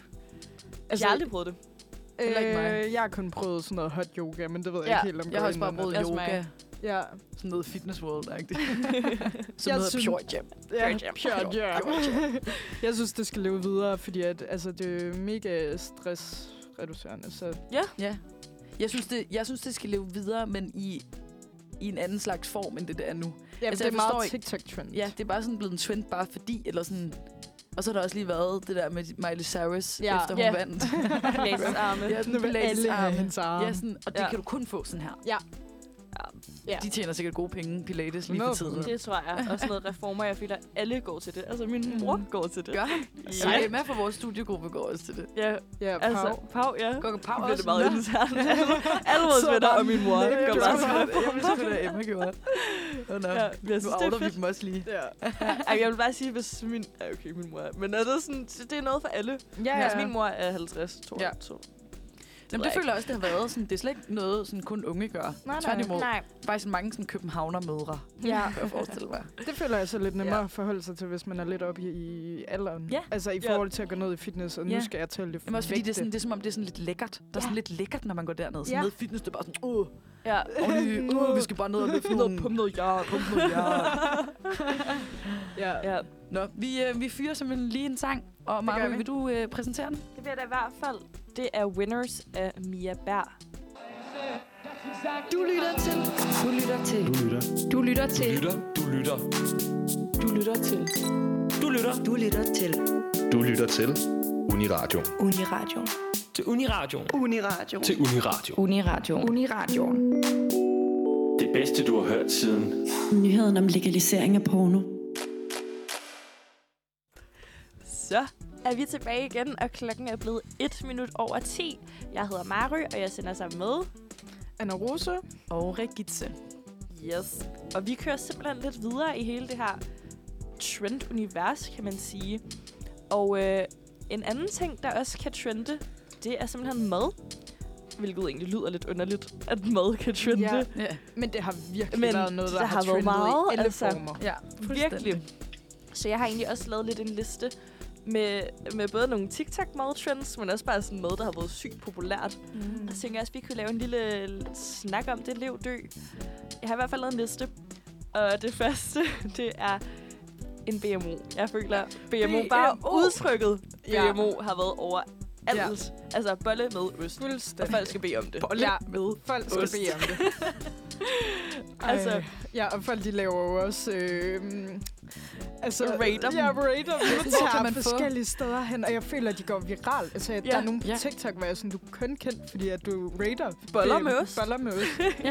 [SPEAKER 5] Altså, jeg har aldrig prøvet det.
[SPEAKER 4] Heller ikke mig.
[SPEAKER 2] Øh, jeg har kun prøvet sådan noget hot yoga, men det ved jeg
[SPEAKER 5] Ja,
[SPEAKER 2] ikke helt om.
[SPEAKER 4] Jeg har
[SPEAKER 2] går
[SPEAKER 4] også
[SPEAKER 2] ind
[SPEAKER 4] bare
[SPEAKER 2] under
[SPEAKER 4] brugt
[SPEAKER 5] Også mig.
[SPEAKER 4] yoga.
[SPEAKER 2] det. Ja.
[SPEAKER 4] Sådan noget fitness <laughs> world-agtigt. Som
[SPEAKER 2] Jeg
[SPEAKER 4] noget
[SPEAKER 2] synes-
[SPEAKER 4] pure jam.
[SPEAKER 2] Ja,
[SPEAKER 5] Pure jam.
[SPEAKER 2] pure jam. <laughs> jeg synes, det skal leve videre, fordi at, altså, det er mega stressreducerende. Så
[SPEAKER 4] Ja. Jeg synes, det, jeg synes, det skal leve videre, men i, i en anden slags form, end det, det er nu. Altså,
[SPEAKER 2] ja, altså, det
[SPEAKER 4] jeg
[SPEAKER 2] er
[SPEAKER 4] forstår
[SPEAKER 2] meget
[SPEAKER 4] ikke-
[SPEAKER 2] TikTok-trend.
[SPEAKER 4] Ja, det er bare sådan blevet en trend, bare fordi, eller sådan... Og så har der også lige været det der med Miley Cyrus, ja.
[SPEAKER 2] Ja.
[SPEAKER 4] efter hun
[SPEAKER 5] Ja.
[SPEAKER 4] <laughs> vandt.
[SPEAKER 2] <laughs>
[SPEAKER 5] Blæsarme.
[SPEAKER 4] ja,
[SPEAKER 2] nu
[SPEAKER 4] sådan
[SPEAKER 2] vil alle have
[SPEAKER 4] pilatesarme.
[SPEAKER 2] hendes arme.
[SPEAKER 4] Ja, sådan, og det ja.
[SPEAKER 5] Ja.
[SPEAKER 4] kan du kun få sådan her.
[SPEAKER 2] Ja.
[SPEAKER 5] Ja.
[SPEAKER 4] De tjener sikkert gode penge, Pilates, lige for
[SPEAKER 2] Nå.
[SPEAKER 4] tiden.
[SPEAKER 5] Det tror jeg. Også noget reformer, jeg føler, at alle går til det. Altså, min mor går til det.
[SPEAKER 4] Gør
[SPEAKER 5] han?
[SPEAKER 4] Så Emma fra vores studiegruppe går også til det.
[SPEAKER 5] Ja,
[SPEAKER 2] ja
[SPEAKER 5] altså, <laughs>
[SPEAKER 2] Pau.
[SPEAKER 5] Pau, ja.
[SPEAKER 4] Går Pau
[SPEAKER 5] Nu bliver
[SPEAKER 4] også?
[SPEAKER 5] det meget
[SPEAKER 4] Nå.
[SPEAKER 5] internt. Alle- Alle vores
[SPEAKER 2] Så
[SPEAKER 5] venner
[SPEAKER 2] bare
[SPEAKER 5] og min
[SPEAKER 2] <laughs>
[SPEAKER 5] mor,
[SPEAKER 2] lidt
[SPEAKER 5] det gør
[SPEAKER 4] Det
[SPEAKER 5] bare
[SPEAKER 4] var
[SPEAKER 5] sådan.
[SPEAKER 4] sgu da- Jeg vidste sgu da, at Emma gjorde. Oh, no.
[SPEAKER 5] Ja, jeg
[SPEAKER 4] Nu
[SPEAKER 5] synes, det
[SPEAKER 4] outer
[SPEAKER 5] er
[SPEAKER 4] vi
[SPEAKER 5] fedt.
[SPEAKER 4] dem også lige.
[SPEAKER 2] Ja,
[SPEAKER 5] Ej, jeg vil bare sige, hvis min... Ja, Okay, min mor er... Men er det, sådan, det er noget for alle.
[SPEAKER 2] ja.
[SPEAKER 5] Altså, min mor er 50, tror
[SPEAKER 4] Ja.
[SPEAKER 5] jeg. Ja.
[SPEAKER 4] Jamen,
[SPEAKER 5] ved
[SPEAKER 4] det
[SPEAKER 5] jeg
[SPEAKER 4] føler jeg også, det har været sådan, det er slet ikke noget, sådan kun unge gør.
[SPEAKER 2] nej.
[SPEAKER 4] Tværtimod. Nej. Faktisk mange sådan københavnermødre, <laughs>
[SPEAKER 2] ja.
[SPEAKER 4] kan jeg forestille mig.
[SPEAKER 2] Det føler jeg så lidt nemmere
[SPEAKER 4] Ja.
[SPEAKER 2] ja. at forholde sig til, hvis man er lidt oppe i, i alderen.
[SPEAKER 4] Ja.
[SPEAKER 2] Altså i
[SPEAKER 5] Ja.
[SPEAKER 2] forhold til at gå ned i fitness, og
[SPEAKER 4] Ja.
[SPEAKER 2] nu skal jeg til at løfte
[SPEAKER 4] Jamen også fordi det er,
[SPEAKER 2] vægte.
[SPEAKER 4] sådan, det er som om, det er sådan lidt lækkert. Der er sådan lidt lækkert, når man går derned. Sådan
[SPEAKER 2] Ja.
[SPEAKER 4] nede i fitness, det er bare sådan, åh,
[SPEAKER 5] Ja.
[SPEAKER 4] øh, øh, vi skal bare ned og løfte nogle...
[SPEAKER 5] Pum noget jord. Pum noget
[SPEAKER 2] ja.
[SPEAKER 5] Ja.
[SPEAKER 4] <laughs> Nå, vi, øh, vi fyrer simpelthen lige en sang. Og Maja,
[SPEAKER 2] vi.
[SPEAKER 4] vil du øh, præsentere den?
[SPEAKER 5] Det bliver da i hvert fald. Det er Winners af Mia Bær.
[SPEAKER 1] Du lytter til. Du lytter til.
[SPEAKER 7] Du lytter.
[SPEAKER 1] Du lytter
[SPEAKER 7] Du
[SPEAKER 1] til.
[SPEAKER 7] lytter. Du lytter.
[SPEAKER 5] Du lytter til.
[SPEAKER 7] Du lytter.
[SPEAKER 8] Du lytter til
[SPEAKER 7] Du lytter til Uniradio.
[SPEAKER 8] Uniradio.
[SPEAKER 7] Til Uniradio.
[SPEAKER 1] Uniradio.
[SPEAKER 7] Til Uniradio.
[SPEAKER 8] Uniradio. Uniradio.
[SPEAKER 9] Det bedste, du har hørt siden
[SPEAKER 10] Nyheden om legalisering af porno.
[SPEAKER 5] Så er vi tilbage igen, og klokken er blevet 1 minut over 10. Jeg hedder Mary, og jeg sender sammen med.
[SPEAKER 2] Anna Rose.
[SPEAKER 4] Og Regitze.
[SPEAKER 5] Yes. Og vi kører simpelthen lidt videre i hele det her trend-univers, kan man sige. Og øh, en anden ting, der også kan trende, det er simpelthen mad. Hvilket egentlig lyder lidt underligt, at mad kan trende.
[SPEAKER 2] Ja.
[SPEAKER 5] Ja,
[SPEAKER 4] Ja,
[SPEAKER 2] Men det har virkelig
[SPEAKER 5] Men
[SPEAKER 2] været noget, der,
[SPEAKER 5] der
[SPEAKER 2] har,
[SPEAKER 5] har
[SPEAKER 2] trendet
[SPEAKER 5] været meget,
[SPEAKER 2] i alle
[SPEAKER 5] altså.
[SPEAKER 2] former.
[SPEAKER 4] ja
[SPEAKER 5] virkelig. Så jeg har egentlig også lavet lidt en liste med, med både nogle TikTok-mad-trends, men også bare sådan noget, der har været sygt populært.
[SPEAKER 2] Mm.
[SPEAKER 5] Og så tænker jeg også, vi kunne lave en lille snak om det lev dø. Jeg har i hvert fald lavet en liste. Og det første, <laughs> det er en BMO. Jeg føler, BMO, bare
[SPEAKER 4] BMO.
[SPEAKER 5] udtrykket
[SPEAKER 2] Ja.
[SPEAKER 5] BMO har været over alt. Ja. Altså bolle med ost. Og
[SPEAKER 2] Fuldstændig.
[SPEAKER 5] folk skal bede om det.
[SPEAKER 2] Bolle
[SPEAKER 5] ja.
[SPEAKER 2] med Folk skal
[SPEAKER 5] ost.
[SPEAKER 2] bede om det.
[SPEAKER 5] Altså,
[SPEAKER 2] Ej. Ja, og folk de laver jo også... Øh, altså,
[SPEAKER 5] Raider dem.
[SPEAKER 2] Ja, <laughs> raider dem.
[SPEAKER 4] Hvor
[SPEAKER 2] Så
[SPEAKER 4] kan
[SPEAKER 2] tager
[SPEAKER 4] man
[SPEAKER 2] man
[SPEAKER 4] få?
[SPEAKER 2] forskellige steder hen, og jeg føler, at de går viralt. Altså, ja. der er nogen på
[SPEAKER 4] Ja.
[SPEAKER 2] ja. TikTok, hvor jeg er sådan, du er kun kendt, fordi at du raider.
[SPEAKER 5] Boller
[SPEAKER 2] øh,
[SPEAKER 5] med ost.
[SPEAKER 2] Boller med ost.
[SPEAKER 4] Ja.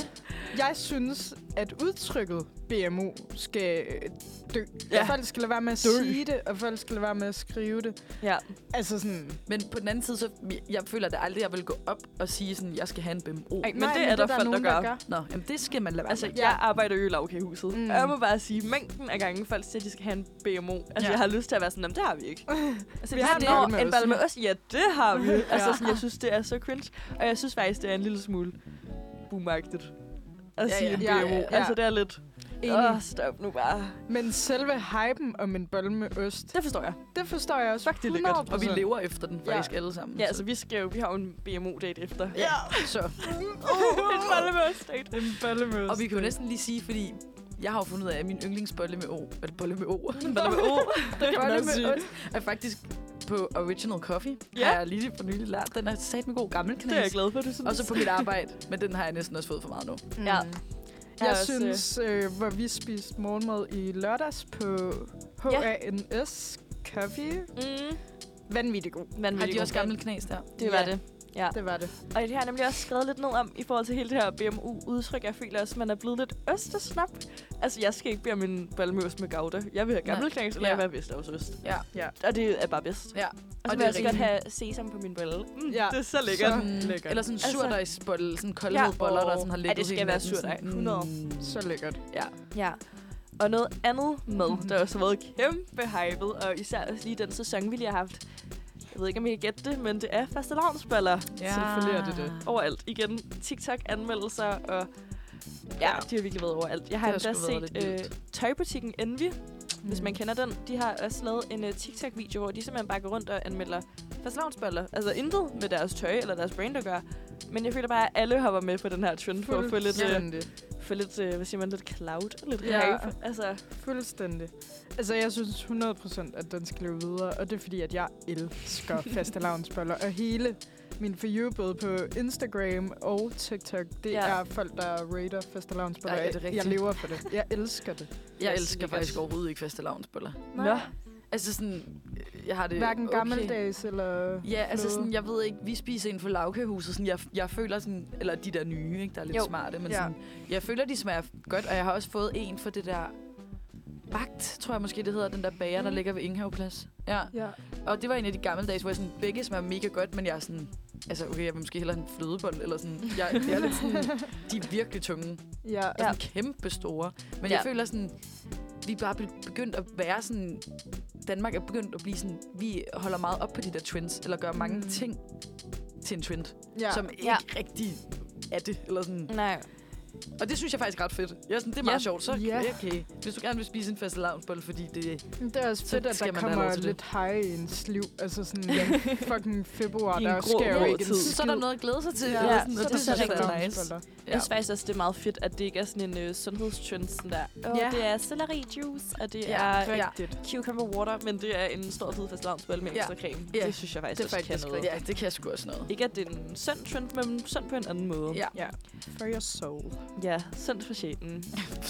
[SPEAKER 2] Jeg synes, at udtrykket BMO skal øh, dø.
[SPEAKER 5] Ja.
[SPEAKER 2] Ja. Folk skal lade være med at
[SPEAKER 4] Dø.
[SPEAKER 2] dø. sige det, og folk skal lade være med at skrive det.
[SPEAKER 5] ja.
[SPEAKER 2] Altså sådan...
[SPEAKER 4] Men på den anden side, så jeg føler det aldrig, jeg vil gå op og sige sådan, jeg skal have en BMO.
[SPEAKER 5] Ej, men det er der, folk, der
[SPEAKER 2] nogen,
[SPEAKER 5] gør.
[SPEAKER 4] Nå, jamen det skal man lade være
[SPEAKER 5] Altså,
[SPEAKER 4] med.
[SPEAKER 2] Ja.
[SPEAKER 5] jeg arbejder jo i lavkagehuset.
[SPEAKER 2] Mm.
[SPEAKER 5] Mm. Og jeg må bare sige, mængden af gange folk siger, at de skal have en BMO. Altså,
[SPEAKER 4] Ja.
[SPEAKER 5] ja. jeg har lyst til at være sådan, "Jamen, det har vi ikke. Altså,
[SPEAKER 2] Vi
[SPEAKER 5] vi
[SPEAKER 2] har
[SPEAKER 5] har
[SPEAKER 2] en
[SPEAKER 5] sådan,
[SPEAKER 2] bolle
[SPEAKER 5] "Nå,
[SPEAKER 2] med
[SPEAKER 5] en bolle med ost. Ja, det har vi.
[SPEAKER 2] Ja.
[SPEAKER 5] Altså, sådan, jeg synes, det er så cringe. Og jeg synes faktisk, det er en lille smule boomagtigt at
[SPEAKER 4] Ja,
[SPEAKER 5] sige
[SPEAKER 4] ja.
[SPEAKER 5] en
[SPEAKER 2] Ja,
[SPEAKER 5] BMO.
[SPEAKER 2] ja, ja.
[SPEAKER 5] Altså, det er lidt,
[SPEAKER 2] Enig.
[SPEAKER 5] åh, stop nu bare.
[SPEAKER 2] Men selve hypen om en bolle med ost,
[SPEAKER 5] Det forstår jeg.
[SPEAKER 2] det forstår jeg også.
[SPEAKER 5] Fuck, det er lækkert.
[SPEAKER 4] Og vi
[SPEAKER 2] 100%.
[SPEAKER 4] lever efter den
[SPEAKER 2] Ja.
[SPEAKER 4] faktisk alle sammen.
[SPEAKER 5] Ja, altså, vi, skal jo, vi har jo en BMO-date efter. <laughs>
[SPEAKER 4] Ja. Så.
[SPEAKER 5] en bolle med ost-date.
[SPEAKER 2] En bolle med ost.
[SPEAKER 4] Og vi kan jo næsten lige sige, fordi jeg har jo fundet ud af, at min yndlingsbolle med O, eller <laughs> bolle med O,
[SPEAKER 5] En bolle med o.
[SPEAKER 4] det
[SPEAKER 2] Bolle med ost.
[SPEAKER 4] er faktisk på Original Coffee.
[SPEAKER 5] Ja.
[SPEAKER 4] Ja. Har jeg lige for nylig lært. Den er satme god gammel
[SPEAKER 5] Det er jeg
[SPEAKER 4] knas.
[SPEAKER 5] glad for, du synes.
[SPEAKER 4] Og så på mit arbejde, men den har jeg næsten også fået for meget nu.
[SPEAKER 5] Ja.
[SPEAKER 2] Jeg
[SPEAKER 5] også, øh,
[SPEAKER 2] synes, øh, hvor vi spiste morgenmad i lørdags på
[SPEAKER 5] Ja.
[SPEAKER 2] HANS Coffee.
[SPEAKER 5] Mm,
[SPEAKER 2] Vanvittig god.
[SPEAKER 4] Har
[SPEAKER 5] vanvittig
[SPEAKER 4] de også
[SPEAKER 5] god.
[SPEAKER 4] gammel knas der?
[SPEAKER 5] Det var det.
[SPEAKER 2] Det var det.
[SPEAKER 5] Og det har jeg nemlig også skrevet lidt ned om i forhold til hele det her BMU-udtryk. Jeg føler også, at man er blevet lidt østersnap. Altså, jeg skal ikke bede om en balmøs med gouda. Jeg vil have
[SPEAKER 4] Nej.
[SPEAKER 5] gammel knæs, eller ja.
[SPEAKER 4] Ja.
[SPEAKER 5] jeg vil have vestlavsøst.
[SPEAKER 4] Ja.
[SPEAKER 2] Ja.
[SPEAKER 5] Og det er bare bedst.
[SPEAKER 4] Ja.
[SPEAKER 5] Og så
[SPEAKER 4] Og det
[SPEAKER 5] vil jeg
[SPEAKER 4] er
[SPEAKER 5] også godt have sesam på min bolle. Mm, ja.
[SPEAKER 2] Ja.
[SPEAKER 5] Det er så lækkert. Så.
[SPEAKER 4] Sådan,
[SPEAKER 2] lækkert.
[SPEAKER 4] Eller sådan en
[SPEAKER 5] Altså-
[SPEAKER 4] surdejsbolle, sådan kolde
[SPEAKER 5] Ja.
[SPEAKER 4] ja. boller, der sådan har
[SPEAKER 5] Åh,
[SPEAKER 4] ligget
[SPEAKER 5] ja, det skal
[SPEAKER 4] hele
[SPEAKER 5] være
[SPEAKER 4] natten,
[SPEAKER 5] surdej.
[SPEAKER 4] sådan, Mm.
[SPEAKER 5] 100.
[SPEAKER 2] Så lækkert.
[SPEAKER 5] Ja. Og noget andet mad, der også har været kæmpe hypet, og især også lige den sæson, vi lige har haft. Jeg ved ikke, om I kan gætte det, men det er faste lavnsballer
[SPEAKER 4] Ja.
[SPEAKER 2] Selvfølgelig er det det.
[SPEAKER 5] overalt. Igen, TikTok-anmeldelser, og ja, de har virkelig været overalt. Jeg har
[SPEAKER 4] Det har
[SPEAKER 5] endda
[SPEAKER 4] sgu været
[SPEAKER 5] set
[SPEAKER 4] lidt
[SPEAKER 5] øh,
[SPEAKER 4] vildt.
[SPEAKER 5] tøjbutikken Envy, mm. hvis man kender den. De har også lavet en uh, TikTok-video, hvor de simpelthen bare går rundt og anmelder fastelavnsboller. Altså intet med deres tøj eller deres brand at gøre. Men jeg føler bare, at alle hopper med på den her trend for at få lidt, øh,
[SPEAKER 2] Fuldstændig.
[SPEAKER 5] få lidt øh, hvad siger man, lidt cloud og lidt
[SPEAKER 2] Ja.
[SPEAKER 5] hype. Altså,
[SPEAKER 2] Fuldstændig. Altså, jeg synes 100% at den skal løbe videre, og det er fordi, at jeg elsker faste lavnsboller, og hele min for you både på Instagram og TikTok, det
[SPEAKER 5] Ja.
[SPEAKER 2] ja. er folk, der rater faste lavnsboller.
[SPEAKER 4] Ej, er det
[SPEAKER 2] jeg
[SPEAKER 4] rigtigt?
[SPEAKER 2] lever for det. Jeg elsker det.
[SPEAKER 4] Jeg
[SPEAKER 5] Det er
[SPEAKER 4] elsker
[SPEAKER 5] lækkert.
[SPEAKER 4] faktisk overhovedet ikke faste lavnsboller.
[SPEAKER 5] Nå.
[SPEAKER 4] Altså sådan, øh, jeg har det
[SPEAKER 2] Hverken
[SPEAKER 4] okay.
[SPEAKER 2] gammeldags eller...
[SPEAKER 4] Ja, altså
[SPEAKER 2] fløde.
[SPEAKER 4] sådan, jeg ved ikke, vi spiser en for lavkagehuset, sådan, jeg, jeg føler sådan, eller de der nye, ikke, der er lidt
[SPEAKER 5] Jo.
[SPEAKER 4] jo. smarte, men
[SPEAKER 2] Ja.
[SPEAKER 4] ja. sådan, jeg føler, de smager godt, og jeg har også fået en for det der bagt, tror jeg måske det hedder, den der bager, mm. der ligger ved Ingehaveplads. Ja,
[SPEAKER 2] Ja.
[SPEAKER 4] og det var en af de gamle dage, hvor jeg sådan, begge smager mega godt, men jeg er sådan, altså okay, jeg vil måske hellere have en flødebold, eller sådan, jeg, jeg er lidt sådan, de er virkelig tunge,
[SPEAKER 2] Ja.
[SPEAKER 4] ja. sådan kæmpe store, men ja.
[SPEAKER 5] Ja.
[SPEAKER 4] jeg føler sådan, vi er bare be- begyndt at være sådan, Danmark er begyndt at blive sådan, vi holder meget op på de der trends, eller gør mange
[SPEAKER 2] Mm.
[SPEAKER 4] ting til en trend,
[SPEAKER 2] altså, ja.
[SPEAKER 4] ja. som ikke
[SPEAKER 5] Ja.
[SPEAKER 4] ja. rigtig er det, eller sådan.
[SPEAKER 5] Nej.
[SPEAKER 4] Og det synes jeg faktisk er ret fedt. Jeg er sådan, det er meget
[SPEAKER 5] Ja.
[SPEAKER 4] sjovt, så
[SPEAKER 2] Ja.
[SPEAKER 4] okay. Hvis du gerne vil spise en fast lavnsbolle, fordi det
[SPEAKER 2] Men Det er også
[SPEAKER 4] Så
[SPEAKER 2] fedt, at
[SPEAKER 4] skal
[SPEAKER 2] der
[SPEAKER 4] man have lov
[SPEAKER 2] kommer
[SPEAKER 4] til det.
[SPEAKER 2] lidt high i ens liv. Altså sådan ja, fucking februar,
[SPEAKER 5] I en
[SPEAKER 2] der
[SPEAKER 5] grå,
[SPEAKER 2] sker jo
[SPEAKER 5] grå
[SPEAKER 2] ikke en
[SPEAKER 5] tid.
[SPEAKER 4] så er der noget at glæde sig til.
[SPEAKER 2] Ja,
[SPEAKER 4] eller
[SPEAKER 5] så
[SPEAKER 4] sådan, og
[SPEAKER 5] er det så
[SPEAKER 4] synes jeg
[SPEAKER 5] rigtig
[SPEAKER 4] er
[SPEAKER 2] nice.
[SPEAKER 5] Jeg synes faktisk også, det er meget fedt, at det ikke er sådan en øh, sundhedstrend, sådan der. Åh,
[SPEAKER 4] Ja.
[SPEAKER 5] det er celery juice, og det
[SPEAKER 4] Ja,
[SPEAKER 5] er
[SPEAKER 4] ja.
[SPEAKER 2] Rigtigt.
[SPEAKER 5] cucumber water, men det er en stor fed fastelavnsbolle med
[SPEAKER 4] Ja.
[SPEAKER 5] ekstra creme.
[SPEAKER 4] Ja.
[SPEAKER 5] Det synes jeg faktisk,
[SPEAKER 4] Det er
[SPEAKER 5] også
[SPEAKER 4] faktisk
[SPEAKER 5] kan noget.
[SPEAKER 4] Ja, det kan jeg sgu også noget.
[SPEAKER 5] Ikke at det er en sund trend, men sund på en anden måde.
[SPEAKER 4] Ja.
[SPEAKER 2] For your soul.
[SPEAKER 5] ja sund for sjælen.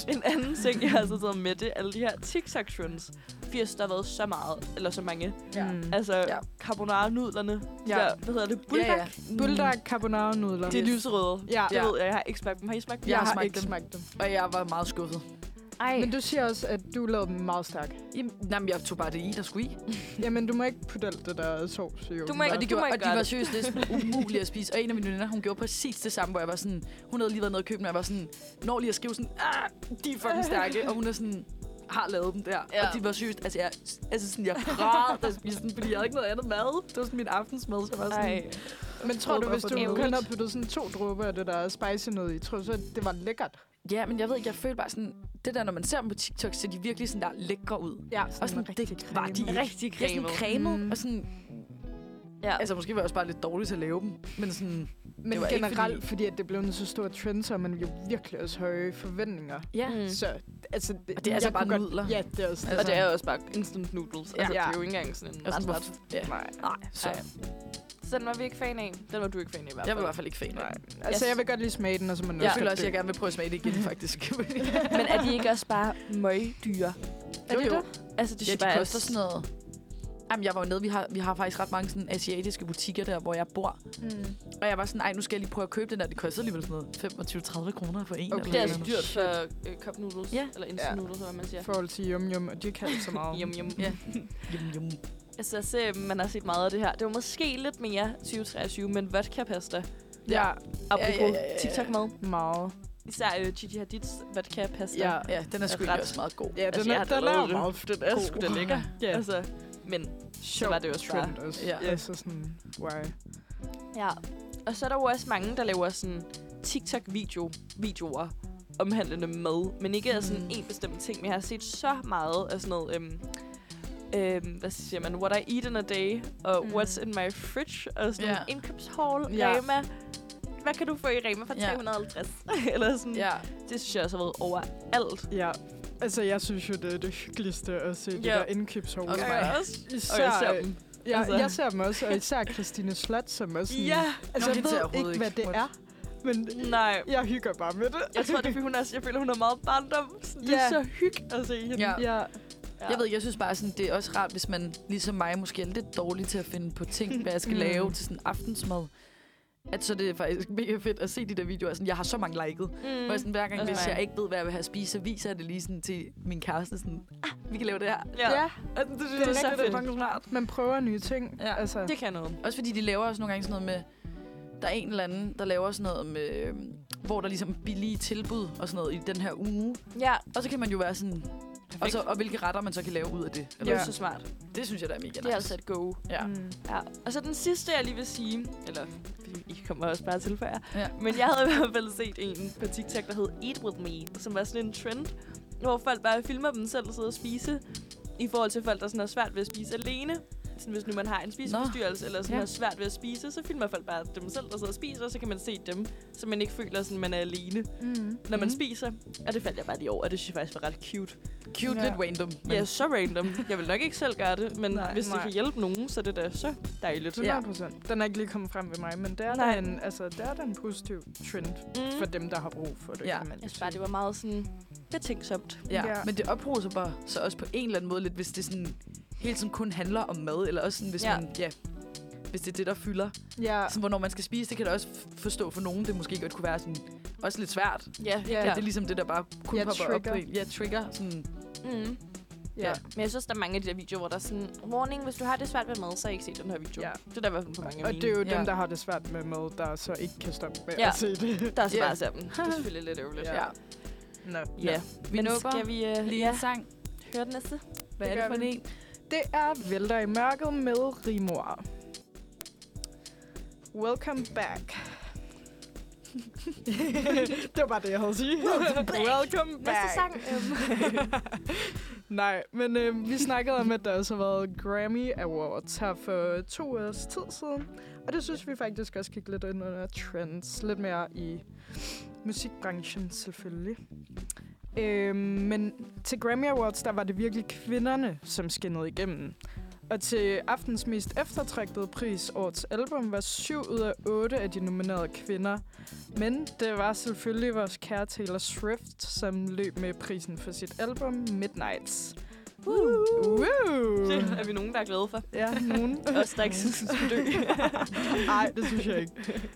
[SPEAKER 5] en anden ting, jeg har så taget med, det er alle de her TikTok-trends. Firs, der har været så meget, eller så mange.
[SPEAKER 4] Ja.
[SPEAKER 2] Mm.
[SPEAKER 5] Altså, ja.
[SPEAKER 4] Ja.
[SPEAKER 5] carbonara-nudlerne. Ja.
[SPEAKER 2] Ja.
[SPEAKER 5] Der, hvad hedder det? Bulldog?
[SPEAKER 4] Ja, ja.
[SPEAKER 2] Bulldog carbonara nudler.
[SPEAKER 5] Det er lyserøde.
[SPEAKER 2] Ja.
[SPEAKER 5] Det
[SPEAKER 4] Ja.
[SPEAKER 5] ved jeg, jeg har ikke smagt dem. Har I smagt dem?
[SPEAKER 2] Jeg
[SPEAKER 4] har
[SPEAKER 2] har
[SPEAKER 4] smagt
[SPEAKER 2] ikke
[SPEAKER 4] dem.
[SPEAKER 2] smagt dem.
[SPEAKER 4] Og jeg var meget skuffet.
[SPEAKER 5] Ej.
[SPEAKER 2] Men du siger også, at du lavede dem meget stærk.
[SPEAKER 4] Jamen, jamen, jeg tog bare det i, der skulle i.
[SPEAKER 2] Jamen, du må ikke putte alt det der sovs i.
[SPEAKER 5] Du må ikke-
[SPEAKER 4] Og de,
[SPEAKER 5] må
[SPEAKER 4] gjorde, og de
[SPEAKER 5] gøre
[SPEAKER 4] var
[SPEAKER 5] det.
[SPEAKER 4] seriøst næsten umulige at spise. Og en af mine veninder, hun gjorde præcis det samme, hvor jeg var sådan... Hun havde lige været nede og købe dem, og jeg var sådan... Når lige at skrive sådan... Ah, de er fucking stærke. Og hun er sådan har lavet dem der. Ja.
[SPEAKER 5] Ja.
[SPEAKER 4] Og de var seriøst, altså jeg, altså sådan, jeg græd, da jeg spiste dem, fordi jeg havde ikke noget andet mad. Det var sådan min aftensmad, så jeg var sådan,
[SPEAKER 5] Ej.
[SPEAKER 2] Men tror du, hvis du
[SPEAKER 5] Ærgerligt.
[SPEAKER 2] kun havde puttet sådan to dråber af det der spicy nød i, tror du så, at det var lækkert?
[SPEAKER 4] Ja, men jeg ved ikke, jeg føler bare sådan, det der, når man ser dem på TikTok, ser de virkelig sådan der lækre ud.
[SPEAKER 2] Ja,
[SPEAKER 4] Og sådan, det var de ikke.
[SPEAKER 5] Rigtig
[SPEAKER 4] Det er sådan
[SPEAKER 5] cremet.
[SPEAKER 4] cremet,
[SPEAKER 2] Mm.
[SPEAKER 4] mm. og sådan,
[SPEAKER 5] Ja.
[SPEAKER 4] altså måske var jeg også bare lidt dårlig til at lave dem, men sådan,
[SPEAKER 2] Men
[SPEAKER 4] Det var ikke
[SPEAKER 2] generelt,
[SPEAKER 4] fordi-
[SPEAKER 2] fordi... at det blev en så stor trend, så har man jo virkelig også høje forventninger.
[SPEAKER 4] ja.
[SPEAKER 5] Mm.
[SPEAKER 2] Så, altså, det,
[SPEAKER 4] Og det er altså
[SPEAKER 2] jeg
[SPEAKER 4] bare
[SPEAKER 2] kunne
[SPEAKER 4] nudler.
[SPEAKER 2] Ja, det er også
[SPEAKER 5] Altså, og det er jo også bare instant noodles. Altså,
[SPEAKER 2] Ja.
[SPEAKER 5] det er jo ikke engang sådan en
[SPEAKER 4] Og sådan,
[SPEAKER 5] ret,
[SPEAKER 4] hvor, ja.
[SPEAKER 2] Nej.
[SPEAKER 4] Nej, så
[SPEAKER 5] Ej. Så den var vi ikke fan af. Den var du ikke fan af i hvert
[SPEAKER 4] jeg var i
[SPEAKER 5] fald.
[SPEAKER 4] hvert fald ikke fan af
[SPEAKER 2] Nej.
[SPEAKER 4] dem.
[SPEAKER 2] Altså,
[SPEAKER 5] Yes.
[SPEAKER 2] jeg vil godt lige smage den, og så må man
[SPEAKER 4] Jeg
[SPEAKER 2] også
[SPEAKER 4] føler
[SPEAKER 2] godt
[SPEAKER 4] også, at jeg
[SPEAKER 2] dø.
[SPEAKER 4] gerne vil prøve at smage det igen, faktisk. <laughs>
[SPEAKER 5] Men er de ikke også bare møgdyre?
[SPEAKER 2] Er det
[SPEAKER 4] Jo, jo.
[SPEAKER 2] det?
[SPEAKER 5] Altså, det
[SPEAKER 4] ja,
[SPEAKER 5] synes
[SPEAKER 4] de
[SPEAKER 5] jeg
[SPEAKER 4] koster
[SPEAKER 5] også-
[SPEAKER 4] sådan noget. Jamen, jeg var jo nede, vi har, vi har faktisk ret mange sådan, asiatiske butikker der, hvor jeg bor.
[SPEAKER 2] Mm.
[SPEAKER 4] Og jeg var sådan, nej, nu skal jeg lige prøve at købe den der. Det kostede alligevel sådan noget 25-30 kroner for en.
[SPEAKER 2] Okay.
[SPEAKER 5] Det
[SPEAKER 4] Eller
[SPEAKER 5] er altså
[SPEAKER 4] sådan noget.
[SPEAKER 5] dyrt for øh, cup noodles.
[SPEAKER 4] Ja.
[SPEAKER 5] Eller instant
[SPEAKER 2] Ja.
[SPEAKER 5] noodles, eller hvad man
[SPEAKER 2] I
[SPEAKER 5] siger.
[SPEAKER 2] forhold til yum yum, og de kan ikke så meget.
[SPEAKER 5] <laughs> Yum, yum.
[SPEAKER 4] Ja. Jum, jum.
[SPEAKER 5] Altså, jeg ser, man har set meget af det her. Det var måske lidt mere 2023, men vodka-pasta.
[SPEAKER 2] Ja,
[SPEAKER 5] Apropos
[SPEAKER 4] ja, ja, ja.
[SPEAKER 5] TikTok-mad.
[SPEAKER 2] meget.
[SPEAKER 5] Især øh, Gigi Hadid's vodka-pasta.
[SPEAKER 2] Ja.
[SPEAKER 4] Ja, den er sgu
[SPEAKER 5] ret-
[SPEAKER 4] egentlig også meget god.
[SPEAKER 2] Ja,
[SPEAKER 5] Altså,
[SPEAKER 2] den
[SPEAKER 5] jeg
[SPEAKER 2] er,
[SPEAKER 5] har
[SPEAKER 2] den
[SPEAKER 5] lavet
[SPEAKER 2] er
[SPEAKER 5] den.
[SPEAKER 2] meget fedt.
[SPEAKER 5] Den er sgu da
[SPEAKER 2] <laughs>
[SPEAKER 5] lækker.
[SPEAKER 2] Ja.
[SPEAKER 5] Altså, men så var det jo også bare...
[SPEAKER 2] trend også.
[SPEAKER 4] Ja.
[SPEAKER 2] Ja. Altså sådan, why?
[SPEAKER 5] Ja, og så er der jo også mange, der laver sådan TikTok-videoer omhandlende mad, men ikke af
[SPEAKER 4] Mm.
[SPEAKER 5] sådan en bestemt ting. Men jeg har set så meget af sådan noget, øhm, øhm, hvad siger man, what I eat in a day, og mm.
[SPEAKER 4] Mm.
[SPEAKER 5] what's in my fridge, og sådan
[SPEAKER 4] Ja.
[SPEAKER 5] yeah. indkøbshaul,
[SPEAKER 2] Ja.
[SPEAKER 5] yeah. Rema. Hvad kan du få i Rema for
[SPEAKER 4] Ja.
[SPEAKER 5] 350? <laughs> Eller sådan.
[SPEAKER 4] Ja,
[SPEAKER 5] Det synes jeg også har været overalt.
[SPEAKER 2] Ja, altså jeg synes jo, det er det hyggeligste at se ja. det
[SPEAKER 5] Ja.
[SPEAKER 2] der indkøbshår.
[SPEAKER 4] Også
[SPEAKER 5] Jeg
[SPEAKER 4] mig. <laughs>
[SPEAKER 5] er også. Og
[SPEAKER 2] Især,
[SPEAKER 5] jeg ser
[SPEAKER 2] øh,
[SPEAKER 5] dem.
[SPEAKER 2] Jeg, altså.
[SPEAKER 5] Altså.
[SPEAKER 2] jeg ser dem også, og især Christine Slot, som også sådan...
[SPEAKER 5] Ja.
[SPEAKER 2] altså,
[SPEAKER 4] Nå,
[SPEAKER 2] jeg
[SPEAKER 4] hende ser jeg
[SPEAKER 2] ved
[SPEAKER 4] overhovedet
[SPEAKER 2] ikke, hvad
[SPEAKER 4] ikke.
[SPEAKER 2] det er, men
[SPEAKER 5] Nej.
[SPEAKER 2] jeg hygger bare med det.
[SPEAKER 5] Jeg tror, det er, fordi hun er, jeg føler, hun er meget barndom. Sådan, Det
[SPEAKER 2] Ja.
[SPEAKER 5] er så hyggeligt at se hende.
[SPEAKER 4] Ja.
[SPEAKER 2] Ja,
[SPEAKER 5] Ja.
[SPEAKER 4] Jeg ved ikke, jeg synes bare, sådan, det er også rart, hvis man, ligesom mig, måske er lidt dårlig til at finde på ting, hvad jeg <laughs> skal
[SPEAKER 2] Mm.
[SPEAKER 4] lave til sådan aftensmad. At så det er faktisk <laughs> mega fedt at se de der videoer. Sådan, jeg har så mange liket. Mm. Hvor jeg sådan, hver gang,
[SPEAKER 5] Også
[SPEAKER 4] hvis
[SPEAKER 5] mig.
[SPEAKER 4] jeg ikke ved, hvad jeg vil have at spise, så viser jeg det lige sådan til min kæreste. Sådan, ah, vi kan lave det her.
[SPEAKER 5] Ja.
[SPEAKER 2] Ja.
[SPEAKER 5] ja.
[SPEAKER 4] Altså, det,
[SPEAKER 2] det er
[SPEAKER 4] så
[SPEAKER 2] rigtigt.
[SPEAKER 4] fucking smart.
[SPEAKER 2] man prøver nye ting.
[SPEAKER 4] Ja.
[SPEAKER 2] altså,
[SPEAKER 5] Det kan noget.
[SPEAKER 4] Også fordi de laver også nogle gange sådan noget med, der er en eller anden, der laver sådan noget med, øhm, hvor der ligesom er billige tilbud og sådan noget i den her uge.
[SPEAKER 5] Ja.
[SPEAKER 4] Og så kan man jo være sådan, og, så, og hvilke retter man så kan lave ud af det. Altså,
[SPEAKER 5] Det er
[SPEAKER 2] Ja.
[SPEAKER 5] jo så smart.
[SPEAKER 4] Det synes jeg, der er mega nice.
[SPEAKER 5] Det er altså et go.
[SPEAKER 4] Ja.
[SPEAKER 2] Mm.
[SPEAKER 5] Ja. Og så den sidste, jeg lige vil sige, eller I kommer også bare til for jer,
[SPEAKER 4] Ja.
[SPEAKER 5] ja. men jeg havde i hvert fald set en på TikTok, der hed Eat With Me, som var sådan en trend, hvor folk bare filmer dem selv og sidder og spise, i forhold til folk, der sådan har svært ved at spise alene. Sådan, hvis nu man har en spiseforstyrrelse, eller sådan
[SPEAKER 4] Ja.
[SPEAKER 5] ja. har svært ved at spise, så filmer folk bare dem selv, der sidder og spiser, og så kan man se dem, så man ikke føler, sådan, man er alene,
[SPEAKER 2] Mm.
[SPEAKER 5] når man
[SPEAKER 4] Mhm.
[SPEAKER 5] spiser. Og det faldt jeg bare lige over, og det synes jeg faktisk var ret cute.
[SPEAKER 4] Cute,
[SPEAKER 2] Ja.
[SPEAKER 4] lidt random.
[SPEAKER 5] Men. Ja, så random. Jeg vil nok ikke selv gøre det, men
[SPEAKER 2] Nej,
[SPEAKER 5] nej, hvis nej.
[SPEAKER 2] nej.
[SPEAKER 5] det kan hjælpe nogen, så er det da så dejligt.
[SPEAKER 2] 100 Den er ikke lige kommet frem ved mig, men det er, da
[SPEAKER 5] Nej.
[SPEAKER 2] en, altså, det er da en positiv trend
[SPEAKER 5] Mm.
[SPEAKER 2] for dem, der har brug for det.
[SPEAKER 4] Ja.
[SPEAKER 2] kan man
[SPEAKER 5] Jeg
[SPEAKER 2] jo
[SPEAKER 5] synes bare,
[SPEAKER 2] sige.
[SPEAKER 5] det var meget sådan betænksomt.
[SPEAKER 4] Ja.
[SPEAKER 2] Ja.
[SPEAKER 4] ja. Men det ophober sig bare så også på en eller anden måde lidt, hvis det sådan hele tiden kun handler om mad, eller også sådan, hvis ja.
[SPEAKER 5] Ja.
[SPEAKER 4] man, ja, hvis det er det, der fylder.
[SPEAKER 2] Ja,
[SPEAKER 4] Sådan, hvornår man skal spise, det kan da også f- forstå for nogen, det måske godt kunne være sådan, også lidt svært.
[SPEAKER 5] Ja,
[SPEAKER 2] Ja.
[SPEAKER 4] Ja. Det er ligesom det, der bare kun
[SPEAKER 2] Ja,
[SPEAKER 4] ja, popper trigger.
[SPEAKER 2] trigger.
[SPEAKER 4] op på en. Ja, trigger. Sådan,
[SPEAKER 5] Mm.
[SPEAKER 2] ja.
[SPEAKER 5] Men jeg synes, der er mange af de der videoer, hvor der er sådan, warning, hvis du har det svært med mad, så ikke se den her video.
[SPEAKER 2] Ja.
[SPEAKER 5] Det er der i hvert fald for mange af
[SPEAKER 2] Og
[SPEAKER 5] mine.
[SPEAKER 2] det er jo
[SPEAKER 4] Ja.
[SPEAKER 2] dem, der har det svært med mad, der så ikke kan stoppe med
[SPEAKER 5] Ja.
[SPEAKER 2] at se det.
[SPEAKER 5] der er så
[SPEAKER 4] Ja.
[SPEAKER 5] bare yeah. dem. Det er selvfølgelig lidt ærgerligt.
[SPEAKER 2] Ja.
[SPEAKER 4] ja.
[SPEAKER 2] Nå.
[SPEAKER 5] ja.
[SPEAKER 4] Vi
[SPEAKER 5] Men
[SPEAKER 4] nupper
[SPEAKER 5] skal vi uh,
[SPEAKER 4] lige
[SPEAKER 5] ja,
[SPEAKER 4] en sang.
[SPEAKER 5] høre den næste?
[SPEAKER 4] Hvad
[SPEAKER 2] Det
[SPEAKER 4] er det
[SPEAKER 2] gør
[SPEAKER 4] for
[SPEAKER 2] vi.
[SPEAKER 4] en?
[SPEAKER 2] Det er Vælter i mørket med Rimor. Welcome back. <laughs> det var bare det, jeg havde at sige. Welcome back. Welcome back.
[SPEAKER 6] Næste
[SPEAKER 4] <laughs>
[SPEAKER 6] sang. Øhm,
[SPEAKER 2] <laughs> Nej, men øh, vi snakkede om, at der også har været Grammy Awards her for to års tid siden. Og det synes vi faktisk også gik lidt ind under trends. Lidt mere i musikbranchen selvfølgelig. Øh, men til Grammy Awards, der var det virkelig kvinderne, som skinnede igennem. Og til aftens mest eftertragtede pris, årets album, var syv ud af otte af de nominerede kvinder. Men det var selvfølgelig vores kære Taylor Swift, som løb med prisen for sit album Midnights. Woo! Woo!
[SPEAKER 5] Det er vi nogen, der er glade for.
[SPEAKER 2] Ja, nogen.
[SPEAKER 5] <laughs> Os, der ikke synes, vi skal <laughs> dø.
[SPEAKER 2] Nej, det synes jeg ikke.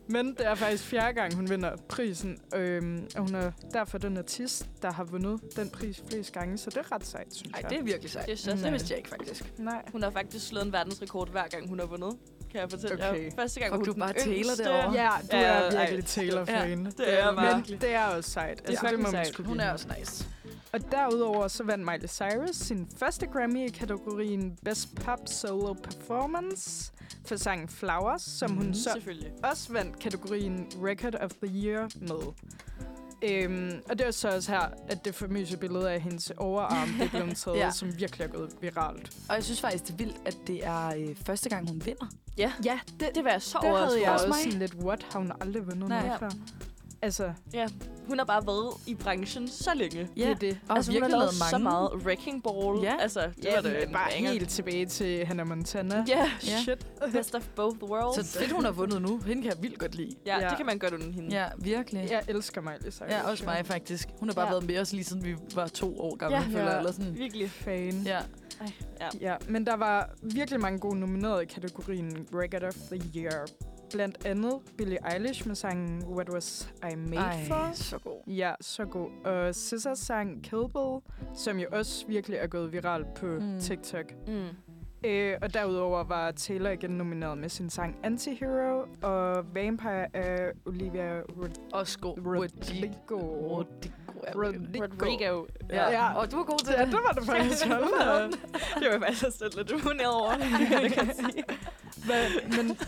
[SPEAKER 2] Men det er faktisk fjerde gang, hun vinder prisen. Øhm, og hun er derfor den artist, der har vundet den pris flest gange, så det er ret sejt, synes
[SPEAKER 4] Ej,
[SPEAKER 2] jeg.
[SPEAKER 4] det er virkelig sejt.
[SPEAKER 5] Det er så
[SPEAKER 2] Mm.
[SPEAKER 4] Det
[SPEAKER 5] mm.
[SPEAKER 4] vidste jeg ikke, faktisk.
[SPEAKER 2] Nej.
[SPEAKER 5] Hun har faktisk slået en verdensrekord, hver gang hun har vundet. Kan jeg fortælle
[SPEAKER 2] Okay.
[SPEAKER 5] jer. Første gang,
[SPEAKER 4] Fuck,
[SPEAKER 5] hun
[SPEAKER 4] du
[SPEAKER 5] den
[SPEAKER 4] bare Taylor
[SPEAKER 5] yngste.
[SPEAKER 4] derovre.
[SPEAKER 2] Ja, du
[SPEAKER 5] Ja,
[SPEAKER 2] er
[SPEAKER 5] ej,
[SPEAKER 2] virkelig
[SPEAKER 5] det-
[SPEAKER 2] Taylor-fan.
[SPEAKER 5] Det er jeg
[SPEAKER 2] Men
[SPEAKER 5] virkelig.
[SPEAKER 2] det er også sejt. Altså,
[SPEAKER 5] Ja.
[SPEAKER 2] det må man
[SPEAKER 5] Sejt.
[SPEAKER 2] sgu
[SPEAKER 4] Hun er
[SPEAKER 2] give hende.
[SPEAKER 4] også nice.
[SPEAKER 2] Og derudover så vandt Miley Cyrus sin første Grammy i kategorien Best Pop Solo Performance for sangen Flowers, som hun
[SPEAKER 4] Mhm.
[SPEAKER 2] så
[SPEAKER 5] Selvfølgelig.
[SPEAKER 2] også vandt kategorien Record of the Year med. Øhm, og det er så også her, at det famøse billede af hendes overarm det <laughs> blev taget,
[SPEAKER 4] Ja.
[SPEAKER 2] ja. som virkelig er gået viralt.
[SPEAKER 4] Og jeg synes faktisk, det er vildt, at det er øh, første gang, hun vinder.
[SPEAKER 2] Ja, det,
[SPEAKER 5] Det var jeg så
[SPEAKER 2] der havde
[SPEAKER 5] overrasket
[SPEAKER 2] jeg
[SPEAKER 5] over.
[SPEAKER 2] også
[SPEAKER 4] mig.
[SPEAKER 2] sådan lidt, what, har hun aldrig vundet
[SPEAKER 4] Nej.
[SPEAKER 2] noget
[SPEAKER 4] Ja.
[SPEAKER 2] før? Altså,
[SPEAKER 5] Hun har bare været i branchen så længe.
[SPEAKER 2] ja. det er det.
[SPEAKER 4] Og
[SPEAKER 5] altså, hun
[SPEAKER 4] virkelig
[SPEAKER 5] har lavet
[SPEAKER 4] lavet mange.
[SPEAKER 5] så meget Wrecking Ball.
[SPEAKER 4] Ja.
[SPEAKER 5] Altså, det
[SPEAKER 2] Ja,
[SPEAKER 5] var
[SPEAKER 2] det
[SPEAKER 5] da
[SPEAKER 2] er
[SPEAKER 5] en
[SPEAKER 2] bare
[SPEAKER 5] banger.
[SPEAKER 2] helt tilbage til Hannah Montana.
[SPEAKER 5] Ja,
[SPEAKER 4] Ja.
[SPEAKER 2] Shit.
[SPEAKER 5] best of both worlds.
[SPEAKER 4] Så fedt, hun har vundet nu. Hende kan jeg vildt godt lide.
[SPEAKER 5] ja,
[SPEAKER 2] Ja.
[SPEAKER 5] det kan man godt uden hende.
[SPEAKER 4] Ja, virkelig.
[SPEAKER 2] Jeg elsker Miley Cyrus.
[SPEAKER 4] Ja, også mig faktisk. Hun har bare
[SPEAKER 5] Ja.
[SPEAKER 4] været med os lige siden vi var to år gamle,
[SPEAKER 5] Ja.
[SPEAKER 4] ja, føler,
[SPEAKER 2] Ja.
[SPEAKER 4] ja. eller sådan.
[SPEAKER 5] Virkelig.
[SPEAKER 2] Fan.
[SPEAKER 4] Ja.
[SPEAKER 2] Ja, men der var virkelig mange gode nominerede i kategorien Record of the Year. Blandt andet Billie Eilish med sangen What Was I Made For?
[SPEAKER 4] så god.
[SPEAKER 2] Ja, så god. Og Scissors sang Kill Bill, som jo også virkelig er gået viralt på
[SPEAKER 4] Mm.
[SPEAKER 2] mm. TikTok.
[SPEAKER 5] Mm.
[SPEAKER 2] Øh, og derudover var Taylor igen nomineret med sin sang Antihero og Vampire af Olivia Rodrigo.
[SPEAKER 4] Også god.
[SPEAKER 2] Rodrigo.
[SPEAKER 4] Rodrigo. er god.
[SPEAKER 5] Rodrigo.
[SPEAKER 4] Ja.
[SPEAKER 2] Ja.
[SPEAKER 4] Og du var god til
[SPEAKER 2] Ja,
[SPEAKER 4] det.
[SPEAKER 2] det var det faktisk. Hold da op.
[SPEAKER 5] <laughs> Det var jeg faktisk også lidt lidt imponeret <laughs> over. det kan jeg sige.
[SPEAKER 2] Hvad, men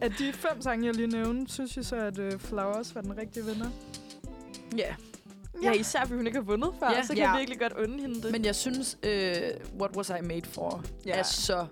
[SPEAKER 2] af de fem sange, jeg lige nævnte, synes jeg så, at uh, Flowers var den rigtige vinder.
[SPEAKER 4] Ja.
[SPEAKER 5] Ja, især fordi hun ikke har vundet før,
[SPEAKER 4] Ja.
[SPEAKER 5] så kan jeg
[SPEAKER 2] Ja.
[SPEAKER 5] virkelig godt unde hende det.
[SPEAKER 4] Men jeg synes, øh, What Was I Made For ja. er så,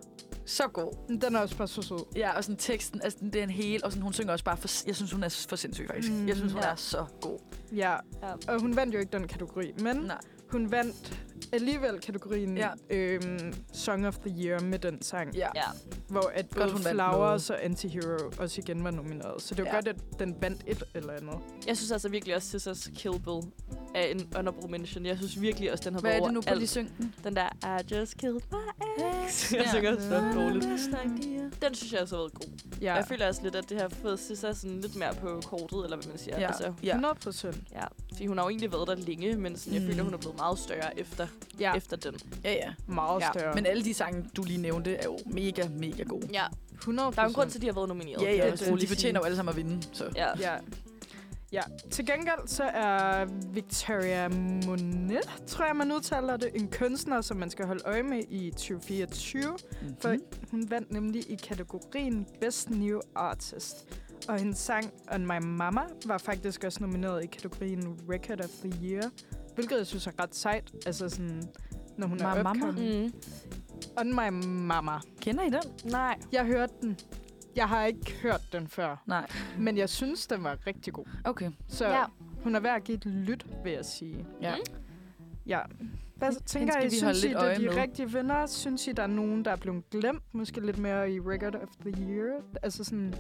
[SPEAKER 4] så god.
[SPEAKER 2] Den er også bare så sød.
[SPEAKER 4] Ja, og sådan teksten, altså, det er en hel, og sådan, hun synger også bare, for, jeg synes, hun er for sindssyg faktisk.
[SPEAKER 2] Mm.
[SPEAKER 4] Mm. Jeg synes, hun
[SPEAKER 5] Ja.
[SPEAKER 4] er så god.
[SPEAKER 2] Ja.
[SPEAKER 5] Ja.
[SPEAKER 2] Og hun vandt jo ikke den kategori, men
[SPEAKER 4] Nej.
[SPEAKER 2] Hun vandt alligevel kategorien
[SPEAKER 4] Ja.
[SPEAKER 2] ja. øhm, Song of the Year med den sang.
[SPEAKER 4] Ja.
[SPEAKER 5] Ja.
[SPEAKER 2] Hvor at
[SPEAKER 4] Godt,
[SPEAKER 2] både
[SPEAKER 4] hun vandt
[SPEAKER 2] Flowers og Antihero også igen var nomineret. Så det var
[SPEAKER 4] Ja.
[SPEAKER 2] ja. godt, at den vandt et eller andet.
[SPEAKER 5] Jeg synes altså virkelig også, Scissors Kill Bill er en honorable mention. Jeg synes virkelig også, den har
[SPEAKER 4] Hvad er
[SPEAKER 5] været
[SPEAKER 4] det nu
[SPEAKER 5] over
[SPEAKER 4] på lige
[SPEAKER 5] alt.
[SPEAKER 4] synge den?
[SPEAKER 5] Den der, I just killed <laughs> my ex. Jeg
[SPEAKER 4] Ja.
[SPEAKER 5] synger så dårligt. Den synes jeg også har været god.
[SPEAKER 2] Ja,
[SPEAKER 5] Jeg føler også lidt, at det har fået Sissa sådan lidt mere på kortet, eller hvad man siger.
[SPEAKER 4] Ja.
[SPEAKER 5] Altså,
[SPEAKER 4] ja.
[SPEAKER 2] 100 procent.
[SPEAKER 5] ja. Fordi hun har jo egentlig været der længe, men sådan, jeg
[SPEAKER 4] Mm.
[SPEAKER 5] føler, hun er blevet meget større efter,
[SPEAKER 2] Ja,
[SPEAKER 5] ja. efter den.
[SPEAKER 4] Ja, ja.
[SPEAKER 2] meget
[SPEAKER 4] ja.
[SPEAKER 2] større.
[SPEAKER 4] Men alle de sange, du lige nævnte, er jo mega, mega gode.
[SPEAKER 2] 100
[SPEAKER 5] Der er jo en grund til, at de har været nomineret.
[SPEAKER 4] Ja,
[SPEAKER 5] kan
[SPEAKER 4] ja,
[SPEAKER 5] jeg også
[SPEAKER 4] sådan, de
[SPEAKER 5] roligt
[SPEAKER 4] fortjener jo
[SPEAKER 5] sige.
[SPEAKER 4] alle sammen at vinde, så.
[SPEAKER 5] Ja.
[SPEAKER 2] Ja. ja. Til gengæld så er Victoria Monet, tror jeg man udtaler det, en kunstner, som man skal holde øje med i 2024. For
[SPEAKER 4] Mhm.
[SPEAKER 2] hun vandt nemlig i kategorien Best New Artist. Og hendes sang On My Mama var faktisk også nomineret i kategorien Record of the Year. Hvilket jeg synes er ret sejt, altså sådan, når hun
[SPEAKER 4] My
[SPEAKER 2] er
[SPEAKER 4] Mama?
[SPEAKER 2] opkommet.
[SPEAKER 5] Mm.
[SPEAKER 2] On My Mama.
[SPEAKER 4] Kender I den?
[SPEAKER 5] Nej.
[SPEAKER 2] Jeg hørte den. Jeg har ikke hørt den før,
[SPEAKER 4] Nej.
[SPEAKER 2] men jeg synes, den var rigtig god.
[SPEAKER 4] Okay.
[SPEAKER 2] Så ja.
[SPEAKER 5] Ja.
[SPEAKER 2] hun er værd at give et lyt, vil jeg sige.
[SPEAKER 4] Ja.
[SPEAKER 2] Ja. Hvad tænker
[SPEAKER 4] skal
[SPEAKER 2] I?
[SPEAKER 4] vi holde
[SPEAKER 2] Synes I,
[SPEAKER 4] lidt
[SPEAKER 2] det er
[SPEAKER 4] øje
[SPEAKER 2] de
[SPEAKER 4] med.
[SPEAKER 2] rigtige vinder? Synes I, der er nogen, der er blevet glemt? Måske lidt mere i Record of the Year? Altså sådan...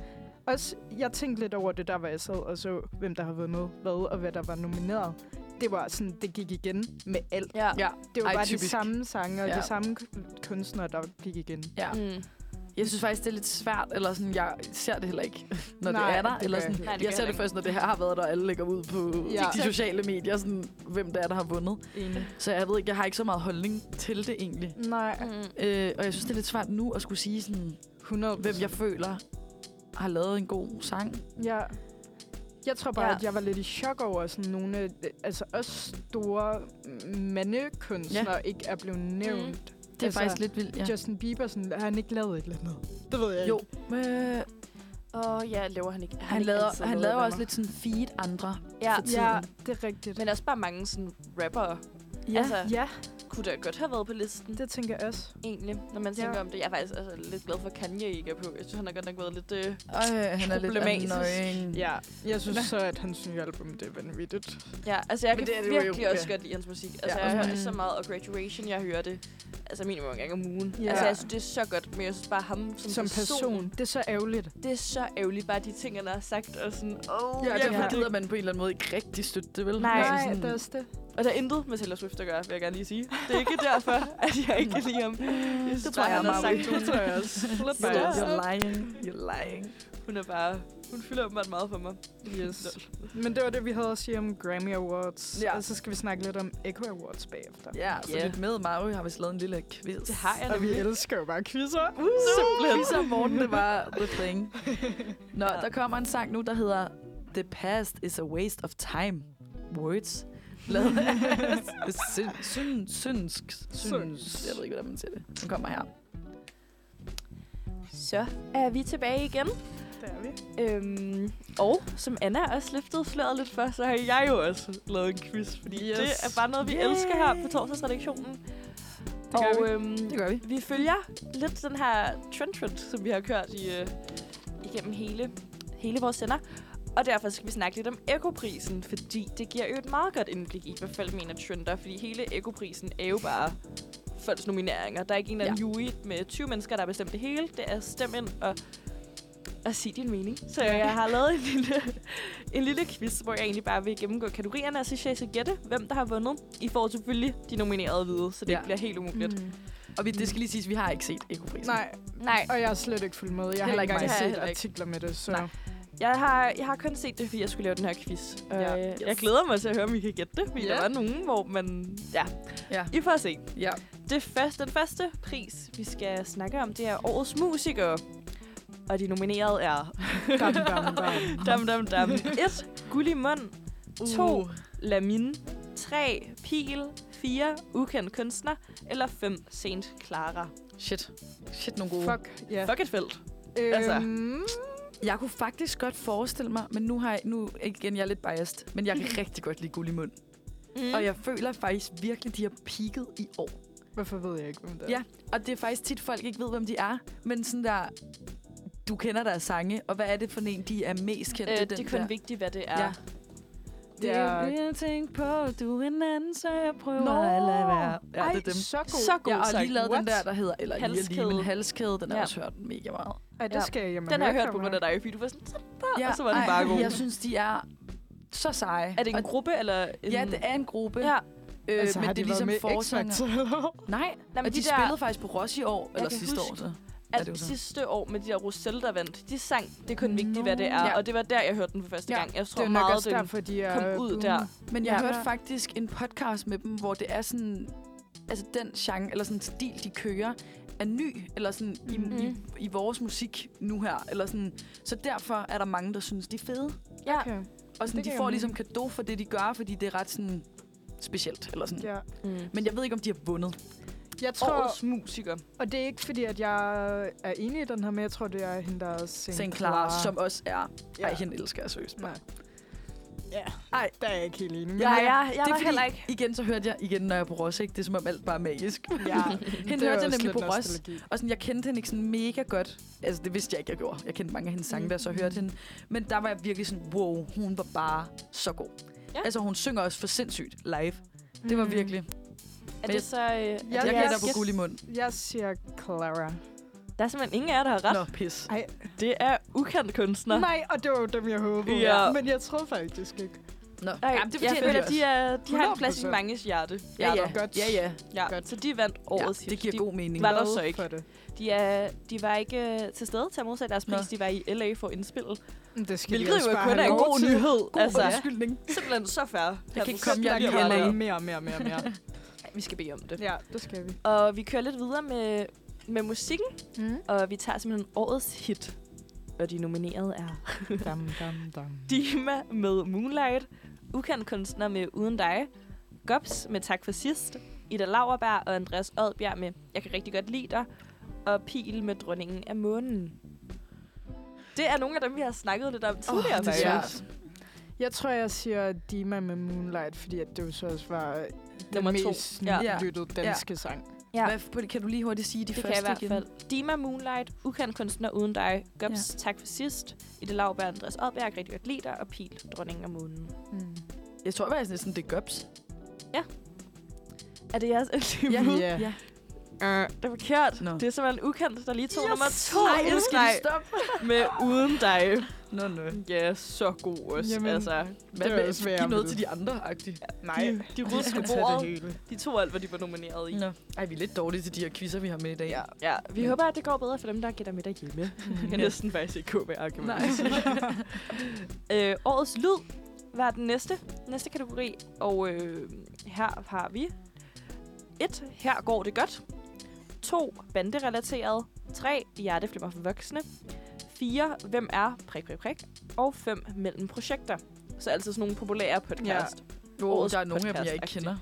[SPEAKER 2] Også, jeg tænkte lidt over det der, hvor jeg sad og så, hvem der har vundet hvad, og hvad der var nomineret. Det var sådan, det gik igen med alt.
[SPEAKER 5] Ja.
[SPEAKER 4] Ja.
[SPEAKER 2] Det var
[SPEAKER 4] Ej,
[SPEAKER 2] bare de
[SPEAKER 4] typisk.
[SPEAKER 2] samme sange og
[SPEAKER 4] Ja.
[SPEAKER 2] de samme k- kunstnere, der gik igen.
[SPEAKER 4] Ja.
[SPEAKER 5] Mm.
[SPEAKER 4] Jeg synes faktisk, det er lidt svært, eller sådan, jeg ser det heller ikke, <laughs> når
[SPEAKER 2] Nej,
[SPEAKER 4] det er der.
[SPEAKER 2] det
[SPEAKER 4] eller
[SPEAKER 2] gør jeg
[SPEAKER 4] sådan,
[SPEAKER 5] Nej, det
[SPEAKER 4] jeg
[SPEAKER 5] gør
[SPEAKER 4] ser
[SPEAKER 5] jeg
[SPEAKER 4] det
[SPEAKER 5] ikke.
[SPEAKER 4] først, når det her har været der, og alle lægger ud på
[SPEAKER 2] Ja.
[SPEAKER 4] de sociale medier, sådan, hvem der er, der har vundet.
[SPEAKER 2] Enig.
[SPEAKER 4] Så jeg ved ikke, jeg har ikke så meget holdning til det egentlig.
[SPEAKER 2] Nej,
[SPEAKER 5] Mm.
[SPEAKER 4] Øh, og jeg synes, det er lidt svært nu at skulle sige, sådan,
[SPEAKER 2] 100
[SPEAKER 4] hvem jeg føler har lavet en god sang.
[SPEAKER 2] Ja. Jeg tror bare, ja.
[SPEAKER 5] Ja.
[SPEAKER 2] at jeg var lidt i chok over, at sådan nogle af de- altså også store mm, mandekunstnere ja. ikke er blevet nævnt. Mm.
[SPEAKER 4] Det er altså, faktisk lidt vildt, ja.
[SPEAKER 2] Justin Bieber, sådan, har han ikke lavet et eller andet? Det ved jeg
[SPEAKER 4] Jo,
[SPEAKER 2] ikke.
[SPEAKER 4] øh,
[SPEAKER 5] Og ja, laver han ikke.
[SPEAKER 4] han, han laver, han laver også
[SPEAKER 5] lidt.
[SPEAKER 4] lidt sådan feed andre.
[SPEAKER 5] Ja.
[SPEAKER 4] for tiden.
[SPEAKER 2] Ja, det er rigtigt.
[SPEAKER 5] Men også bare mange sådan rappere
[SPEAKER 2] ja,
[SPEAKER 5] altså-
[SPEAKER 2] ja,
[SPEAKER 5] kunne da godt have været på listen.
[SPEAKER 2] det tænker jeg også.
[SPEAKER 5] egentlig, når man
[SPEAKER 2] Ja.
[SPEAKER 5] tænker om det. Jeg er faktisk altså, lidt glad for, at Kanye ikke er på. Jeg synes, han har godt nok været lidt... Øh,
[SPEAKER 4] Øh, han er lidt
[SPEAKER 5] Problematisk.
[SPEAKER 4] annoying.
[SPEAKER 2] Ja, jeg synes så, at hans nye album, det er vanvittigt.
[SPEAKER 5] ja, altså jeg
[SPEAKER 4] Men
[SPEAKER 5] kan
[SPEAKER 4] det er det jo
[SPEAKER 5] virkelig
[SPEAKER 4] jo,
[SPEAKER 5] også
[SPEAKER 4] ja.
[SPEAKER 5] godt lide hans musik. Altså
[SPEAKER 4] Ja.
[SPEAKER 5] ja. jeg hører
[SPEAKER 2] Mhm.
[SPEAKER 5] det så meget, og Graduation, jeg hører det altså minimum en gang om ugen.
[SPEAKER 2] Ja.
[SPEAKER 5] Ja. Altså jeg synes, det er så godt, men jeg synes bare ham som,
[SPEAKER 2] Som person, det er så ærgerligt.
[SPEAKER 5] det er så ærgerligt, bare de ting, han har sagt, og sådan, oh,
[SPEAKER 4] Ja,
[SPEAKER 5] ja,
[SPEAKER 4] derfor
[SPEAKER 2] Ja.
[SPEAKER 4] gider man på en eller anden måde ikke rigtig støtte det, vel?
[SPEAKER 5] Nej.
[SPEAKER 4] Altså
[SPEAKER 2] Nej
[SPEAKER 4] sådan-
[SPEAKER 2] det er også det.
[SPEAKER 5] Og der er intet med Taylor Swift at gøre, vil jeg gerne lige sige. Det er ikke derfor, at jeg ikke kan lide ham. Jeg synes, det
[SPEAKER 4] tror
[SPEAKER 5] bare,
[SPEAKER 4] jeg
[SPEAKER 5] han
[SPEAKER 4] er
[SPEAKER 5] har
[SPEAKER 4] meget
[SPEAKER 5] <laughs> sagt nogle
[SPEAKER 2] tror jeg også.
[SPEAKER 5] Lidt
[SPEAKER 4] You're,
[SPEAKER 5] bare-
[SPEAKER 4] you're lying. You're lying.
[SPEAKER 5] Hun er bare... Hun fylder åbenbart meget for mig.
[SPEAKER 2] Yes. Men det var det, vi havde at sige om Grammy Awards.
[SPEAKER 4] Ja.
[SPEAKER 2] Ja. Og så skal vi snakke lidt om Echo Awards bagefter.
[SPEAKER 4] Ja, så
[SPEAKER 5] Ja.
[SPEAKER 4] yeah. lidt med Maui har vi lavet en lille quiz.
[SPEAKER 5] Det har jeg
[SPEAKER 2] Og vi
[SPEAKER 5] nemlig.
[SPEAKER 2] elsker jo bare quizzer. Uh!
[SPEAKER 4] Simpelthen. Ligesom morgen, det var the thing. <laughs> Nå, ja. der kommer en sang nu, der hedder The past is a waste of time. Words. Lavet <laughs> af syn, syn, synsk. Syns. Jeg ved ikke, hvordan man siger det. Den kommer her.
[SPEAKER 5] Så er vi tilbage igen.
[SPEAKER 2] Det er vi.
[SPEAKER 5] Øhm, og som Anna også løftede fløret lidt for, så har jeg jo også lavet en quiz, fordi yes. det er bare noget, vi
[SPEAKER 4] Yay!
[SPEAKER 5] yeah. elsker her på torsdagsredaktionen.
[SPEAKER 2] gør
[SPEAKER 5] og
[SPEAKER 2] vi.
[SPEAKER 5] Øhm,
[SPEAKER 4] Det gør vi.
[SPEAKER 5] vi følger lidt den her trend trend, som vi har kørt i, øh, igennem hele, hele vores sender. Og derfor skal vi snakke lidt om ekoprisen, fordi det giver jo et meget godt indblik i, hvad folk mener trender. Fordi hele ekoprisen er jo bare folks nomineringer. Der er ikke en eller anden ja. jury med 20 mennesker, der har bestemt det hele. Det er stem ind og, og sig din mening. Så jeg har lavet en lille, en lille quiz, hvor jeg egentlig bare vil gennemgå kategorierne, og så skal jeg så gætte, hvem der har vundet. I får selvfølgelig de nominerede hvide, så
[SPEAKER 4] Ja.
[SPEAKER 5] det ja. ikke bliver helt umuligt.
[SPEAKER 2] Mm.
[SPEAKER 4] Og vi, det skal lige siges, vi har ikke set Ekoprisen.
[SPEAKER 2] Nej,
[SPEAKER 5] Nej,
[SPEAKER 2] og jeg har slet ikke fulgt med. Jeg
[SPEAKER 4] Heller
[SPEAKER 2] har
[SPEAKER 4] ikke
[SPEAKER 2] ikke engang
[SPEAKER 5] mig.
[SPEAKER 2] set
[SPEAKER 5] Ja, heller ikke.
[SPEAKER 2] artikler med det, så...
[SPEAKER 5] Nej. Jeg har, jeg har kun set det, fordi jeg skulle lave den her quiz.
[SPEAKER 4] Ja.
[SPEAKER 5] Ja. Øh,
[SPEAKER 4] Yes.
[SPEAKER 5] yes. Jeg glæder mig til at høre, om I kan gætte det, fordi
[SPEAKER 4] Ja.
[SPEAKER 5] der var nogen, hvor man... Ja.
[SPEAKER 4] Ja.
[SPEAKER 5] I får se.
[SPEAKER 4] Ja.
[SPEAKER 5] Det første, den første pris, vi skal snakke om, det er Årets Musikere. Og de nominerede er... <laughs>
[SPEAKER 2] Dam, dam, dam.
[SPEAKER 5] Dam, dam, <laughs> dam. 1. Gulli Mund. 2. Uh. Lamin. 3. Pil. 4. Ukendt kunstner. Eller 5. Saint Clara.
[SPEAKER 4] Shit. Shit, nogle gode.
[SPEAKER 2] Fuck, ja.
[SPEAKER 5] Fuck et felt.
[SPEAKER 2] Øhm,
[SPEAKER 5] altså.
[SPEAKER 4] Jeg kunne faktisk godt forestille mig, men nu har jeg, nu igen, jeg er lidt biased, men jeg <laughs> kan rigtig godt lide Gullimund. Mm. Og jeg føler faktisk virkelig, de har peaked i år.
[SPEAKER 2] Hvorfor ved jeg ikke, hvem det er?
[SPEAKER 4] Ja, og det er faktisk tit, folk ikke ved, hvem de er, men sådan der, du kender deres sange, og hvad er det for en, de er mest kendte?
[SPEAKER 5] Øh,
[SPEAKER 4] den
[SPEAKER 5] det er kun
[SPEAKER 4] der?
[SPEAKER 5] vigtigt, hvad det er.
[SPEAKER 4] Ja.
[SPEAKER 5] Ja.
[SPEAKER 4] Det er jo jeg tænkt på, du er en anden, så jeg prøver Nå. at lade være. Ja,
[SPEAKER 2] Ej,
[SPEAKER 4] det er dem.
[SPEAKER 2] så god.
[SPEAKER 5] Så god
[SPEAKER 4] Jeg har
[SPEAKER 5] sang.
[SPEAKER 4] lige lavet
[SPEAKER 5] What?
[SPEAKER 4] den der, der hedder, eller halskæde. lige,
[SPEAKER 5] Halskæde.
[SPEAKER 4] min halskæde, den har jeg
[SPEAKER 5] Ja.
[SPEAKER 4] også hørt mega meget.
[SPEAKER 2] Ej, det
[SPEAKER 5] Ja.
[SPEAKER 2] skal jeg hjemme.
[SPEAKER 5] Den har jeg hørt på grund af dig, fordi du var sådan, "Så der, og så var den bare god.
[SPEAKER 4] Jeg synes, de er så seje.
[SPEAKER 5] Er det en
[SPEAKER 4] Og-
[SPEAKER 5] gruppe, eller en...
[SPEAKER 4] Ja, det er en gruppe.
[SPEAKER 5] Ja.
[SPEAKER 4] Øh,
[SPEAKER 2] Altså,
[SPEAKER 4] men
[SPEAKER 2] har
[SPEAKER 4] det
[SPEAKER 2] de
[SPEAKER 4] er ligesom
[SPEAKER 2] været med i
[SPEAKER 4] forsanger.
[SPEAKER 2] X-Factor, eller hvad?
[SPEAKER 4] Nej,
[SPEAKER 5] Nej,
[SPEAKER 4] og de,
[SPEAKER 5] men de,
[SPEAKER 4] de
[SPEAKER 5] der,
[SPEAKER 4] spillede faktisk på Roskilde i år, eller
[SPEAKER 5] kan
[SPEAKER 4] sidste
[SPEAKER 5] huske-
[SPEAKER 4] år så. Ja, det
[SPEAKER 5] altså,
[SPEAKER 4] var
[SPEAKER 5] ja,
[SPEAKER 4] så.
[SPEAKER 5] sidste år med de der Roselle, der vandt, de sang, det er kun vigtigt, hvad det er.
[SPEAKER 4] Ja.
[SPEAKER 5] Og det var der, jeg hørte den for første
[SPEAKER 4] Ja.
[SPEAKER 5] gang. Jeg
[SPEAKER 2] Det
[SPEAKER 5] tror
[SPEAKER 2] er jo nok
[SPEAKER 5] meget,
[SPEAKER 2] også
[SPEAKER 5] den
[SPEAKER 2] derfor, de er...
[SPEAKER 5] kom ud der.
[SPEAKER 4] Men jeg ja.
[SPEAKER 2] Ja.
[SPEAKER 4] hørte faktisk en podcast med dem, hvor det er sådan... Altså den genre, eller sådan stil, de kører, er ny, eller sådan i, i, i vores musik nu her. Eller sådan. Så derfor er der mange, der synes, de er fede.
[SPEAKER 5] Ja.
[SPEAKER 2] Okay.
[SPEAKER 4] Og sådan,
[SPEAKER 2] Det
[SPEAKER 4] de
[SPEAKER 2] giver
[SPEAKER 4] får
[SPEAKER 2] mening.
[SPEAKER 4] ligesom kado for det, de gør, fordi det er ret sådan specielt. Eller sådan. Ja.
[SPEAKER 2] Ja.
[SPEAKER 5] Mm.
[SPEAKER 4] Men jeg ved ikke, om de har vundet.
[SPEAKER 2] Jeg tror,
[SPEAKER 5] Årets musiker.
[SPEAKER 2] og det er ikke fordi, at jeg er enig i den her, men jeg tror, det er hende, der er
[SPEAKER 4] St. Clara, som også er... Ja. Ej, hende elsker jeg seriøst.
[SPEAKER 2] Nej.
[SPEAKER 5] Ja.
[SPEAKER 2] Ej, der er jeg ikke helt enig. Men
[SPEAKER 5] Ja, ja, jeg
[SPEAKER 4] det
[SPEAKER 5] var
[SPEAKER 4] er
[SPEAKER 5] heller ikke.
[SPEAKER 4] igen så hørte jeg, igen når jeg er på Ross, ikke? det er som om alt bare er magisk.
[SPEAKER 2] ja. <laughs>
[SPEAKER 4] Hende hørte jeg nemlig på Ross, Og sådan, jeg kendte hende ikke sådan mega godt. Altså, det vidste jeg ikke, jeg gjorde. Jeg kendte mange af hendes
[SPEAKER 5] Mm.
[SPEAKER 4] sange, der så hørte hende. Men der var jeg virkelig sådan, wow, hun var bare så god. Ja.
[SPEAKER 5] Ja.
[SPEAKER 4] Altså, hun synger også for sindssygt live. Det var virkelig. Mm.
[SPEAKER 5] Er det så... Øh, jeg,
[SPEAKER 4] Jeg
[SPEAKER 2] jeg-
[SPEAKER 4] gætter på
[SPEAKER 2] jeg-
[SPEAKER 4] Gullimund.
[SPEAKER 2] Jeg siger Clara.
[SPEAKER 5] Der er simpelthen ingen af jer, der har ret.
[SPEAKER 4] Nå, pis.
[SPEAKER 2] Ej,
[SPEAKER 5] Det er ukendt kunstner.
[SPEAKER 2] Nå. Nej, og det var jo dem, jeg håbede.
[SPEAKER 5] Ja.
[SPEAKER 2] Men jeg troede faktisk ikke.
[SPEAKER 4] Nå.
[SPEAKER 5] Nej,
[SPEAKER 4] Jamen, det
[SPEAKER 5] jeg
[SPEAKER 4] fortjener
[SPEAKER 5] føler,
[SPEAKER 4] de
[SPEAKER 5] de,
[SPEAKER 4] også.
[SPEAKER 5] er, de har en plads i
[SPEAKER 2] 100%.
[SPEAKER 5] manges hjerte.
[SPEAKER 4] Ja, ja.
[SPEAKER 2] Godt.
[SPEAKER 4] ja, ja.
[SPEAKER 5] ja.
[SPEAKER 2] Godt.
[SPEAKER 5] Så de vandt årets
[SPEAKER 4] ja det giver
[SPEAKER 5] hit.
[SPEAKER 4] god mening.
[SPEAKER 5] De var der
[SPEAKER 2] Glad
[SPEAKER 5] så ikke.
[SPEAKER 2] for det.
[SPEAKER 5] De, er, de var ikke øh, til stede til at modtage deres
[SPEAKER 4] Nå.
[SPEAKER 5] pris. De var i LA for at indspille.
[SPEAKER 2] Men Det skal
[SPEAKER 5] Hvilket
[SPEAKER 2] de også
[SPEAKER 5] jo
[SPEAKER 2] bare
[SPEAKER 5] kun
[SPEAKER 2] have
[SPEAKER 5] er en
[SPEAKER 2] lov
[SPEAKER 5] god
[SPEAKER 2] til.
[SPEAKER 5] nyhed.
[SPEAKER 4] God
[SPEAKER 5] altså,
[SPEAKER 4] undskyldning.
[SPEAKER 5] simpelthen så færre.
[SPEAKER 4] Jeg kan ikke komme, jeg er
[SPEAKER 2] Jeg
[SPEAKER 4] lige
[SPEAKER 2] har
[SPEAKER 4] LA.
[SPEAKER 2] lavet mere, mere, mere,
[SPEAKER 5] <laughs>
[SPEAKER 2] mere.
[SPEAKER 5] Vi skal bede om det.
[SPEAKER 2] ja, det skal vi.
[SPEAKER 5] Og vi kører lidt videre med, med musikken,
[SPEAKER 2] Mm.
[SPEAKER 5] og vi tager simpelthen årets hit. Og de nominerede er
[SPEAKER 2] Dam, dam, dam.
[SPEAKER 5] Dima med Moonlight, Ukendt kunstner med Uden dig, Gobs med Tak for sidst, Ida Lauerberg og Andreas Odbjerg med Jeg kan rigtig godt lide dig, og Pil med Dronningen af Månen. Det er nogle af dem, vi har snakket lidt om tidligere.
[SPEAKER 4] det er
[SPEAKER 5] faktisk.
[SPEAKER 4] svært.
[SPEAKER 2] Jeg tror, jeg siger Dima med Moonlight, fordi at det jo så også var den
[SPEAKER 5] Nummer to.
[SPEAKER 2] mest
[SPEAKER 4] Ja.
[SPEAKER 2] lyttede danske sang.
[SPEAKER 5] Ja.
[SPEAKER 4] Hvad, kan du lige hurtigt sige de
[SPEAKER 5] Det kan jeg
[SPEAKER 4] første
[SPEAKER 5] i hvert
[SPEAKER 4] igen?
[SPEAKER 5] fald. Dima Moonlight, ukendt kunstner uden dig, Gobs, ja. tak for sidst, Ida Lauberg, Andreas Odberg, jeg kan rigtig godt lide dig, og Pil, Dronningen af Månen.
[SPEAKER 2] Mm.
[SPEAKER 4] Jeg tror faktisk næsten, det er Gubs.
[SPEAKER 5] Er det jeres endelige
[SPEAKER 4] Ja.
[SPEAKER 5] bud?
[SPEAKER 2] Ja.
[SPEAKER 4] ja.
[SPEAKER 5] Det er forkert.
[SPEAKER 4] Nå.
[SPEAKER 5] No. Det er simpelthen ukendt, der lige tog yes. nummer to
[SPEAKER 4] Nej, nu skal de
[SPEAKER 5] indslag
[SPEAKER 4] stoppe.
[SPEAKER 5] med uden dig.
[SPEAKER 4] Nå, nå.
[SPEAKER 5] Ja, så god også.
[SPEAKER 2] Jamen,
[SPEAKER 5] Jamen, altså,
[SPEAKER 4] Hvad
[SPEAKER 2] Det er
[SPEAKER 4] med,
[SPEAKER 2] også værre
[SPEAKER 4] giv noget
[SPEAKER 2] med
[SPEAKER 4] til de andre-agtigt.
[SPEAKER 2] Nej,
[SPEAKER 5] de, <laughs> de ruskede
[SPEAKER 2] skal
[SPEAKER 5] på
[SPEAKER 2] tage det
[SPEAKER 5] bordet.
[SPEAKER 2] hele.
[SPEAKER 5] De to alt, hvad de var nomineret i.
[SPEAKER 4] Nå. Ej, vi er lidt dårlige til de her quizzer, vi har med i dag.
[SPEAKER 5] Ja. ja, vi håber, at det går bedre for dem, der gætter med derhjemme. Jeg kan næsten faktisk ikke gå med argumentet. <laughs> øh, årets lyd var den næste, næste kategori, og øh, her har vi 1. Her går det godt. 2. Banderelateret. 3. Hjerteflimmer for voksne. 4. Hvem er prik, prik, prik. Og 5. Mellem projekter. Så altså sådan nogle populære podcast. Ja.
[SPEAKER 4] Jo,
[SPEAKER 5] Årets
[SPEAKER 4] der er nogle af dem, jeg ikke
[SPEAKER 5] podcast-agtigt.
[SPEAKER 4] kender.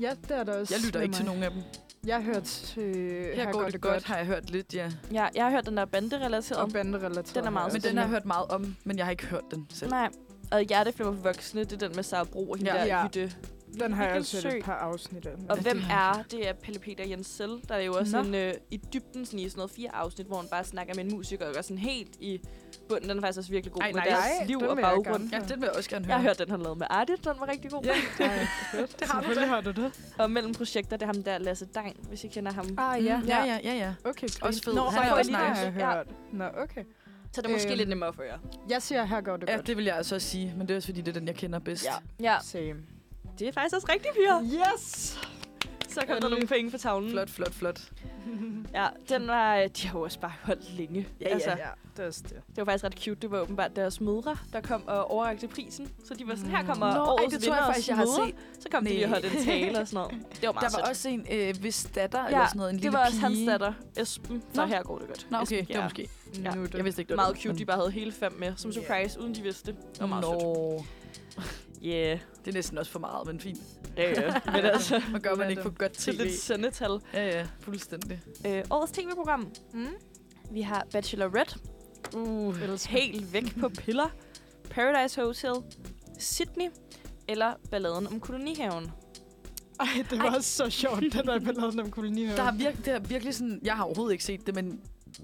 [SPEAKER 2] Ja, det er der også.
[SPEAKER 4] Jeg lytter
[SPEAKER 2] med
[SPEAKER 4] ikke til
[SPEAKER 2] mig.
[SPEAKER 4] nogen af dem.
[SPEAKER 2] Jeg øh, hørte til
[SPEAKER 4] Her går det godt, har jeg hørt lidt, ja.
[SPEAKER 5] ja. Jeg har hørt den der
[SPEAKER 2] og
[SPEAKER 5] banderelateret.
[SPEAKER 2] banderelateret.
[SPEAKER 5] Den er meget
[SPEAKER 2] her.
[SPEAKER 4] Men
[SPEAKER 5] Altså,
[SPEAKER 4] den har jeg hørt meget om, men jeg har ikke hørt den selv.
[SPEAKER 5] Nej. Og Hjerteflimmer for voksne, det er den med Sara Bro og hende
[SPEAKER 4] Ja.
[SPEAKER 5] ja. der
[SPEAKER 2] Ja.
[SPEAKER 5] ja. hytte.
[SPEAKER 2] Den har jeg
[SPEAKER 5] Mikkel
[SPEAKER 2] også hørt et
[SPEAKER 5] Søe.
[SPEAKER 2] par afsnit af.
[SPEAKER 5] Og
[SPEAKER 4] Ja,
[SPEAKER 5] hvem
[SPEAKER 4] det har
[SPEAKER 5] er? Det er Pelle Peter Jensel, der er jo også
[SPEAKER 4] Nå.
[SPEAKER 5] en, øh, i dybden sådan i sådan noget fire afsnit, hvor han bare snakker med en musiker og gør sådan helt i bunden. Den er faktisk også virkelig god
[SPEAKER 4] Ej,
[SPEAKER 5] med
[SPEAKER 4] nice.
[SPEAKER 2] Ej,
[SPEAKER 5] deres liv
[SPEAKER 2] den
[SPEAKER 5] og
[SPEAKER 2] vil jeg
[SPEAKER 5] baggrund.
[SPEAKER 2] gerne.
[SPEAKER 4] Ja, den vil jeg også gerne høre.
[SPEAKER 5] Jeg har hørt, den han lavede med Artit, den var rigtig god.
[SPEAKER 4] Ja.
[SPEAKER 5] Ja.
[SPEAKER 2] det har du det. har du det.
[SPEAKER 5] Og mellem projekter, det er ham der, Lasse Dang, hvis I kender ham.
[SPEAKER 2] Ah,
[SPEAKER 4] Ja,
[SPEAKER 2] ja.
[SPEAKER 4] Mm, ja, ja, ja. ja.
[SPEAKER 2] Okay, cool.
[SPEAKER 4] Også fed.
[SPEAKER 5] Nå,
[SPEAKER 4] Han
[SPEAKER 5] så
[SPEAKER 4] er
[SPEAKER 5] får jeg
[SPEAKER 4] også
[SPEAKER 5] lige
[SPEAKER 4] nice.
[SPEAKER 2] har jeg
[SPEAKER 5] Ja.
[SPEAKER 2] hørt. Nå, okay.
[SPEAKER 5] Så det er måske
[SPEAKER 2] Øhm.
[SPEAKER 5] lidt nemmere for jer.
[SPEAKER 2] Jeg siger, her går det
[SPEAKER 4] Ja,
[SPEAKER 2] godt.
[SPEAKER 4] det vil jeg altså også sige, men det er også fordi, det er den, jeg kender bedst.
[SPEAKER 5] Ja. ja.
[SPEAKER 2] Same.
[SPEAKER 5] Det er faktisk også rigtigt, piger.
[SPEAKER 2] Yes!
[SPEAKER 5] Så kom der nogle penge på tavlen.
[SPEAKER 4] Mm. Flot, flot, flot.
[SPEAKER 5] Ja, den var, øh, de har jo også bare holdt længe. Altså,
[SPEAKER 4] Ja, ja.
[SPEAKER 2] Ja, Altså, det er også det.
[SPEAKER 5] Det var faktisk ret cute. Det var åbenbart deres mødre, der kom og overrakte prisen. Så de var sådan, her kommer
[SPEAKER 4] Nå, ej,
[SPEAKER 5] årets
[SPEAKER 4] det tror jeg
[SPEAKER 5] vinders
[SPEAKER 4] faktisk, jeg har
[SPEAKER 5] mødre.
[SPEAKER 4] set.
[SPEAKER 5] Så kom de
[SPEAKER 4] Næ.
[SPEAKER 5] lige og holdt en tale og sådan
[SPEAKER 4] <laughs>
[SPEAKER 5] noget. Det var meget
[SPEAKER 4] Der var
[SPEAKER 5] sødt.
[SPEAKER 4] også en, øh, hvis datter ja, eller
[SPEAKER 5] Ja,
[SPEAKER 4] sådan noget, en
[SPEAKER 5] det
[SPEAKER 4] lille
[SPEAKER 5] var også
[SPEAKER 4] pige.
[SPEAKER 5] hans datter, Esben, for
[SPEAKER 4] Nå.
[SPEAKER 5] her går det godt.
[SPEAKER 4] Nå, okay,
[SPEAKER 5] Esben
[SPEAKER 4] det var
[SPEAKER 5] Kjær.
[SPEAKER 4] måske.
[SPEAKER 2] Ja.
[SPEAKER 5] Ja.
[SPEAKER 2] Nu er det.
[SPEAKER 4] Jeg vidste ikke, det var
[SPEAKER 5] meget
[SPEAKER 4] den,
[SPEAKER 5] cute,
[SPEAKER 4] men-
[SPEAKER 5] de bare havde hele fem med, som surprise, uden de vidste det. Det var meget
[SPEAKER 4] Nå,
[SPEAKER 5] sødt. Yeah.
[SPEAKER 4] det er næsten også for meget, men fint.
[SPEAKER 5] Ja,
[SPEAKER 4] <laughs>
[SPEAKER 5] ja. Men altså,
[SPEAKER 4] Man gør man
[SPEAKER 5] Hvad er
[SPEAKER 4] ikke for godt
[SPEAKER 5] til
[SPEAKER 4] tv.
[SPEAKER 5] lidt sendetal.
[SPEAKER 4] Ja, ja, fuldstændig.
[SPEAKER 5] Øh, årets tv-program.
[SPEAKER 2] Mm.
[SPEAKER 5] Vi har Bachelorette. Uh, helt væk på piller. Paradise Hotel. Sydney. Eller balladen om kolonihaven.
[SPEAKER 2] Ej, det var så sjovt, den der ballade om kolonien.
[SPEAKER 4] Der har virk, det har virkelig sådan, jeg har overhovedet ikke set det, men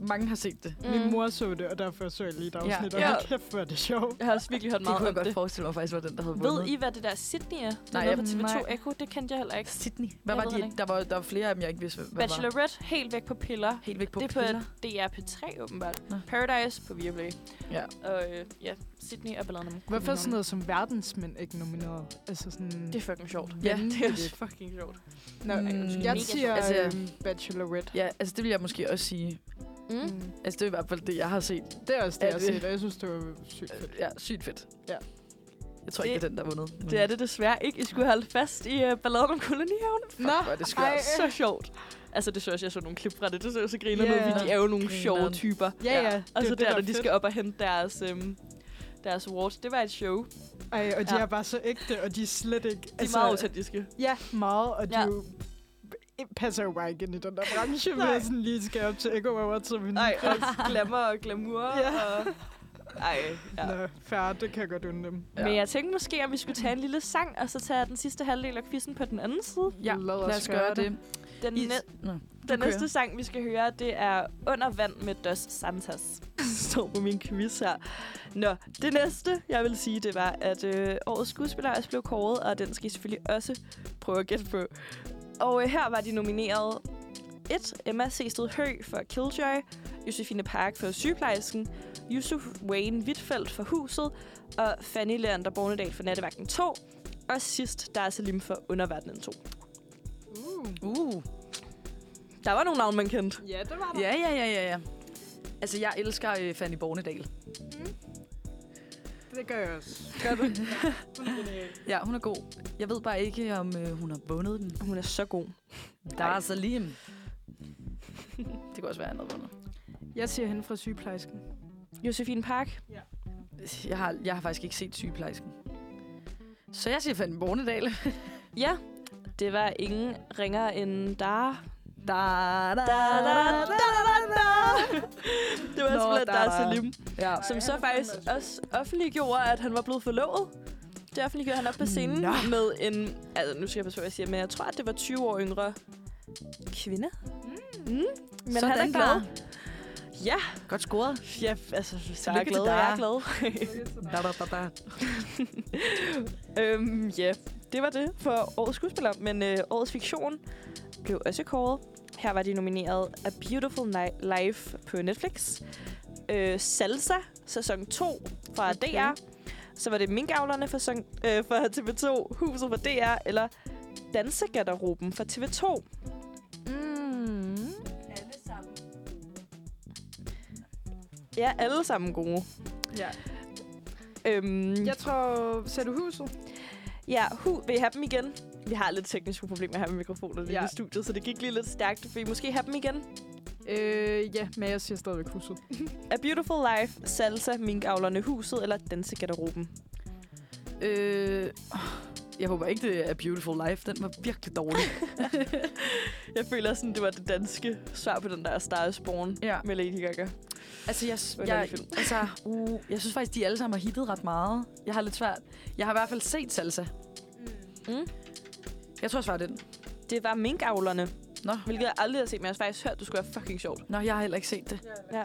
[SPEAKER 4] mange har set det.
[SPEAKER 2] Mm. Min mor så det, og derfor så jeg lige et afsnit, ja. og
[SPEAKER 5] Ja.
[SPEAKER 2] hold kæft, hvor er det sjovt.
[SPEAKER 5] Jeg har også virkelig hørt
[SPEAKER 4] Det
[SPEAKER 5] meget
[SPEAKER 4] kunne
[SPEAKER 5] om
[SPEAKER 4] jeg godt
[SPEAKER 5] det.
[SPEAKER 4] forestille mig faktisk, var den, der havde
[SPEAKER 5] Ved
[SPEAKER 4] vundet.
[SPEAKER 5] I, hvad det der Sydney er? Det
[SPEAKER 4] Nej,
[SPEAKER 5] er noget på
[SPEAKER 4] jeg-
[SPEAKER 5] TV2
[SPEAKER 4] nej.
[SPEAKER 5] Echo. Det kendte jeg heller ikke.
[SPEAKER 4] Sydney. Hvad
[SPEAKER 5] Jeg
[SPEAKER 4] var
[SPEAKER 5] ved det
[SPEAKER 4] de?
[SPEAKER 5] ikke.
[SPEAKER 4] Der var, der var flere af dem, jeg ikke vidste, hvad var.
[SPEAKER 5] Bachelorette, helt væk på piller.
[SPEAKER 4] Helt væk på
[SPEAKER 5] det er
[SPEAKER 4] piller.
[SPEAKER 5] på DR P3, åbenbart.
[SPEAKER 4] Nå.
[SPEAKER 5] Paradise på Viaplay.
[SPEAKER 4] Ja.
[SPEAKER 5] Og øh, ja, Sydney og balladen om
[SPEAKER 2] Hvorfor er
[SPEAKER 5] København.
[SPEAKER 2] sådan noget som verdensmænd ikke nomineret? Altså sådan...
[SPEAKER 5] Det er fucking sjovt.
[SPEAKER 4] Ja,
[SPEAKER 5] det er også <laughs> fucking sjovt.
[SPEAKER 2] Nå,
[SPEAKER 4] Mm.
[SPEAKER 2] jeg
[SPEAKER 5] Mega
[SPEAKER 2] siger
[SPEAKER 4] sjovt.
[SPEAKER 2] altså,
[SPEAKER 4] Altså-
[SPEAKER 2] Bachelorette.
[SPEAKER 4] Ja, altså det vil jeg måske også sige.
[SPEAKER 5] Mm.
[SPEAKER 2] Mm.
[SPEAKER 4] Altså det er i hvert fald det, jeg har set.
[SPEAKER 2] Det er også det,
[SPEAKER 4] Er
[SPEAKER 2] jeg har
[SPEAKER 4] det-
[SPEAKER 2] set, og jeg synes, det var sygt fedt.
[SPEAKER 4] Ja, sygt fedt.
[SPEAKER 2] Ja.
[SPEAKER 4] Jeg tror
[SPEAKER 5] Det-
[SPEAKER 4] ikke, det er den, der har vundet.
[SPEAKER 5] Det er det desværre ikke. I skulle holde fast i uh, balladen om kolonihaven.
[SPEAKER 4] Nå, hvor er det skørt.
[SPEAKER 2] ej.
[SPEAKER 5] Så sjovt. Altså, det så også, jeg så nogle klip fra det. Det så så griner
[SPEAKER 2] Ja.
[SPEAKER 5] yeah. ud, de er jo nogle sjove
[SPEAKER 4] Grineren.
[SPEAKER 5] typer.
[SPEAKER 2] Ja, ja. Det
[SPEAKER 5] Og
[SPEAKER 2] er
[SPEAKER 5] så
[SPEAKER 2] det,
[SPEAKER 5] der,
[SPEAKER 2] der er
[SPEAKER 5] når de skal op og hente deres, øhm, deres awards. Det var et show. De
[SPEAKER 2] Ej, og de
[SPEAKER 5] Ja.
[SPEAKER 2] er bare så ægte, og de er slet ikke... De
[SPEAKER 5] er altså, meget autentiske.
[SPEAKER 2] Ja, meget, og de
[SPEAKER 5] Ja.
[SPEAKER 2] ja. jo passer jo bare ikke ind i
[SPEAKER 5] <laughs>
[SPEAKER 2] den der branche,
[SPEAKER 5] Nej.
[SPEAKER 2] med sådan lige skal op til Echo Awards som en...
[SPEAKER 5] Nej, og glamour og glamour.
[SPEAKER 2] Ja.
[SPEAKER 5] Og... Ej, ja.
[SPEAKER 2] Nå, fair, det kan jeg godt undre dem.
[SPEAKER 5] Men jeg tænkte måske, om vi skulle tage en lille sang, og så tage den sidste halvdel af quizzen på den anden side.
[SPEAKER 4] Ja,
[SPEAKER 2] Lad os
[SPEAKER 4] lad os
[SPEAKER 2] gøre
[SPEAKER 4] gøre det.
[SPEAKER 5] Den,
[SPEAKER 4] I-
[SPEAKER 5] næ-
[SPEAKER 4] Nå,
[SPEAKER 5] den
[SPEAKER 4] kører.
[SPEAKER 5] næste sang, vi skal høre, det er Under vand med Dos <laughs> Santos. står på min quiz her. Nå, det næste, jeg vil sige, det var, at øh, årets skuespiller også blev kåret, og den skal I selvfølgelig også prøve at gætte på. Og øh, her var de nomineret 1. Emma Sehsted Hø for Killjoy, Josefine Park for Sygeplejersken, Yusuf Wayne Wittfeldt for Huset, og Fanny Leander Bornedal for Nattevagten 2, og sidst Dar Salim for Underverdenen 2.
[SPEAKER 4] Uh.
[SPEAKER 5] Der var nogle navne, man kendte.
[SPEAKER 2] Ja, det var
[SPEAKER 4] Ja, ja, ja, ja, ja. Altså, jeg elsker øh, Fanny Bornedal.
[SPEAKER 2] Det gør jeg også.
[SPEAKER 4] Gør
[SPEAKER 2] <laughs>
[SPEAKER 4] du? ja, hun er god. Jeg ved bare ikke, om øh, hun har vundet den.
[SPEAKER 5] Hun er så god.
[SPEAKER 4] Der er så
[SPEAKER 5] <laughs>
[SPEAKER 4] lige Det kunne også være, at han havde vundet.
[SPEAKER 2] Jeg siger hende fra sygeplejersken.
[SPEAKER 5] Josefine Park.
[SPEAKER 4] Jeg har, jeg har faktisk ikke set sygeplejersken. Så jeg siger Fanny Bornedal.
[SPEAKER 5] Ja, det var ingen ringer end der.
[SPEAKER 4] Da, da,
[SPEAKER 5] Da, da, da, da, da. <laughs> Det var
[SPEAKER 4] Nå,
[SPEAKER 5] simpelthen
[SPEAKER 4] da,
[SPEAKER 5] Dar
[SPEAKER 4] da.
[SPEAKER 5] Salim,
[SPEAKER 4] Ja.
[SPEAKER 5] som så faktisk også offentliggjorde, at han var blevet forlovet. Det offentliggjorde han op på scenen
[SPEAKER 4] Nå.
[SPEAKER 5] med en, altså nu skal jeg passe på, hvad jeg siger, men jeg tror, at det var 20 år yngre kvinde. Mm. Men
[SPEAKER 4] Sådan
[SPEAKER 5] han er
[SPEAKER 4] der.
[SPEAKER 5] glad. Ja,
[SPEAKER 4] Godt scoret.
[SPEAKER 5] ja altså, jeg er
[SPEAKER 4] Tillykke til
[SPEAKER 5] glad, jeg
[SPEAKER 4] Dar.
[SPEAKER 5] er glad. <laughs>
[SPEAKER 4] Da, da, da, da.
[SPEAKER 5] Øhm, ja, det var det for årets skuespiller, men øh, årets fiktion blev også kåret. Her var de nomineret A Beautiful Night Life på Netflix, øh, Salsa, sæson 2 fra okay. DR, så var det Minkavlerne fra, sæson- øh, fra TV2, Huset fra DR, eller Dansegarderoben fra TV2. Mm. Ja, alle sammen gode.
[SPEAKER 2] Ja.
[SPEAKER 5] Øhm,
[SPEAKER 2] Jeg tror, ser du huset?
[SPEAKER 5] Ja, hu, vil I have dem igen? Vi har lidt tekniske problemer her med mikrofonerne ja.
[SPEAKER 2] Ja.
[SPEAKER 5] i studiet, så det gik lige lidt stærkt. Vil I måske have dem igen?
[SPEAKER 2] Øh, ja, men jeg siger stadigvæk huset.
[SPEAKER 5] A Beautiful Life, Salsa, Minkavlerne, Huset eller Dansegarderoben?
[SPEAKER 4] Øh, jeg håber ikke, det er Beautiful Life. Den var virkelig
[SPEAKER 5] <laughs>
[SPEAKER 4] dårlig.
[SPEAKER 5] Jeg føler sådan, det var det danske svar på den der Star is Born
[SPEAKER 4] ja.
[SPEAKER 5] med Lady Gaga.
[SPEAKER 4] Altså, jeg, jeg,
[SPEAKER 5] Underlig film.
[SPEAKER 4] altså, uh, jeg synes faktisk, de alle sammen har hittet ret meget. Jeg har lidt svært. Jeg har i hvert fald set Salsa.
[SPEAKER 5] Mm.
[SPEAKER 4] Jeg tror, jeg svarer den.
[SPEAKER 5] Det var Minkavlerne,
[SPEAKER 4] Nå.
[SPEAKER 5] hvilket jeg aldrig har set, men jeg har faktisk hørt, det skulle være fucking sjovt.
[SPEAKER 4] Nå, jeg har heller ikke set det.
[SPEAKER 5] Ja,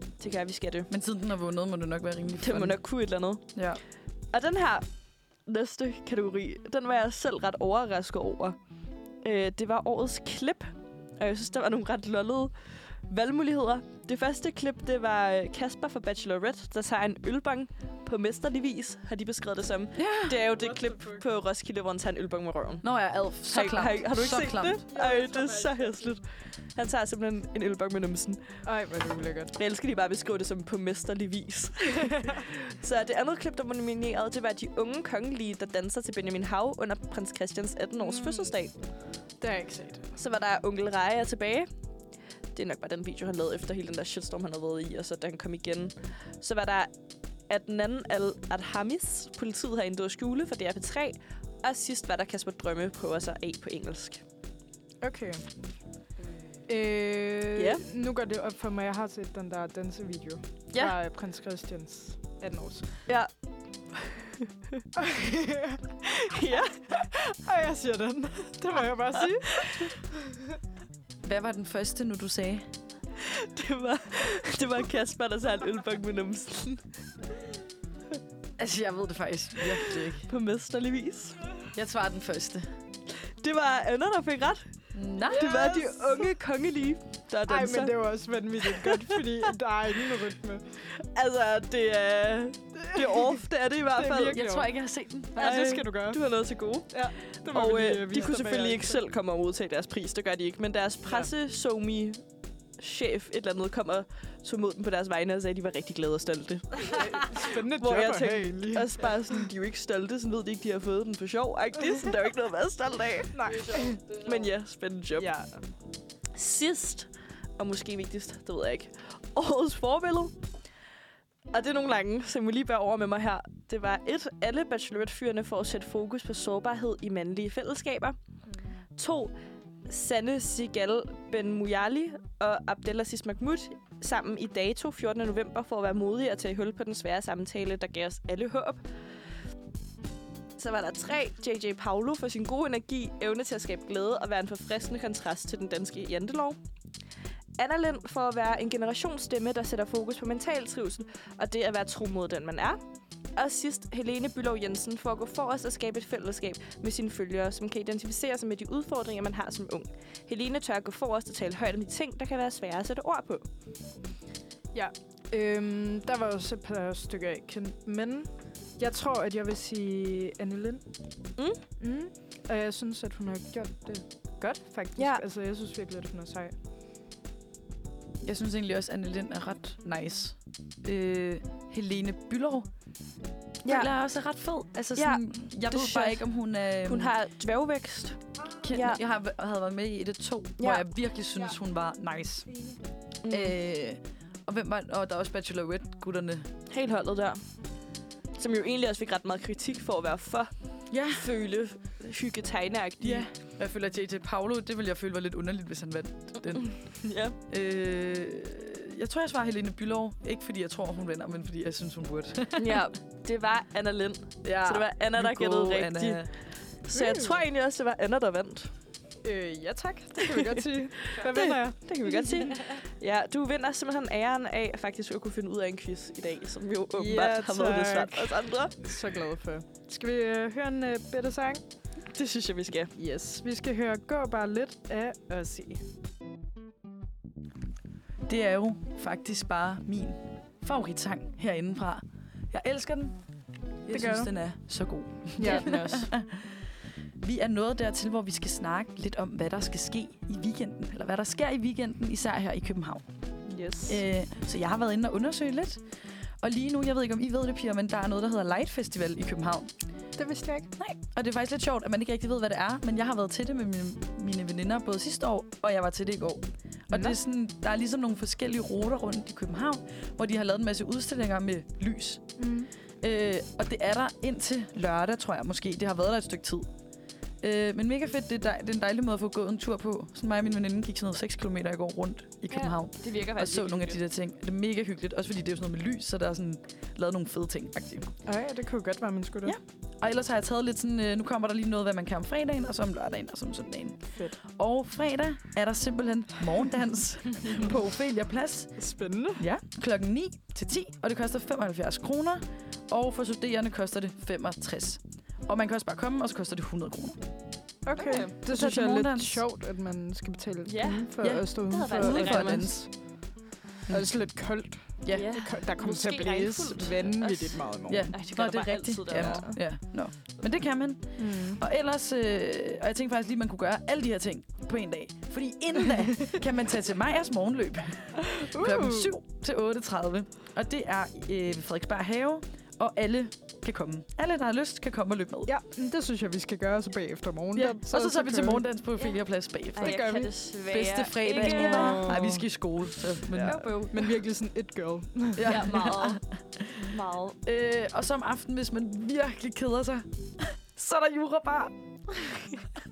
[SPEAKER 5] det kan jeg, vi skal det.
[SPEAKER 4] Men siden den har vundet, må det nok være rimelig
[SPEAKER 5] Det må
[SPEAKER 4] fun.
[SPEAKER 5] nok kunne et eller andet.
[SPEAKER 4] Ja.
[SPEAKER 5] Og den her næste kategori, den var jeg selv ret overrasket over. Øh, det var årets klip, og jeg synes, der var nogle ret lollede valgmuligheder. Det første klip, det var øh, Kasper fra Bachelorette, der tager en ølbong på mesterlig vis, har de beskrevet det som.
[SPEAKER 4] Ja.
[SPEAKER 5] Det er jo det klip på Roskilde, hvor han tager en ølbong med røven.
[SPEAKER 4] Nå ja, Alf. Så
[SPEAKER 5] Har-
[SPEAKER 4] klamt.
[SPEAKER 5] Har, har du ikke
[SPEAKER 4] så
[SPEAKER 5] set
[SPEAKER 4] klamt.
[SPEAKER 5] det? Ej, det er så hæsligt. Han tager simpelthen en ølbong med numsen.
[SPEAKER 2] Ej, hvor er det ulækkert.
[SPEAKER 5] Jeg elsker, de bare beskriver det som på mesterlig <laughs> vis. så det andet klip, der var nomineret, det var de unge kongelige, der danser til Benjamin Hav under prins Christians 18-års
[SPEAKER 2] Mm.
[SPEAKER 5] fødselsdag.
[SPEAKER 2] Det har jeg ikke set.
[SPEAKER 5] Så var der onkel Raja tilbage. Det er nok bare den video, han lavede efter hele den der shitstorm, han havde været i, og så da han kom igen. Så var der Adnan Al-Adhamis, politiet har inddået skjule for DRP3. Og sidst var der Kasper Drømme prøver sig af på engelsk.
[SPEAKER 2] Okay. Øh,
[SPEAKER 5] Ja.
[SPEAKER 2] Nu går det op for mig, jeg har set den der dansevideo
[SPEAKER 5] Ja.
[SPEAKER 2] fra øh, prins Christians 18 års.
[SPEAKER 5] Ja.
[SPEAKER 2] <laughs> ja, og jeg siger den. Det må jeg bare sige.
[SPEAKER 4] Hvad var den første, nu du sagde?
[SPEAKER 5] <laughs> Det var, det var Kasper, der tager en ølbong med numsen
[SPEAKER 4] Altså, jeg ved det faktisk virkelig ikke.
[SPEAKER 5] på mesterlig vis.
[SPEAKER 4] Jeg svarer den første.
[SPEAKER 5] Det var Anna, der fik ret.
[SPEAKER 4] Nej.
[SPEAKER 5] Det var de unge kongelige, der
[SPEAKER 2] Ej,
[SPEAKER 5] danser.
[SPEAKER 2] men det var også vanvittigt godt,
[SPEAKER 5] <laughs>
[SPEAKER 2] fordi der er ingen rytme.
[SPEAKER 5] Altså, det er... Det er off, det er det i hvert
[SPEAKER 2] Det er
[SPEAKER 5] fald.
[SPEAKER 2] virkelig
[SPEAKER 4] Jeg tror ikke, jeg har set den.
[SPEAKER 2] Ja, det
[SPEAKER 5] Ej,
[SPEAKER 2] skal du gøre.
[SPEAKER 5] Du har noget til gode.
[SPEAKER 2] Det må
[SPEAKER 5] Og
[SPEAKER 2] vi lige,
[SPEAKER 5] øh, de
[SPEAKER 2] vise
[SPEAKER 5] kunne
[SPEAKER 2] dig
[SPEAKER 5] selvfølgelig ikke
[SPEAKER 2] bagefter.
[SPEAKER 5] selv komme og modtage deres pris, det gør de ikke. Men deres pressesomi chef et eller andet kom og tog mod dem på deres vegne og sagde, at de var rigtig glade og stolte.
[SPEAKER 2] Spændende
[SPEAKER 5] hvor
[SPEAKER 2] job
[SPEAKER 5] jeg
[SPEAKER 2] at
[SPEAKER 5] tænkte,
[SPEAKER 2] have, egentlig.
[SPEAKER 5] Også bare sådan, de er jo ikke stolte, sådan ved de ikke, de har fået den for sjov. Ej, det er sådan, der er jo ikke noget at være stolt af.
[SPEAKER 2] <laughs> Nej.
[SPEAKER 5] Men ja, spændende job.
[SPEAKER 2] Ja.
[SPEAKER 5] Sidst, og måske vigtigst, det ved jeg ikke, årets forbillede. Og det er nogle lange, som vi lige bør over med mig her. Det var et, alle bachelorette-fyrene for at sætte fokus på sårbarhed i mandlige fællesskaber. To, Sanne Sigal Ben Mujali og Abdelaziz Mahmoud sammen i dato 14. november for at være modige og tage hul på den svære samtale, der gav os alle håb. Så var der tre, J.J. Paolo for sin gode energi, evne til at skabe glæde og være en forfriskende kontrast til den danske jantelov. Anna Lind for at være en generationsstemme, der sætter fokus på mental trivsel, og det at være tro mod den, man er. Og sidst Helene Bylov Jensen for at gå forrest og skabe et fællesskab med sine følgere, som kan identificere sig med de udfordringer, man har som ung. Helene tør at gå forrest og tale højt om de ting, der kan være svære at sætte ord på.
[SPEAKER 2] Øhm, der var også et par stykker, jeg ikke kendte. Men jeg tror, at jeg vil sige Anne Lind.
[SPEAKER 5] Mm.
[SPEAKER 2] Mm. Og jeg synes, at hun har gjort det godt, faktisk.
[SPEAKER 5] Ja.
[SPEAKER 2] Altså, jeg synes virkelig, at hun er sej.
[SPEAKER 4] Jeg synes egentlig også, at Anne Lind er ret nice. Øh, Helene Bylov. Ja. Føler jeg også er ret fed. Altså
[SPEAKER 5] Ja,
[SPEAKER 4] sådan, jeg
[SPEAKER 5] det
[SPEAKER 4] ved
[SPEAKER 5] synes
[SPEAKER 4] bare
[SPEAKER 5] jeg.
[SPEAKER 4] ikke, om hun er...
[SPEAKER 5] øh,
[SPEAKER 4] øhm,
[SPEAKER 5] Hun har dværgvækst.
[SPEAKER 4] kendt.
[SPEAKER 5] ja.
[SPEAKER 4] Ja. Jeg har, havde været med i det to, ja. hvor jeg virkelig synes, ja. hun var nice.
[SPEAKER 5] Mm.
[SPEAKER 4] Øh, og, hvem var, og der er også Bachelorette-gutterne.
[SPEAKER 5] Helt holdet der. Som jo egentlig også fik ret meget kritik for at være for
[SPEAKER 4] Ja.
[SPEAKER 5] føle hygge
[SPEAKER 4] Ja. Og jeg føler, at J.J. Paolo, det ville jeg føle var lidt underligt, hvis han vandt den.
[SPEAKER 5] ja.
[SPEAKER 4] Øh, jeg tror, jeg svarer Helene Bylov. Ikke fordi jeg tror, hun vinder, men fordi jeg synes, hun burde.
[SPEAKER 5] ja, det var Anna Lind.
[SPEAKER 4] ja.
[SPEAKER 5] Så det var Anna, der gættede rigtigt. Så jeg tror egentlig også, det var Anna, der vandt.
[SPEAKER 2] Øh, ja tak. Det kan vi godt sige. <laughs> Hvad vinder jeg?
[SPEAKER 5] Det kan vi godt sige. Ja, du vinder simpelthen æren af at faktisk at kunne finde ud af en quiz i dag, som jo åbenbart
[SPEAKER 2] Ja,
[SPEAKER 5] har været
[SPEAKER 2] tak.
[SPEAKER 5] lidt svært for os andre.
[SPEAKER 2] Så glad for. Skal vi øh, høre en øh, bitte sang?
[SPEAKER 5] Det synes jeg, vi skal.
[SPEAKER 2] Yes. Vi skal høre Gå bare lidt af Ossie.
[SPEAKER 4] Det er jo faktisk bare min favoritsang herindefra. Jeg elsker den. Jeg
[SPEAKER 2] Det gør
[SPEAKER 4] synes,
[SPEAKER 2] du.
[SPEAKER 4] den er så god.
[SPEAKER 2] Ja, den også.
[SPEAKER 4] Vi er nået dertil, hvor vi skal snakke lidt om, hvad der skal ske i weekenden, eller hvad der sker i weekenden, især her i København.
[SPEAKER 2] Yes.
[SPEAKER 4] Øh, så jeg har været inde og undersøge lidt. Og lige nu, jeg ved ikke, om I ved det, piger, men der er noget, der hedder Light Festival i København.
[SPEAKER 2] Det vidste jeg ikke.
[SPEAKER 4] Og det er faktisk lidt sjovt, at man ikke rigtig ved, hvad det er, men jeg har været til det med mine, mine veninder både sidste år, og jeg var til det i går. Og det er sådan, der er ligesom nogle forskellige ruter rundt i København, hvor de har lavet en masse udstillinger med lys.
[SPEAKER 2] Mm.
[SPEAKER 4] Øh, og det er der indtil lørdag, tror jeg måske. Det har været der et stykke tid. Øh, men mega fedt, det er, dej, det er en dejlig måde at få gået en tur på. Sådan mig og min veninde gik sådan noget 6 km i går rundt i København.
[SPEAKER 6] Det virker
[SPEAKER 4] og
[SPEAKER 6] faktisk
[SPEAKER 4] så nogle af de der ting. Det er mega hyggeligt, også fordi det er jo sådan noget med lys, så der er sådan lavet nogle fede ting. Aktivt.
[SPEAKER 2] Ej, det kunne godt være min skutter.
[SPEAKER 4] Ja. Og ellers har jeg taget lidt sådan, øh, nu kommer der lige noget, hvad man kan om fredagen, og så om lørdagen, og så om søndagen.
[SPEAKER 2] Fedt.
[SPEAKER 4] Og fredag er der simpelthen
[SPEAKER 6] <laughs>
[SPEAKER 4] morgendans på Ophelia Plads
[SPEAKER 2] Spændende.
[SPEAKER 4] ja. klokken 9 til 10, og det koster 75 kroner, og for studerende koster det 65. Og man kan også bare komme, og så koster det 100 kroner.
[SPEAKER 2] Okay. okay. Det synes
[SPEAKER 4] til
[SPEAKER 2] jeg er lidt
[SPEAKER 4] morgendans.
[SPEAKER 2] sjovt, at man skal betale
[SPEAKER 6] Ja.
[SPEAKER 2] penge for
[SPEAKER 4] Ja,
[SPEAKER 2] at stå
[SPEAKER 6] havde
[SPEAKER 2] udenfor.
[SPEAKER 6] faktisk
[SPEAKER 4] Ude
[SPEAKER 6] rigtig
[SPEAKER 4] for at
[SPEAKER 6] meget.
[SPEAKER 4] danse.
[SPEAKER 2] Og også lidt koldt.
[SPEAKER 4] Ja.
[SPEAKER 6] Ja.
[SPEAKER 2] Det er koldt. Der kommer til at
[SPEAKER 6] Måske
[SPEAKER 2] blæse
[SPEAKER 6] regnfuldt.
[SPEAKER 2] vanvittigt
[SPEAKER 6] Også.
[SPEAKER 2] meget i morgen.
[SPEAKER 4] Ja,
[SPEAKER 6] Ej, det
[SPEAKER 4] Nå,
[SPEAKER 6] gør der
[SPEAKER 4] det er
[SPEAKER 6] bare
[SPEAKER 4] rigtigt.
[SPEAKER 6] altid
[SPEAKER 4] ja.
[SPEAKER 6] derovre.
[SPEAKER 4] ja. Nå. Men det kan man.
[SPEAKER 2] Mm.
[SPEAKER 4] Og ellers, øh, og jeg tænkte faktisk lige, at man kunne gøre alle de her ting på en dag. Fordi inden da kan man tage til Majers morgenløb klokken
[SPEAKER 2] Uh.
[SPEAKER 4] 7 til 8.30. Og det er øh, ved Frederiksberg Have, og alle kan komme. Alle, der har lyst, kan komme og løbe med.
[SPEAKER 2] Ja, men det synes jeg, vi skal gøre så bagefter morgen.
[SPEAKER 4] Ja. Og så tager vi til morgendans på Ophelia Plads bagefter.
[SPEAKER 6] Ej,
[SPEAKER 2] Det gør
[SPEAKER 6] jeg kan
[SPEAKER 2] vi.
[SPEAKER 6] desværre
[SPEAKER 4] Bedste fredag
[SPEAKER 6] ikke. øh,
[SPEAKER 4] ever. Nej, vi skal i skole. Så, men,
[SPEAKER 2] Ja.
[SPEAKER 4] ja.
[SPEAKER 2] Men virkelig sådan et girl.
[SPEAKER 6] Ja, meget. meget.
[SPEAKER 4] øh, og som aften, hvis man virkelig keder sig, <laughs> så er der Jura Bar.
[SPEAKER 2] <laughs>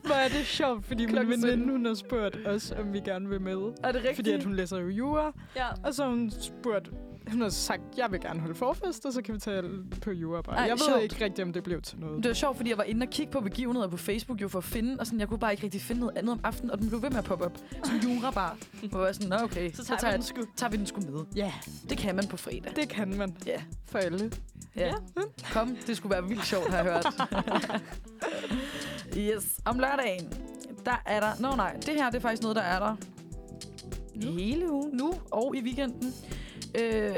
[SPEAKER 2] Hvor er det sjovt, fordi min
[SPEAKER 4] Klokken
[SPEAKER 2] veninde,
[SPEAKER 4] 17.
[SPEAKER 2] hun har spurgt os, om vi gerne vil med.
[SPEAKER 4] Er det rigtigt?
[SPEAKER 2] Fordi at hun læser jo jura,
[SPEAKER 6] Ja.
[SPEAKER 2] og så har hun spurgt, hun har sagt, jeg vil gerne holde forfest, og så kan vi tale på jurearbejde.
[SPEAKER 4] Ej,
[SPEAKER 2] Jeg ved
[SPEAKER 4] sjovt.
[SPEAKER 2] ikke rigtigt, om det blev til noget.
[SPEAKER 4] Det var sjovt, fordi jeg var inde og kigge på begivenheder på Facebook jo for at finde, og sådan, jeg kunne bare ikke rigtig finde noget andet om aftenen, og den blev ved med at poppe op som <laughs> jurabar. Hvor jeg var sådan, nå okay, så tager, så tager, vi, den tager vi den sgu med. Ja. Det kan man på fredag.
[SPEAKER 2] Det kan man
[SPEAKER 4] Ja.
[SPEAKER 2] for alle.
[SPEAKER 4] Ja. Kom, det skulle være vildt sjovt, har jeg <laughs> hørt. yes. Om lørdagen, der er der... Nå nej, det her det er faktisk noget, der er der hele ugen nu og i weekenden. Øh,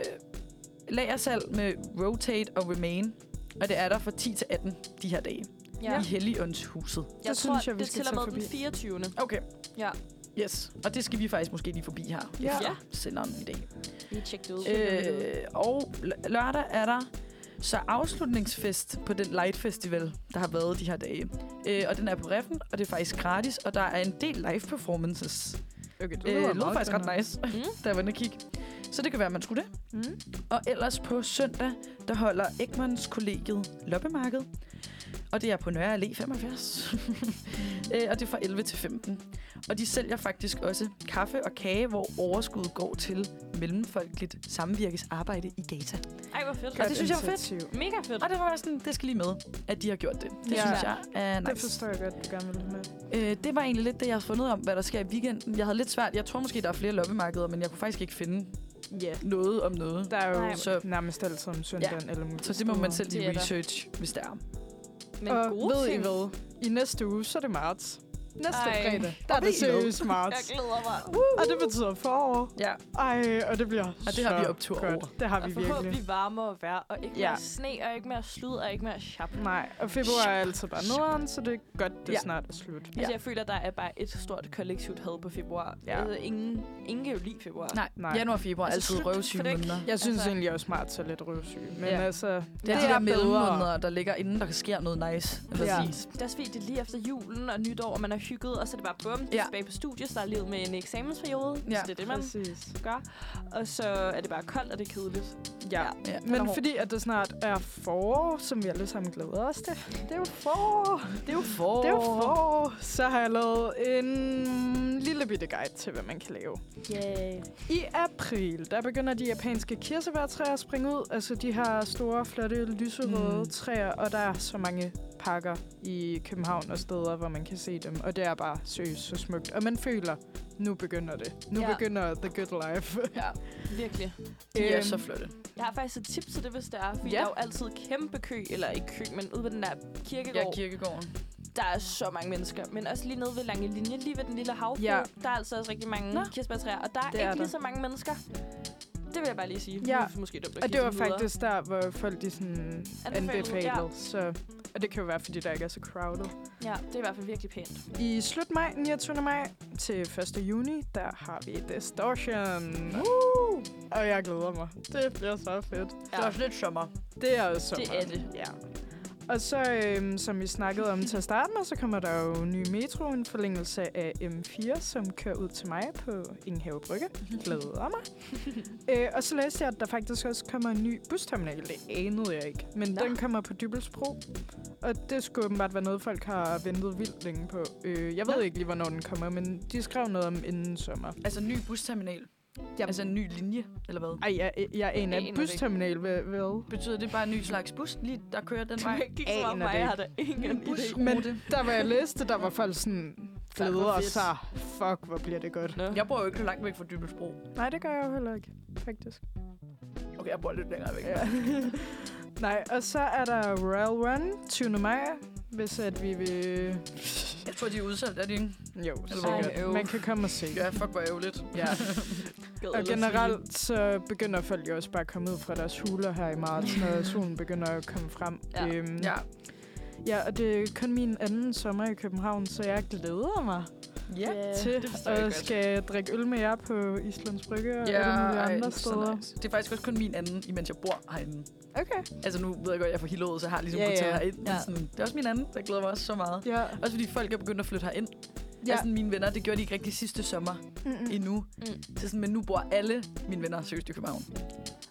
[SPEAKER 4] lagersalg med Rotate og Remain. Og det er der fra 10 til 18 de her dage. Ja.
[SPEAKER 6] Ja.
[SPEAKER 4] I Helligåndshuset.
[SPEAKER 6] Jeg
[SPEAKER 2] Det
[SPEAKER 6] tror,
[SPEAKER 2] synes jeg, vi
[SPEAKER 6] det er
[SPEAKER 2] skal
[SPEAKER 6] til og
[SPEAKER 2] tage
[SPEAKER 6] med den
[SPEAKER 2] forbi.
[SPEAKER 6] 24.
[SPEAKER 4] Okay.
[SPEAKER 6] Ja.
[SPEAKER 4] Yes. Og det skal vi faktisk måske lige forbi her.
[SPEAKER 2] Ja.
[SPEAKER 6] Ja.
[SPEAKER 4] Senderen i dag.
[SPEAKER 6] Vi tjekker det ud.
[SPEAKER 4] Øh, og l- lørdag er der så afslutningsfest på den Light Festival, der har været de her dage. Øh, og den er på Reffen, og det er faktisk gratis, og der er en del live performances.
[SPEAKER 2] Okay, det
[SPEAKER 4] Det øh, lyder
[SPEAKER 2] meget
[SPEAKER 4] faktisk ret
[SPEAKER 2] spændende.
[SPEAKER 4] nice, mm. <laughs> da jeg var inde og kigge. Så det kan være, at man skulle det.
[SPEAKER 2] Mm.
[SPEAKER 4] Og ellers på søndag, der holder Ekmans kollegiet Loppemarked. Og det er på Nørre Allé 75. <laughs> Øh, og det er fra 11 til 15. Og de sælger faktisk også kaffe og kage, hvor overskuddet går til mellemfolkeligt samvirkes arbejde i Gaza.
[SPEAKER 6] Ej, hvor fedt.
[SPEAKER 4] Og det synes jeg var fedt.
[SPEAKER 2] Initiativ.
[SPEAKER 6] Mega fedt.
[SPEAKER 4] Og det var bare sådan, det skal lige med, at de har gjort det. Det
[SPEAKER 2] Ja.
[SPEAKER 4] ja. synes jeg er nice.
[SPEAKER 2] Det forstår jeg godt, du gerne vil have med.
[SPEAKER 4] Øh, det var egentlig lidt det, jeg har fundet om, hvad der sker i weekenden. Jeg havde lidt svært. Jeg tror måske, der er flere loppemarkeder, men jeg kunne faktisk ikke finde
[SPEAKER 2] Ja.
[SPEAKER 4] noget om noget.
[SPEAKER 2] Der er jo
[SPEAKER 6] Nej.
[SPEAKER 2] så nærmest altid om søndagen. Ja. Eller mulige
[SPEAKER 4] Så det må man
[SPEAKER 2] steder.
[SPEAKER 4] selv lige
[SPEAKER 6] Det er der.
[SPEAKER 4] research, hvis der er.
[SPEAKER 6] Men
[SPEAKER 2] og
[SPEAKER 6] gode
[SPEAKER 2] ved
[SPEAKER 6] ting.
[SPEAKER 2] I hvad? I næste uge, så er det marts. Næste
[SPEAKER 6] Ej.
[SPEAKER 2] Ej. fredag, der er
[SPEAKER 4] ved
[SPEAKER 2] det
[SPEAKER 4] I
[SPEAKER 2] seriøst
[SPEAKER 6] Jeg
[SPEAKER 2] marts.
[SPEAKER 6] glæder mig.
[SPEAKER 2] Og det betyder forår.
[SPEAKER 4] Ja.
[SPEAKER 2] Ej, og det bliver
[SPEAKER 4] Og det har
[SPEAKER 2] så
[SPEAKER 4] vi optur
[SPEAKER 2] godt.
[SPEAKER 4] over.
[SPEAKER 2] Det har vi
[SPEAKER 6] Og
[SPEAKER 2] virkelig.
[SPEAKER 6] forhåbentlig varmere vejr, og ikke
[SPEAKER 4] Ja.
[SPEAKER 6] mere sne, og ikke mere slud, og ikke mere chap.
[SPEAKER 2] Nej, og februar er altid bare nederen, så det er godt, det
[SPEAKER 4] Ja.
[SPEAKER 2] ja. snart er slut.
[SPEAKER 6] Altså, jeg føler, der er bare et stort kollektivt had på februar.
[SPEAKER 2] Ja.
[SPEAKER 6] Altså, ingen, ingen kan jo lide februar.
[SPEAKER 5] Ah,
[SPEAKER 4] Nej,
[SPEAKER 2] Nej.
[SPEAKER 4] Nej. januar og februar er
[SPEAKER 6] Altså,
[SPEAKER 4] altid
[SPEAKER 6] slut
[SPEAKER 4] røvsyge
[SPEAKER 6] for det.
[SPEAKER 4] måneder.
[SPEAKER 2] Jeg synes
[SPEAKER 6] Altså-
[SPEAKER 2] altså, egentlig også marts er lidt røvsyg, men
[SPEAKER 4] Ja.
[SPEAKER 2] ja. altså...
[SPEAKER 4] Det er de der mellemmåneder, der ligger inden, der sker noget nice. Eller
[SPEAKER 2] Ja.
[SPEAKER 4] ja.
[SPEAKER 6] Det er også fordi, det er lige efter julen og nytår, og man er hygget, og så er det bare bum, det
[SPEAKER 4] Ja.
[SPEAKER 6] er tilbage på studiet, så er livet med en eksamensperiode,
[SPEAKER 4] Ja.
[SPEAKER 6] ja. så det er det, man
[SPEAKER 2] Præcis.
[SPEAKER 6] gør. Og så er det bare koldt, og det er kedeligt.
[SPEAKER 2] Ja.
[SPEAKER 4] Ja.
[SPEAKER 2] Men fordi at det snart er forår, som vi alle sammen glæder os til. Det er jo forår.
[SPEAKER 4] Det er jo forår.
[SPEAKER 2] Det er jo forår. Så har jeg lavet en lille bitte guide til, hvad man kan lave.
[SPEAKER 6] Yay.
[SPEAKER 2] I april, der begynder de japanske kirsebærtræer at springe ud. Altså de her store, flotte, lyserøde
[SPEAKER 4] Mm.
[SPEAKER 2] mm. træer, og der er så mange pakker i København og steder, hvor man kan se dem. Og det er bare seriøst så smukt. Og man føler, nu begynder det. Nu
[SPEAKER 6] Ja.
[SPEAKER 2] ja. begynder the good life.
[SPEAKER 6] Virkelig.
[SPEAKER 4] De er
[SPEAKER 2] <laughs> Øhm,
[SPEAKER 4] så flotte.
[SPEAKER 6] Jeg har faktisk et tip til det, hvis det er, fordi
[SPEAKER 2] Ja.
[SPEAKER 6] ja. der er jo altid kæmpe kø, eller ikke kø, men ude ved den der kirkegård,
[SPEAKER 4] Ja, kirkegården.
[SPEAKER 6] der er så mange mennesker. Men også lige nede ved Lange Linje, lige ved den lille havfru,
[SPEAKER 2] Ja.
[SPEAKER 6] ja. der er altså også rigtig mange
[SPEAKER 2] Nå.
[SPEAKER 6] kirsebærtræer, og der er
[SPEAKER 2] Det
[SPEAKER 6] ikke
[SPEAKER 2] er
[SPEAKER 6] lige
[SPEAKER 2] der.
[SPEAKER 6] så mange mennesker. Det vil jeg bare lige sige.
[SPEAKER 2] Ja.
[SPEAKER 6] Det er måske dumt at
[SPEAKER 2] Og
[SPEAKER 6] kigge
[SPEAKER 2] det var
[SPEAKER 6] videre.
[SPEAKER 2] faktisk der, hvor folk de sådan
[SPEAKER 6] Anbefalede,
[SPEAKER 2] anbefalede.
[SPEAKER 6] ja.
[SPEAKER 2] Så, og det kan jo være, fordi der ikke er så crowded.
[SPEAKER 6] Ja, det er i hvert fald virkelig pænt.
[SPEAKER 2] I slut maj, 29. maj til 1. juni, der har vi Distortion. Uh! Og jeg glæder mig. Det bliver så fedt.
[SPEAKER 4] Ja. Det er også lidt sommer.
[SPEAKER 2] Det er også
[SPEAKER 6] Det
[SPEAKER 2] sommer.
[SPEAKER 6] er det.
[SPEAKER 2] Ja. Og så, øhm, som vi snakkede om til at starte med, så kommer der jo ny metro, en forlængelse af M4, som kører ud til mig på Ingenhave Brygge. Glæder mig. øh, og så læste jeg, at der faktisk også kommer en ny busterminal. Det anede jeg ikke. Men
[SPEAKER 6] Nå.
[SPEAKER 2] Nå. den kommer på Dybelsbro. Og det skulle åbenbart være noget, folk har ventet vildt længe på. Øh, jeg ved
[SPEAKER 4] Nå.
[SPEAKER 2] ikke lige, hvornår den kommer, men de skrev noget om inden sommer.
[SPEAKER 4] Altså en ny busterminal.
[SPEAKER 2] Ja.
[SPEAKER 4] Altså en ny linje, eller hvad?
[SPEAKER 2] Ej, jeg, jeg, jeg aner
[SPEAKER 6] aner
[SPEAKER 2] ikke.
[SPEAKER 6] det
[SPEAKER 2] Busterminal, hvad? hvad?
[SPEAKER 4] Betyder det bare en ny slags bus, lige der kører den vej?
[SPEAKER 6] <laughs> Ikke så meget
[SPEAKER 2] Aner
[SPEAKER 6] mig,
[SPEAKER 2] det
[SPEAKER 6] jeg har da ingen idé.
[SPEAKER 4] Busrute.
[SPEAKER 2] Men der var jeg læste, der var folk sådan
[SPEAKER 6] Fuck, hvor
[SPEAKER 2] glæder
[SPEAKER 6] fedt.
[SPEAKER 2] sig. Fuck, hvor bliver det godt.
[SPEAKER 4] Jeg bor jo ikke så langt væk fra Dybelsbro.
[SPEAKER 2] Nej, det gør jeg jo heller ikke, faktisk.
[SPEAKER 4] Okay, jeg bor lidt længere væk.
[SPEAKER 2] Ja. <laughs> Nej, og så er der Royal Run 20. maj, hvis at vi vil...
[SPEAKER 4] Jeg tror, de er udsolgt, er de ikke?
[SPEAKER 2] Jo,
[SPEAKER 4] hvor
[SPEAKER 2] sikkert.
[SPEAKER 4] øv.
[SPEAKER 2] Man kan komme og se.
[SPEAKER 4] Ja, fuck, hvor ærgerligt.
[SPEAKER 2] Ja. Og generelt så begynder folk jo også bare at komme ud fra deres huler her i marts,
[SPEAKER 4] <laughs>
[SPEAKER 2] når solen begynder at komme frem.
[SPEAKER 6] Ja.
[SPEAKER 2] Øhm,
[SPEAKER 4] Ja.
[SPEAKER 2] ja, og det er kun min anden sommer i København, så jeg glæder mig.
[SPEAKER 4] Ja.
[SPEAKER 2] til
[SPEAKER 4] jeg
[SPEAKER 2] og
[SPEAKER 4] godt.
[SPEAKER 2] skal drikke øl med jer på Islands Brygge og
[SPEAKER 4] Ja,
[SPEAKER 2] alle mulige
[SPEAKER 4] ej, det
[SPEAKER 2] andre
[SPEAKER 4] er så
[SPEAKER 2] steder.
[SPEAKER 4] nice. Det er faktisk også kun min anden, imens jeg bor herinde.
[SPEAKER 2] Okay.
[SPEAKER 4] Altså nu ved jeg godt, at jeg er fra Hillerød, så jeg har ligesom
[SPEAKER 2] Ja,
[SPEAKER 4] yeah, hotel
[SPEAKER 2] ja.
[SPEAKER 4] herind. Men
[SPEAKER 2] Ja.
[SPEAKER 4] sådan, det er også min anden, der glæder mig også så meget.
[SPEAKER 2] Ja.
[SPEAKER 4] Også fordi folk er begyndt at flytte herind. Ja. mm,
[SPEAKER 2] Ja.
[SPEAKER 4] Altså mine venner, det gjorde de ikke rigtig sidste sommer
[SPEAKER 2] Mm-mm. Mm.
[SPEAKER 4] endnu. Mm. Så sådan, men nu bor alle mine venner seriøst i København.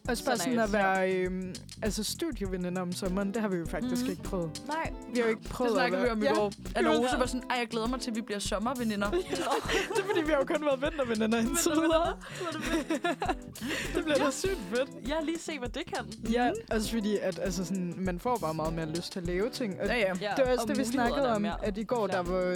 [SPEAKER 2] Også bare
[SPEAKER 5] Så
[SPEAKER 2] sådan at
[SPEAKER 5] nice.
[SPEAKER 2] være øhm, altså studieveninder om sommeren, det har vi jo faktisk mm. ikke
[SPEAKER 4] <laughs>
[SPEAKER 2] prøvet.
[SPEAKER 5] Nej.
[SPEAKER 2] Vi har jo ikke
[SPEAKER 4] Det
[SPEAKER 2] prøvet
[SPEAKER 4] snakkede vi
[SPEAKER 2] være-
[SPEAKER 4] om i
[SPEAKER 2] ja,
[SPEAKER 4] går. Anna
[SPEAKER 2] det var
[SPEAKER 4] Rose
[SPEAKER 2] det.
[SPEAKER 4] var sådan, ej, jeg glæder mig til, at vi bliver sommerveninder.
[SPEAKER 2] Mm.
[SPEAKER 4] <laughs>
[SPEAKER 2] det er fordi, vi har jo kun været vinterveninder
[SPEAKER 5] <laughs>
[SPEAKER 2] indtil videre. det bliver da sygt fedt.
[SPEAKER 5] Jeg har lige set, hvad det kan.
[SPEAKER 2] Ja, også fordi, at altså sådan, man får bare meget mere lyst til at lave ting. Og
[SPEAKER 4] ja.
[SPEAKER 5] Ja,
[SPEAKER 2] det var også
[SPEAKER 5] og
[SPEAKER 2] det, vi snakkede om,
[SPEAKER 5] mulighederne er mere.
[SPEAKER 2] at i går, der
[SPEAKER 5] klart.
[SPEAKER 2] var...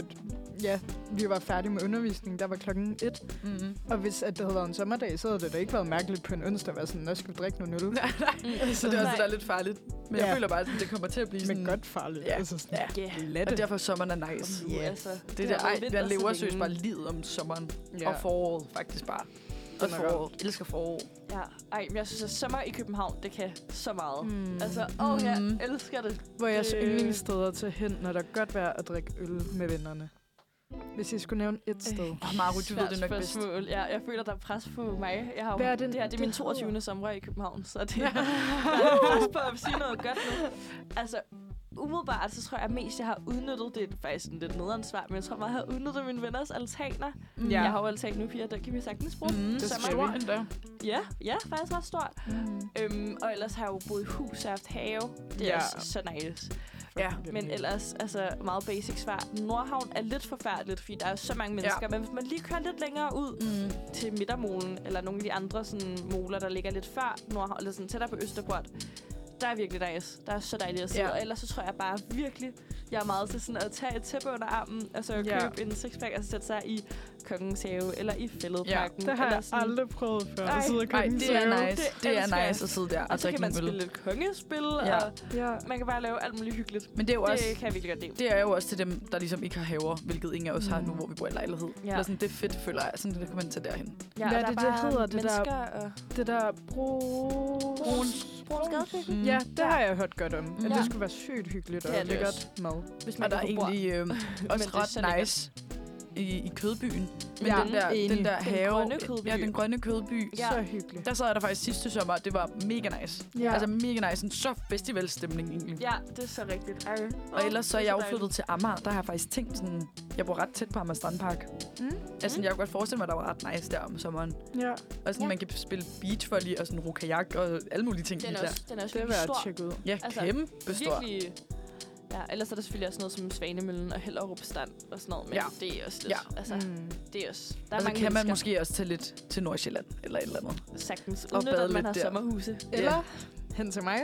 [SPEAKER 2] Ja, vi var færdige med undervisningen, der var klokken et.
[SPEAKER 4] Mm-hmm.
[SPEAKER 2] Og hvis at det havde været en sommerdag, så havde det da ikke været mærkeligt på en onsdag at være sådan, "Nå, skal vi drikke noget
[SPEAKER 4] Så
[SPEAKER 2] øl.
[SPEAKER 4] det er også det, der er lidt farligt. Men jeg
[SPEAKER 2] Ja.
[SPEAKER 4] føler bare, at det kommer til at blive sådan...
[SPEAKER 2] Men godt farligt.
[SPEAKER 4] Ja.
[SPEAKER 2] Altså sådan,
[SPEAKER 4] Ja.
[SPEAKER 5] Yeah.
[SPEAKER 2] lad
[SPEAKER 4] Og
[SPEAKER 2] det.
[SPEAKER 4] derfor er sommeren er nice.
[SPEAKER 5] Nu, altså,
[SPEAKER 4] Det der,
[SPEAKER 5] har
[SPEAKER 4] ej, jeg
[SPEAKER 5] været vinter så
[SPEAKER 4] lever
[SPEAKER 5] længe.
[SPEAKER 4] søs bare livet om sommeren.
[SPEAKER 2] Ja.
[SPEAKER 4] Og foråret, faktisk bare. Og
[SPEAKER 2] Den er
[SPEAKER 4] foråret. Jeg elsker forår.
[SPEAKER 5] Ja. Ej, men jeg synes, at sommer i København, det kan så meget. Mm.
[SPEAKER 2] Mm.
[SPEAKER 5] Altså, åh, oh, jeg
[SPEAKER 4] Mm.
[SPEAKER 5] elsker det.
[SPEAKER 2] Hvor er jeres
[SPEAKER 5] Øh.
[SPEAKER 2] yndlingssteder til hen, når der er godt vejr at drikke øl med vennerne? Hvis I skulle nævne et sted.
[SPEAKER 4] Og Maru, du ved
[SPEAKER 5] Svært
[SPEAKER 4] det nok bedst.
[SPEAKER 5] spørgsmål. Ja, jeg føler, der er pres på mig. Jeg har, jo-
[SPEAKER 2] Hvad er den-
[SPEAKER 5] det her det er min
[SPEAKER 2] det
[SPEAKER 5] 22.
[SPEAKER 2] hedder?
[SPEAKER 5] sommer i København,
[SPEAKER 4] <laughs>
[SPEAKER 5] så det der er pres på at sige noget godt nu. Altså, umiddelbart, så tror jeg mest, jeg har udnyttet, det er faktisk en lidt nederen svar, men jeg tror meget, jeg har udnyttet mine venners altaner.
[SPEAKER 4] Mm.
[SPEAKER 5] Ja. Jeg har jo altan nu, piger, den kan vi sagtens bruge.
[SPEAKER 4] Mm, det
[SPEAKER 5] Så
[SPEAKER 4] er
[SPEAKER 5] man-
[SPEAKER 4] stort endda.
[SPEAKER 5] Ja, ja, faktisk ret stort. Øhm, og ellers har jeg jo boet i hus og haft have. Det er
[SPEAKER 2] Ja.
[SPEAKER 5] ja. også så nice.
[SPEAKER 4] Ja,
[SPEAKER 5] Men ellers, altså meget basic svar. Nordhavn er lidt forfærdeligt, fordi der er så mange mennesker. Ja. Men hvis man lige kører lidt længere ud
[SPEAKER 4] Mm.
[SPEAKER 5] til Midtermolen, eller nogle af de andre sådan, moler, der ligger lidt før Nordhavn, eller sådan tættere på Østerport, der er virkelig nice. Der er så dejligt at sidde.
[SPEAKER 4] Ja.
[SPEAKER 5] Ja. Og ellers så tror jeg bare virkelig, jeg er meget til sådan at tage et tæppe under armen, og så
[SPEAKER 2] Ja.
[SPEAKER 5] ja. købe en sixpack, og så sætte sig i Kongens Have, eller i Fælledparken.
[SPEAKER 2] Det har
[SPEAKER 5] eller
[SPEAKER 2] jeg aldrig prøvet før.
[SPEAKER 5] Ej,
[SPEAKER 2] Ej, sidde og
[SPEAKER 4] Ej,
[SPEAKER 2] købe en
[SPEAKER 4] det er
[SPEAKER 2] save.
[SPEAKER 4] nice.
[SPEAKER 5] Det
[SPEAKER 4] Det
[SPEAKER 5] elsker
[SPEAKER 4] er
[SPEAKER 5] jeg.
[SPEAKER 4] nice at sidde der og,
[SPEAKER 5] Og så
[SPEAKER 4] drikke
[SPEAKER 5] kan man
[SPEAKER 4] en øl.
[SPEAKER 5] spille lidt kongespil,
[SPEAKER 4] Ja.
[SPEAKER 5] ja. og
[SPEAKER 2] Ja.
[SPEAKER 5] man kan bare lave alt muligt hyggeligt.
[SPEAKER 4] Men det er jo også...
[SPEAKER 5] Det kan jeg virkelig godt lide.
[SPEAKER 4] Det er jo også til dem, der ligesom ikke har haver, hvilket ingen af os har nu, hvor vi bor i lejlighed.
[SPEAKER 5] Mm. Ja.
[SPEAKER 4] Eller sådan, det er fedt, føler jeg. Sådan, det kan man tage derhen.
[SPEAKER 5] Ja,
[SPEAKER 2] Hvad
[SPEAKER 5] og
[SPEAKER 2] er
[SPEAKER 5] der
[SPEAKER 2] det, det
[SPEAKER 5] bare
[SPEAKER 2] hedder, det der-
[SPEAKER 5] mennesker Og...
[SPEAKER 2] Det der brug...
[SPEAKER 4] Mm.
[SPEAKER 2] Ja, det har jeg hørt godt om. Mm. At det
[SPEAKER 5] Ja.
[SPEAKER 2] skulle være sygt hyggeligt og
[SPEAKER 5] Det er det
[SPEAKER 2] lækkert mad.
[SPEAKER 5] Hvis
[SPEAKER 4] Og der er
[SPEAKER 5] kan få bord.
[SPEAKER 4] egentlig øh, også
[SPEAKER 5] det er så
[SPEAKER 4] ret
[SPEAKER 5] lækkert.
[SPEAKER 4] nice i, i Kødbyen. Men
[SPEAKER 2] Ja,
[SPEAKER 4] den der,
[SPEAKER 2] enig.
[SPEAKER 4] den der
[SPEAKER 5] Den
[SPEAKER 4] have...
[SPEAKER 5] grønne Kødby.
[SPEAKER 4] Ja, den grønne kødby.
[SPEAKER 5] Ja.
[SPEAKER 2] Så hyggeligt.
[SPEAKER 4] Der sad jeg der faktisk sidste sommer, og det var mega nice.
[SPEAKER 2] Ja.
[SPEAKER 4] Ja. Altså mega nice. En så festivalstemning egentlig.
[SPEAKER 5] Ja, det er så rigtigt. Ej.
[SPEAKER 4] Og ellers så er jeg jo
[SPEAKER 5] dejligt.
[SPEAKER 4] flyttet til Amager. Der har jeg faktisk tænkt sådan... Jeg bor ret tæt på Amager Strandpark.
[SPEAKER 2] Mm.
[SPEAKER 4] Altså, jeg kunne godt forestille mig, at der var ret nice der om sommeren.
[SPEAKER 2] ja.
[SPEAKER 4] Og sådan, ja.
[SPEAKER 5] Ja.
[SPEAKER 4] man kan spille beachvolley og sådan rokajak og alle mulige ting.
[SPEAKER 5] Den
[SPEAKER 4] lige
[SPEAKER 5] er
[SPEAKER 4] der.
[SPEAKER 5] også, den er også
[SPEAKER 2] Det vil
[SPEAKER 5] virkelig
[SPEAKER 2] jeg
[SPEAKER 5] stor.
[SPEAKER 2] tjekke ud.
[SPEAKER 4] Ja, altså,
[SPEAKER 5] Altså,
[SPEAKER 4] kæmpe stor.
[SPEAKER 5] Virkelig. Ja, ellers er der selvfølgelig også noget som Svanemøllen og Hellerup Strand og sådan noget, men
[SPEAKER 4] Ja.
[SPEAKER 5] ja. det er også lidt,
[SPEAKER 4] Ja.
[SPEAKER 5] ja. altså,
[SPEAKER 2] Mm.
[SPEAKER 5] det er også, der er
[SPEAKER 4] Og så
[SPEAKER 5] mange
[SPEAKER 4] kan man
[SPEAKER 5] mennesker,
[SPEAKER 4] måske også tage lidt til Nordsjælland eller et eller andet.
[SPEAKER 5] sagtens
[SPEAKER 4] og
[SPEAKER 5] udnytte,
[SPEAKER 4] bade
[SPEAKER 5] at man
[SPEAKER 4] lidt
[SPEAKER 5] har
[SPEAKER 4] der.
[SPEAKER 5] sommerhuse.
[SPEAKER 2] Eller hen til mig.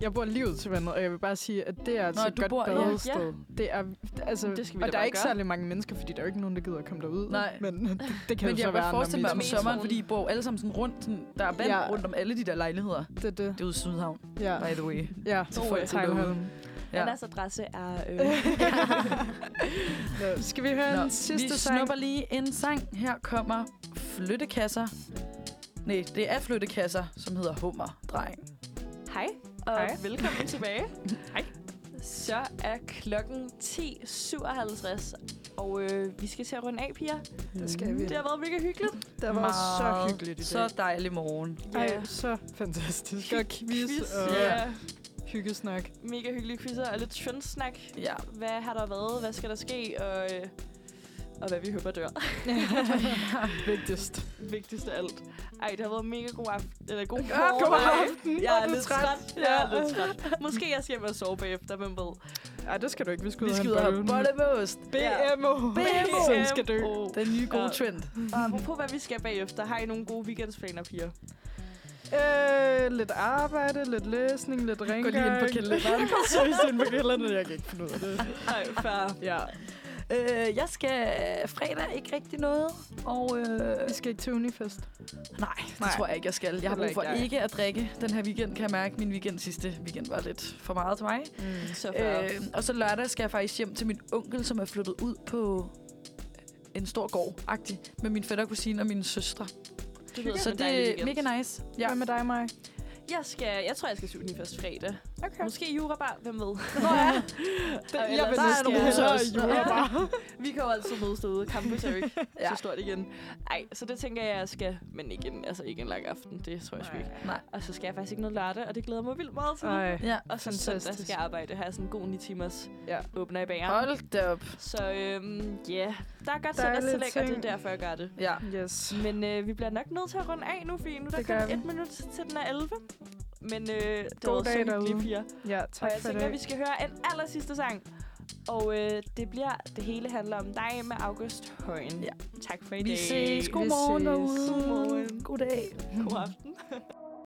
[SPEAKER 2] Jeg bor livet til vandet, og jeg vil bare sige, at det er altså
[SPEAKER 4] Nå,
[SPEAKER 2] et
[SPEAKER 4] du
[SPEAKER 2] godt
[SPEAKER 4] bor- ja.
[SPEAKER 2] badested. Det er, altså,
[SPEAKER 5] Det skal vi
[SPEAKER 2] og
[SPEAKER 5] da
[SPEAKER 2] der er
[SPEAKER 5] bare
[SPEAKER 2] ikke
[SPEAKER 5] gøre.
[SPEAKER 2] særlig mange mennesker, fordi der er jo ikke nogen, der gider at komme derud.
[SPEAKER 4] Nej.
[SPEAKER 2] Men <laughs> det, det kan
[SPEAKER 4] Men jeg
[SPEAKER 2] jo så
[SPEAKER 4] kan
[SPEAKER 2] være,
[SPEAKER 4] godt forestille mig om
[SPEAKER 5] metro-
[SPEAKER 4] sommeren, fordi I bor alle sammen sådan rundt. Sådan, der er vand
[SPEAKER 2] Ja.
[SPEAKER 4] ja. rundt om alle de der lejligheder.
[SPEAKER 2] Det, er det.
[SPEAKER 4] Det er ude i Sydhavn,
[SPEAKER 2] Ja,
[SPEAKER 4] by the way.
[SPEAKER 2] ja.
[SPEAKER 4] Så folk til
[SPEAKER 2] Teglholm.
[SPEAKER 4] <laughs>
[SPEAKER 5] Ja.
[SPEAKER 4] Ja.
[SPEAKER 5] Anders adresse er... Øh, <laughs>
[SPEAKER 2] Nå, Skal vi høre
[SPEAKER 4] Nå,
[SPEAKER 2] en
[SPEAKER 4] vi
[SPEAKER 2] sidste sang?
[SPEAKER 4] snupper lige en sang. Her kommer Flyttekasser. Nej, det er Flyttekasser, som hedder Hummer, dreng.
[SPEAKER 5] Hej, og
[SPEAKER 2] Hej.
[SPEAKER 5] Hej. velkommen tilbage. <laughs> Hej. Så er klokken 10.57, og øh, vi skal til at runde af, piger.
[SPEAKER 2] Det skal vi.
[SPEAKER 5] Det har været mega hyggeligt.
[SPEAKER 2] Det var så hyggeligt i dag.
[SPEAKER 4] Så dejlig morgen.
[SPEAKER 2] Ej, så fantastisk. Og quiz
[SPEAKER 5] Øh, Quiz,
[SPEAKER 2] og
[SPEAKER 5] ja.
[SPEAKER 2] hyggesnak.
[SPEAKER 5] Mega hyggelige quizzer og lidt trendsnak.
[SPEAKER 4] Ja.
[SPEAKER 5] Hvad har der været? Hvad skal der ske? Og, øh, og hvad vi håber <laughs> dør.
[SPEAKER 2] Vigtigst.
[SPEAKER 5] Vigtigst af alt. Ej, det har været mega god aften. Eller god
[SPEAKER 2] Ja, god
[SPEAKER 5] morgen.
[SPEAKER 2] aften.
[SPEAKER 5] Jeg
[SPEAKER 2] Og
[SPEAKER 5] er
[SPEAKER 2] du
[SPEAKER 5] lidt træt. Jeg er lidt træt. Måske jeg skal hjem og sove bagefter, hvem ved.
[SPEAKER 2] Ej, det skal du ikke. Vi skal ud
[SPEAKER 4] Vi
[SPEAKER 2] og
[SPEAKER 4] skal
[SPEAKER 2] have
[SPEAKER 4] ud og have
[SPEAKER 2] en
[SPEAKER 4] bolle med ost.
[SPEAKER 2] BMO.
[SPEAKER 4] BMO.
[SPEAKER 2] Sådan skal dø.
[SPEAKER 4] Den nye gode
[SPEAKER 5] Ja.
[SPEAKER 4] trend.
[SPEAKER 5] Og apropos, hvad vi skal bagefter, har I nogle gode weekendsplaner, piger?
[SPEAKER 2] Øh, lidt arbejde, lidt læsning, lidt rengøring.
[SPEAKER 4] Gå lige ind på
[SPEAKER 2] <laughs>
[SPEAKER 4] kalenderen.
[SPEAKER 2] Seriøst ind på kalenderen, jeg kan ikke finde ud af det.
[SPEAKER 5] <laughs> Ej, far.
[SPEAKER 2] Ja.
[SPEAKER 4] Øh, jeg skal fredag ikke rigtig noget, og øh, nej,
[SPEAKER 2] Vi skal ikke til Unifest.
[SPEAKER 4] det tror jeg ikke, jeg skal. Jeg har brug
[SPEAKER 2] Heller
[SPEAKER 4] for
[SPEAKER 2] ikke jeg.
[SPEAKER 4] ikke at drikke den her weekend, kan jeg mærke. Min weekend sidste weekend var lidt for meget til mig.
[SPEAKER 2] Mm.
[SPEAKER 5] Så far.
[SPEAKER 4] Øh, og så lørdag skal jeg faktisk hjem til min onkel, som er flyttet ud på en stor gård med min fætter, kusine og mine søstre.
[SPEAKER 5] det lyder
[SPEAKER 4] så
[SPEAKER 5] som en
[SPEAKER 4] det
[SPEAKER 5] dejlig
[SPEAKER 4] er
[SPEAKER 5] weekend.
[SPEAKER 4] mega nice. Ja.
[SPEAKER 2] Hvad med dig, Maj?
[SPEAKER 5] Jeg, skal, jeg tror, jeg skal til Unifest fredag.
[SPEAKER 2] Okay.
[SPEAKER 5] Måske jura bare, hvem ved. <laughs>
[SPEAKER 2] Det,
[SPEAKER 5] Og
[SPEAKER 2] jeg
[SPEAKER 5] ellers
[SPEAKER 2] vil
[SPEAKER 5] så
[SPEAKER 2] næsten
[SPEAKER 5] er der
[SPEAKER 2] hellere
[SPEAKER 5] også-
[SPEAKER 2] jura
[SPEAKER 5] Ja.
[SPEAKER 2] bare.
[SPEAKER 5] <laughs> Vi kan jo altid mødes derude. Campus er jo ikke
[SPEAKER 4] Ja.
[SPEAKER 5] ja. så stort igen. Nej, så det tænker jeg, jeg skal. Men ikke en, altså ikke en lang aften. Det tror jeg sgu ikke.
[SPEAKER 4] Nej.
[SPEAKER 5] Og så skal jeg faktisk ikke noget lørdag, og det glæder jeg mig vildt meget til.
[SPEAKER 2] Ej.
[SPEAKER 4] Ja.
[SPEAKER 5] Og så søndag
[SPEAKER 2] fantastisk.
[SPEAKER 5] skal jeg arbejde. Har jeg sådan en god 9 timers
[SPEAKER 2] Ja.
[SPEAKER 5] ja. åbner i bageren.
[SPEAKER 4] Hold da op.
[SPEAKER 5] Så øhm, ja, yeah. der er godt selv
[SPEAKER 2] Dejlige
[SPEAKER 5] også tillæg, og det
[SPEAKER 2] ting.
[SPEAKER 5] er derfor, jeg gør det.
[SPEAKER 4] Ja.
[SPEAKER 2] Yes.
[SPEAKER 5] Men øh, vi bliver nok nødt til at runde af nu, fordi nu er der
[SPEAKER 2] Det gør
[SPEAKER 5] kun
[SPEAKER 2] vi.
[SPEAKER 5] et minut til den er 11. Men øh, det
[SPEAKER 2] God
[SPEAKER 5] var
[SPEAKER 2] dag
[SPEAKER 5] så hyggeligt,
[SPEAKER 2] derude.
[SPEAKER 5] piger.
[SPEAKER 2] Ja,
[SPEAKER 5] Og
[SPEAKER 2] tak
[SPEAKER 5] jeg
[SPEAKER 2] for
[SPEAKER 5] tænker, at vi
[SPEAKER 2] det.
[SPEAKER 5] skal høre en aller sidste sang. Og øh, det bliver Det hele handler om dig med August Højen.
[SPEAKER 4] Ja.
[SPEAKER 5] Tak for i
[SPEAKER 4] Vi
[SPEAKER 5] dag.
[SPEAKER 4] ses. God
[SPEAKER 2] Vi
[SPEAKER 4] morgen
[SPEAKER 2] ses.
[SPEAKER 4] derude.
[SPEAKER 5] God morgen.
[SPEAKER 2] God dag.
[SPEAKER 5] God aften.